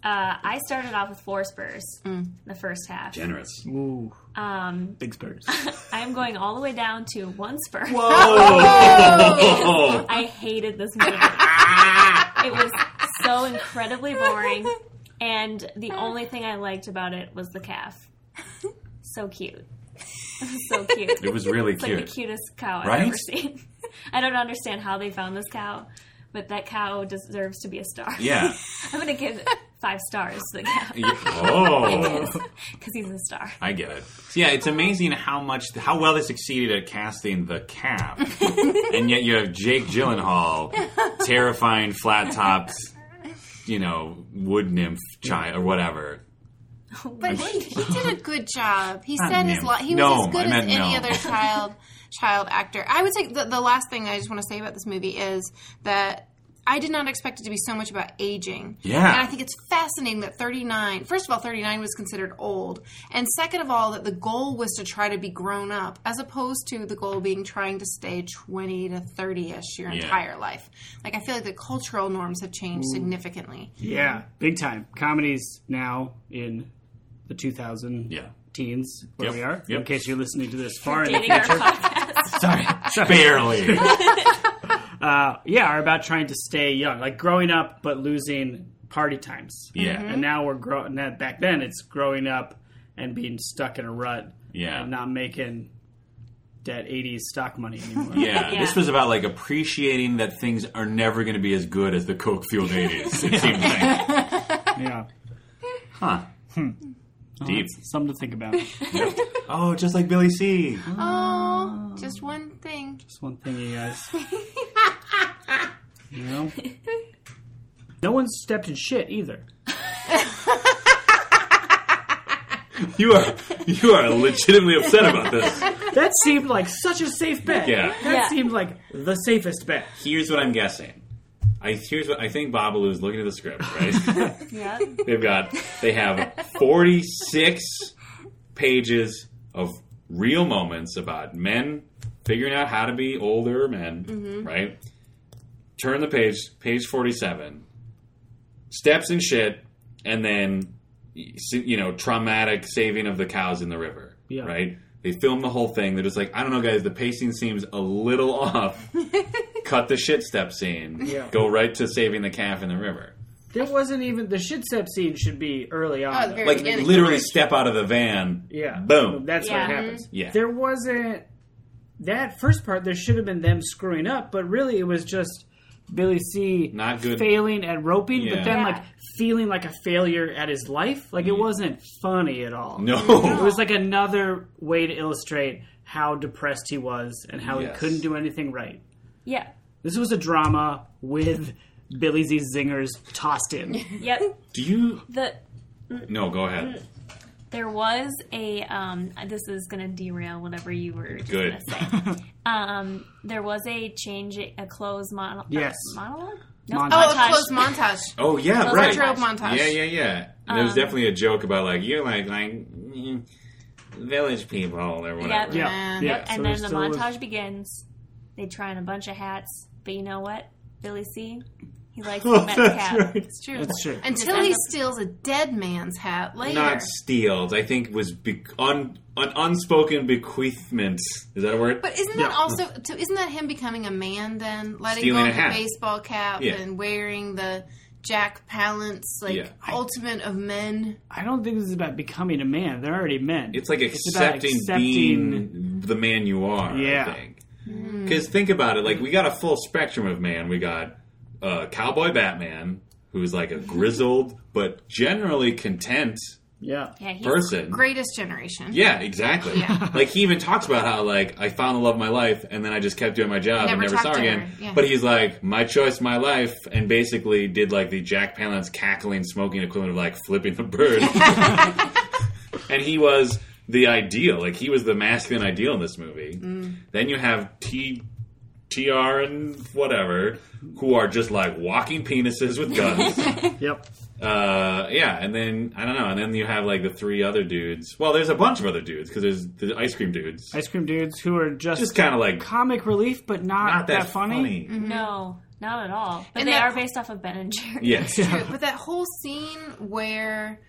[SPEAKER 4] Uh, I started off with four Spurs in the first half.
[SPEAKER 3] Generous.
[SPEAKER 2] Ooh,
[SPEAKER 4] Um,
[SPEAKER 2] big Spurs.
[SPEAKER 4] I'm going all the way down to one Spur.
[SPEAKER 3] Oh! Whoa!
[SPEAKER 4] I hated this movie. it was so incredibly boring, and the only thing I liked about it was the calf. So cute. so cute. It's
[SPEAKER 3] it was really
[SPEAKER 4] like the
[SPEAKER 3] cute.
[SPEAKER 4] cutest cow I've
[SPEAKER 3] Right?
[SPEAKER 4] ever seen. I don't understand how they found this cow, but that cow deserves to be a star.
[SPEAKER 3] Yeah.
[SPEAKER 4] I'm going to give it five stars to the cow
[SPEAKER 3] Yeah. Oh.
[SPEAKER 4] because he's a star.
[SPEAKER 3] I get it. So, yeah, it's amazing how much how well they succeeded at casting the cap, and yet you have Jake Gyllenhaal, terrifying flat topped, you know, wood nymph child or whatever.
[SPEAKER 1] But he, he did a good job. He
[SPEAKER 3] Not
[SPEAKER 1] said his
[SPEAKER 3] him.
[SPEAKER 1] lot. He
[SPEAKER 3] No,
[SPEAKER 1] was as good
[SPEAKER 3] I
[SPEAKER 1] as
[SPEAKER 3] meant
[SPEAKER 1] any
[SPEAKER 3] no.
[SPEAKER 1] other child child actor. I would say the, the last thing I just want to say about this movie is that I did not expect it to be so much about aging.
[SPEAKER 3] Yeah.
[SPEAKER 1] And I think it's fascinating that 39, first of all, 39 was considered old. And second of all, that the goal was to try to be grown up as opposed to the goal being trying to stay 20 to 30 ish your
[SPEAKER 3] Yeah.
[SPEAKER 1] entire life. Like, I feel like the cultural norms have changed significantly.
[SPEAKER 2] yeah, big time. Comedies now in the 2000
[SPEAKER 3] Yeah.
[SPEAKER 2] teens, where
[SPEAKER 3] Yep.
[SPEAKER 2] we are.
[SPEAKER 3] Yep.
[SPEAKER 2] In case you're listening to this far in the
[SPEAKER 4] Dating our
[SPEAKER 2] future.
[SPEAKER 4] podcast.
[SPEAKER 2] Sorry. Sorry.
[SPEAKER 3] Barely.
[SPEAKER 2] Uh, yeah, are about trying to stay young, like growing up but losing party times.
[SPEAKER 3] Yeah.
[SPEAKER 2] And now we're growing. Back then, it's growing up and being stuck in a rut.
[SPEAKER 3] Yeah.
[SPEAKER 2] And not making that '80s stock money anymore.
[SPEAKER 3] Yeah,
[SPEAKER 4] Yeah.
[SPEAKER 3] this was about like appreciating that things are never going to be as good as the coke fueled 80s. It seems like.
[SPEAKER 2] yeah.
[SPEAKER 3] Huh. Deep.
[SPEAKER 2] Something to think about. Just
[SPEAKER 3] Oh, just like Billy C.
[SPEAKER 1] Oh, just one thing.
[SPEAKER 2] one thing, you guys. you know. No one's stepped in shit either.
[SPEAKER 3] You are you are legitimately upset about this.
[SPEAKER 2] That seemed like such a safe bet.
[SPEAKER 3] Yeah.
[SPEAKER 2] That
[SPEAKER 4] Yeah.
[SPEAKER 2] seemed like the safest bet.
[SPEAKER 3] Here's what I'm guessing. I here's what I think Babalu is looking at the script, right?
[SPEAKER 4] yeah.
[SPEAKER 3] They've got they have 46 pages of real moments about men figuring out how to be older men, right? Turn the page, page 47. Steps and shit and then you know, traumatic saving of the cows in the river.
[SPEAKER 2] Yeah.
[SPEAKER 3] right? They film the whole thing. They're just like, I don't know, guys, the pacing seems a little off. Cut the shit step scene.
[SPEAKER 2] Yeah.
[SPEAKER 3] Go right to saving the calf in the river.
[SPEAKER 2] There wasn't even the shit step scene should be early on.
[SPEAKER 1] Oh,
[SPEAKER 2] though.
[SPEAKER 1] very-
[SPEAKER 3] Like,
[SPEAKER 1] Beginning.
[SPEAKER 3] literally step out of the van.
[SPEAKER 2] yeah.
[SPEAKER 3] Boom. Mm-hmm.
[SPEAKER 2] That's
[SPEAKER 4] Yeah.
[SPEAKER 2] what happens.
[SPEAKER 3] Yeah.
[SPEAKER 2] There wasn't that first part. There should have been them screwing up, but really it was just Billy C.
[SPEAKER 3] Not good.
[SPEAKER 2] failing at roping,
[SPEAKER 3] Yeah. Mm-hmm.
[SPEAKER 2] but then
[SPEAKER 4] Yeah.
[SPEAKER 2] like feeling like a failure at his life. Like it wasn't funny at all. It
[SPEAKER 3] No.
[SPEAKER 2] was like another way to illustrate how depressed he was and how
[SPEAKER 3] Yes.
[SPEAKER 2] he couldn't do anything right.
[SPEAKER 4] Yeah.
[SPEAKER 2] This was a drama with Billy Z zingers tossed in.
[SPEAKER 4] Yep.
[SPEAKER 3] Do you.
[SPEAKER 4] the
[SPEAKER 3] No, go ahead.
[SPEAKER 4] there was a um this is gonna derail whatever you were just
[SPEAKER 3] Good.
[SPEAKER 4] gonna say. um there was a change a close mono- uh,
[SPEAKER 2] Yes.
[SPEAKER 4] monologue? No,
[SPEAKER 2] Montage.
[SPEAKER 1] Oh,
[SPEAKER 4] montage.
[SPEAKER 1] a closed montage.
[SPEAKER 3] Oh, yeah,
[SPEAKER 4] Those
[SPEAKER 3] right.
[SPEAKER 4] are-
[SPEAKER 1] Retro montage. Um,
[SPEAKER 3] Yeah, yeah, yeah. And There's definitely a joke about, like, you're like, like, mm, village people or whatever.
[SPEAKER 2] Yeah,
[SPEAKER 1] Man.
[SPEAKER 2] yeah.
[SPEAKER 4] Oh, and
[SPEAKER 2] so
[SPEAKER 4] then
[SPEAKER 2] there's
[SPEAKER 4] the
[SPEAKER 2] still a-
[SPEAKER 4] montage begins. They try on a bunch of hats, but you know what? Billy C. He likes
[SPEAKER 2] Oh,
[SPEAKER 4] the Mets hat.
[SPEAKER 1] It's true.
[SPEAKER 2] That's true.
[SPEAKER 1] Until he steals a dead man's hat later.
[SPEAKER 3] Not steals, I think was be- un- an unspoken bequeathment. Is that a word?
[SPEAKER 1] but isn't that
[SPEAKER 2] Yeah.
[SPEAKER 1] also? So isn't that him becoming a man then, letting
[SPEAKER 3] Stealing
[SPEAKER 1] go
[SPEAKER 3] a
[SPEAKER 1] of the
[SPEAKER 3] hat.
[SPEAKER 1] baseball cap
[SPEAKER 3] Yeah.
[SPEAKER 1] and wearing the Jack Palance, like
[SPEAKER 3] Yeah. I-
[SPEAKER 1] ultimate of men?
[SPEAKER 2] I don't think this is about becoming a man. They're already men.
[SPEAKER 3] It's like
[SPEAKER 2] about
[SPEAKER 3] accepting,
[SPEAKER 2] accepting-
[SPEAKER 3] being the man you are.
[SPEAKER 2] Yeah.
[SPEAKER 3] I think. Because think about it, like we got a full spectrum of man. We got uh, cowboy Batman, who's like a grizzled but generally content
[SPEAKER 2] yeah.
[SPEAKER 4] Yeah, he's
[SPEAKER 3] person.
[SPEAKER 1] Greatest generation.
[SPEAKER 3] Yeah, exactly. like he even talks about how like I found the love of my life and then I just kept doing my job and
[SPEAKER 1] Never
[SPEAKER 3] never
[SPEAKER 1] talked
[SPEAKER 3] saw her
[SPEAKER 1] to
[SPEAKER 3] again.
[SPEAKER 1] her, yeah.
[SPEAKER 3] But he's like, My choice, my life and basically did like the Jack Palance cackling smoking equivalent of like flipping the bird. and he was the ideal. Like he was the masculine ideal in this movie.
[SPEAKER 1] Mm.
[SPEAKER 3] Then you have T TR and whatever, who are just like walking penises with guns.
[SPEAKER 2] Yep.
[SPEAKER 3] Uh, yeah, and then I don't know, and then you have like the three other dudes. Well, there's a bunch of other dudes because there's the ice cream dudes.
[SPEAKER 2] Ice cream dudes who are just,
[SPEAKER 3] Just kind of like
[SPEAKER 2] comic relief, but not,
[SPEAKER 3] not that, funny.
[SPEAKER 1] Mm-hmm.
[SPEAKER 4] No, not at all. But
[SPEAKER 1] And
[SPEAKER 4] they
[SPEAKER 1] that-
[SPEAKER 4] are based off of Ben and Jerry.
[SPEAKER 3] Yes,
[SPEAKER 1] True, But that whole scene where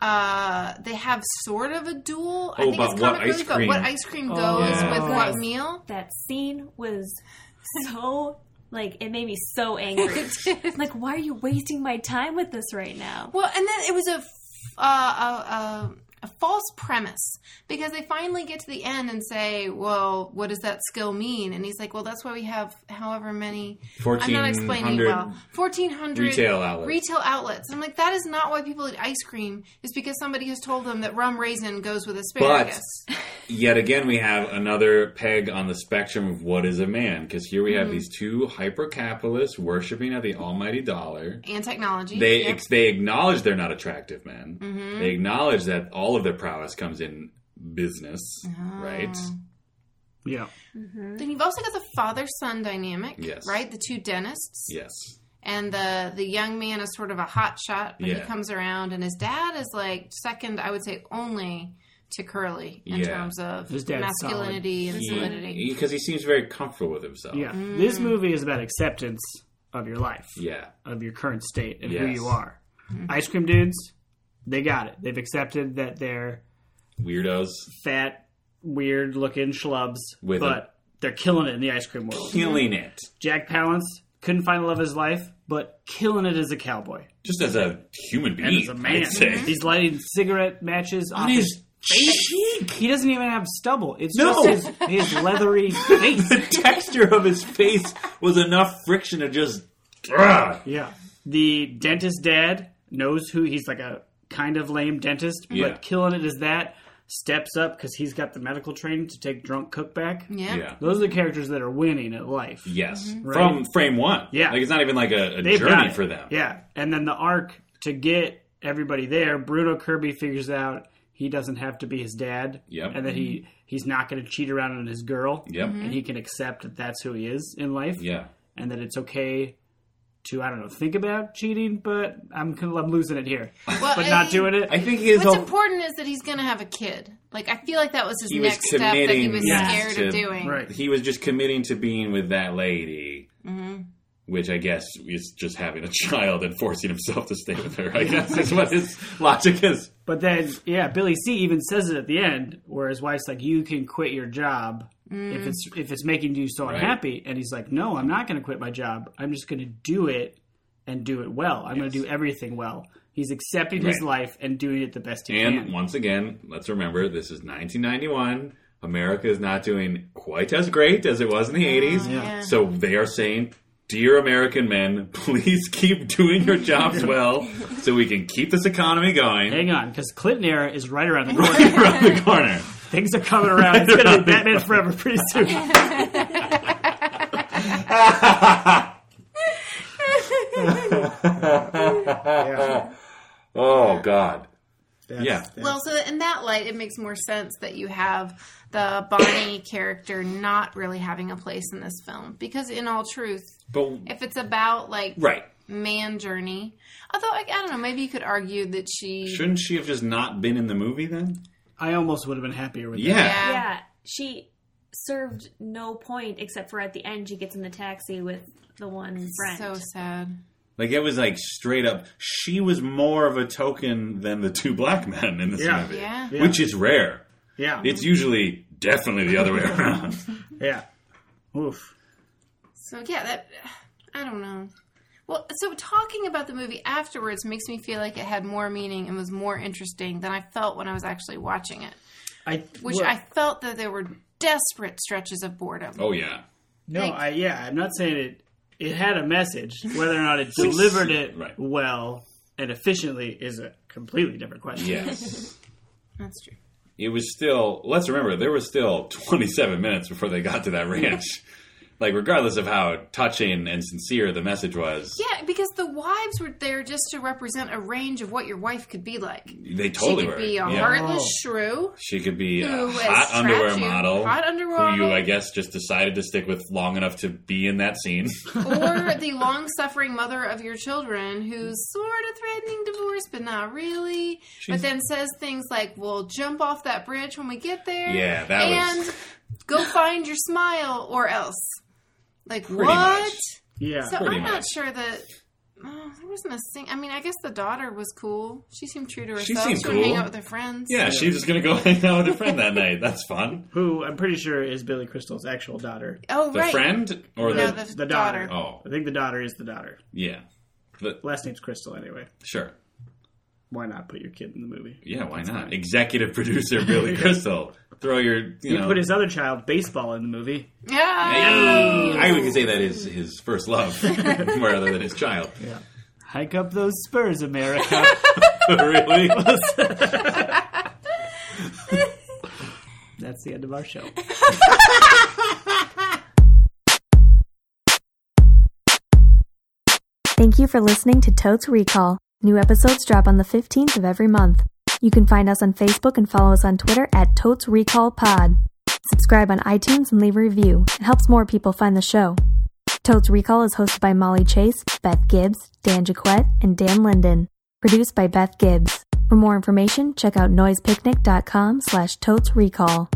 [SPEAKER 1] uh, they have sort of a duel. I
[SPEAKER 3] Oh,
[SPEAKER 1] think
[SPEAKER 3] about
[SPEAKER 1] it's
[SPEAKER 3] what
[SPEAKER 1] comic
[SPEAKER 3] ice
[SPEAKER 1] relief, but
[SPEAKER 3] cream. Oh,
[SPEAKER 1] what ice cream goes
[SPEAKER 3] Yeah.
[SPEAKER 1] with
[SPEAKER 4] Guys.
[SPEAKER 1] what meal.
[SPEAKER 4] That scene was so like it made me so angry. like, why are you wasting my time with this right now?
[SPEAKER 1] Well, and then it was a, f- uh, a, a, a false premise because they finally get to the end and say, "Well, what does that skill mean?" And he's like, "Well, that's why we have however many." I'm not explaining it
[SPEAKER 3] 1400
[SPEAKER 1] well. Fourteen hundred
[SPEAKER 3] retail outlets.
[SPEAKER 1] Retail outlets. I'm like, that is not why people eat ice cream. It's because somebody has told them that rum raisin goes with asparagus.
[SPEAKER 3] Yet again, we have another peg on the spectrum of what is a man because here we have
[SPEAKER 1] Mm-hmm.
[SPEAKER 3] these two hyper capitalists worshiping at the almighty dollar.
[SPEAKER 1] and technology.
[SPEAKER 3] They
[SPEAKER 1] Yep.
[SPEAKER 3] ex- they acknowledge they're not attractive men.
[SPEAKER 1] Mm-hmm.
[SPEAKER 3] They acknowledge that all of their prowess comes in business,
[SPEAKER 1] Ah.
[SPEAKER 3] right?
[SPEAKER 2] Yeah.
[SPEAKER 1] Then you've also got the father son dynamic,
[SPEAKER 3] Yes.
[SPEAKER 1] right? The two dentists,
[SPEAKER 3] Yes.
[SPEAKER 1] and the the young man is sort of a hot shot, but he
[SPEAKER 3] Yeah.
[SPEAKER 1] comes around, and his dad is like second, I would say, only to Curly in
[SPEAKER 3] Yeah.
[SPEAKER 1] terms of
[SPEAKER 2] His dad's
[SPEAKER 1] masculinity and solidity.
[SPEAKER 3] because he seems very comfortable with himself.
[SPEAKER 2] Yeah. This movie is about acceptance of your life,
[SPEAKER 3] Yeah.
[SPEAKER 2] of your current state, and who
[SPEAKER 3] Yes.
[SPEAKER 2] you are. Ice cream dudes, they got it. They've accepted that they're
[SPEAKER 3] Weirdos
[SPEAKER 2] fat, weird looking schlubs,
[SPEAKER 3] With
[SPEAKER 2] but
[SPEAKER 3] a-
[SPEAKER 2] they're killing it in the ice cream world.
[SPEAKER 3] killing it.
[SPEAKER 2] Jack Palance couldn't find the love of his life, but killing it as a cowboy.
[SPEAKER 3] Just as a human being.
[SPEAKER 2] And as a man.
[SPEAKER 3] I'd say.
[SPEAKER 2] He's lighting cigarette matches on his
[SPEAKER 3] His cheek.
[SPEAKER 2] He doesn't even have stubble. It's
[SPEAKER 3] No.
[SPEAKER 2] just his, his leathery face.
[SPEAKER 3] the texture of his face was enough friction to just Ugh.
[SPEAKER 2] Yeah. The dentist dad knows who he's like a kind of lame dentist,
[SPEAKER 3] Yeah.
[SPEAKER 2] but killing it is that steps up because he's got the medical training to take drunk cook back.
[SPEAKER 1] Yeah.
[SPEAKER 3] Yeah.
[SPEAKER 2] Those are the characters that are winning at life.
[SPEAKER 3] Yes. From frame one.
[SPEAKER 2] Yeah.
[SPEAKER 3] Like it's not even like a, a
[SPEAKER 2] They've got
[SPEAKER 3] journey
[SPEAKER 2] it.
[SPEAKER 3] for them.
[SPEAKER 2] Yeah. And then the arc to get everybody there, Bruno Kirby figures out he doesn't have to be his dad.
[SPEAKER 3] Yep.
[SPEAKER 2] And that he he's not going to cheat around on his girl.
[SPEAKER 3] Yep.
[SPEAKER 2] And he can accept that that's who he is in life.
[SPEAKER 3] Yeah.
[SPEAKER 2] and that it's okay to I don't know think about cheating, but I'm I'm losing it here,
[SPEAKER 1] Well,
[SPEAKER 2] but
[SPEAKER 1] I-
[SPEAKER 2] not doing it.
[SPEAKER 3] I think his
[SPEAKER 1] What's
[SPEAKER 3] whole
[SPEAKER 1] important is that he's going to have a kid. Like I feel like that was his
[SPEAKER 3] He was
[SPEAKER 1] next step that he
[SPEAKER 3] committing,
[SPEAKER 1] was
[SPEAKER 3] yes,
[SPEAKER 1] scared of
[SPEAKER 3] to-
[SPEAKER 1] doing.
[SPEAKER 2] right.
[SPEAKER 3] he was just committing to being with that lady.
[SPEAKER 1] Mm-hmm.
[SPEAKER 3] Which I guess is just having a child and forcing himself to stay with her. I guess is what his logic is.
[SPEAKER 2] But then, yeah, Billy C even says it at the end, where his wife's like, "You can quit your job if it's
[SPEAKER 3] Mm.
[SPEAKER 2] if it's making you so unhappy," and he's like, "No, I'm not going to quit my job. I'm just going to do it and do it well. I'm going to do everything well." He's accepting his
[SPEAKER 3] Right.
[SPEAKER 2] life and doing it the best he
[SPEAKER 3] And
[SPEAKER 2] can.
[SPEAKER 3] once again, let's remember this is 1991. America is not doing quite as great as it was in the 80s.
[SPEAKER 1] yeah.
[SPEAKER 3] So they are saying, Dear American men, please keep doing your jobs well so we can keep this economy going.
[SPEAKER 2] Hang on, because Clinton era is right around the corner.
[SPEAKER 3] Around the corner.
[SPEAKER 2] Things are coming around. It's going to be Batman Forever pretty soon.
[SPEAKER 3] Oh, God. yeah.
[SPEAKER 1] Well, so in that light, it makes more sense that you have the Bonnie character not really having a place in this film because, in all truth,
[SPEAKER 3] But,
[SPEAKER 1] if it's about like
[SPEAKER 3] right.
[SPEAKER 1] man journey, although I, I don't know, maybe you could argue that she
[SPEAKER 3] Shouldn't she have just not been in the movie then?
[SPEAKER 2] I almost would have been happier with that.
[SPEAKER 3] Yeah.
[SPEAKER 1] Yeah.
[SPEAKER 4] Yeah, she served no point except for at the end she gets in the taxi with the one friend.
[SPEAKER 1] so sad.
[SPEAKER 3] Like, it was like straight up. She was more of a token than the two black men in this
[SPEAKER 2] Yeah.
[SPEAKER 3] movie,
[SPEAKER 1] Yeah.
[SPEAKER 2] Yeah.
[SPEAKER 3] which is rare.
[SPEAKER 2] Yeah,
[SPEAKER 3] It's usually definitely the other way around.
[SPEAKER 2] yeah. Oof.
[SPEAKER 1] So yeah, that I don't know. Well, so talking about the movie afterwards makes me feel like it had more meaning and was more interesting than I felt when I was actually watching it,
[SPEAKER 2] I
[SPEAKER 1] which
[SPEAKER 2] well,
[SPEAKER 1] I felt that there were desperate stretches of boredom.
[SPEAKER 3] Oh yeah,
[SPEAKER 2] no,
[SPEAKER 1] think-
[SPEAKER 2] I yeah, I'm not saying it. It had a message. Whether or not it delivered it
[SPEAKER 3] Right.
[SPEAKER 2] well and efficiently is a completely different question.
[SPEAKER 3] yes.
[SPEAKER 1] That's true.
[SPEAKER 3] it was still. Let's remember there was still 27 minutes before they got to that ranch. like, regardless of how touching and sincere the message was,
[SPEAKER 1] Yeah, because the wives were there just to represent a range of what your wife could be like.
[SPEAKER 3] they totally
[SPEAKER 1] she could
[SPEAKER 3] were.
[SPEAKER 1] be a
[SPEAKER 3] Yeah.
[SPEAKER 1] heartless
[SPEAKER 2] Oh.
[SPEAKER 1] shrew.
[SPEAKER 3] She could be a
[SPEAKER 1] who has
[SPEAKER 3] hot
[SPEAKER 1] trapped
[SPEAKER 3] underwear
[SPEAKER 1] you-
[SPEAKER 3] model,
[SPEAKER 1] hot underwear
[SPEAKER 3] who you,
[SPEAKER 1] model.
[SPEAKER 3] I guess, just decided to stick with long enough to be in that scene.
[SPEAKER 1] or the long suffering mother of your children who's sort of threatening divorce but not really but then says things like we'll jump off that bridge when we get there
[SPEAKER 3] Yeah, that
[SPEAKER 1] and
[SPEAKER 3] was-
[SPEAKER 1] go find your smile or else like what
[SPEAKER 3] much.
[SPEAKER 2] Yeah.
[SPEAKER 1] so
[SPEAKER 3] Pretty
[SPEAKER 1] i'm not
[SPEAKER 3] much.
[SPEAKER 1] sure that oh, there wasn't a sing i mean i guess the daughter was cool she seemed true to herself
[SPEAKER 3] She seemed
[SPEAKER 1] would hang
[SPEAKER 3] cool.
[SPEAKER 1] out with her friends
[SPEAKER 3] yeah, she was gonna go hang out with her friend that night. That's fun.
[SPEAKER 2] Who I'm pretty sure is Billy Crystal's actual daughter.
[SPEAKER 1] oh
[SPEAKER 3] The
[SPEAKER 1] right
[SPEAKER 3] friend or
[SPEAKER 1] no
[SPEAKER 3] the
[SPEAKER 1] the,
[SPEAKER 2] the daughter.
[SPEAKER 1] daughter,
[SPEAKER 3] oh
[SPEAKER 2] I think the daughter is the daughter.
[SPEAKER 3] yeah, The-
[SPEAKER 2] Last name's Crystal anyway.
[SPEAKER 3] sure.
[SPEAKER 2] Why not put your kid in the movie?
[SPEAKER 3] Yeah, why not? Executive producer Billy Crystal. Throw your, you,
[SPEAKER 2] You
[SPEAKER 3] know.
[SPEAKER 2] put his other child, baseball, in the movie.
[SPEAKER 1] Yeah.
[SPEAKER 3] I would say that is his first love, rather than his child.
[SPEAKER 2] Hike up those Spurs, America.
[SPEAKER 3] really?
[SPEAKER 2] That's the end of our show.
[SPEAKER 5] Thank you for listening to Totes Recall. New episodes drop on the 15th of every month. You can find us on Facebook and follow us on Twitter at Totes Recall Pod. Subscribe on iTunes and leave a review. It helps more people find the show. Totes Recall is hosted by Molly Chase, Beth Gibbs, Dan Jaquette, and Dan Linden. Produced by Beth Gibbs. For more information, check out noisepicnic.com slash totes recall.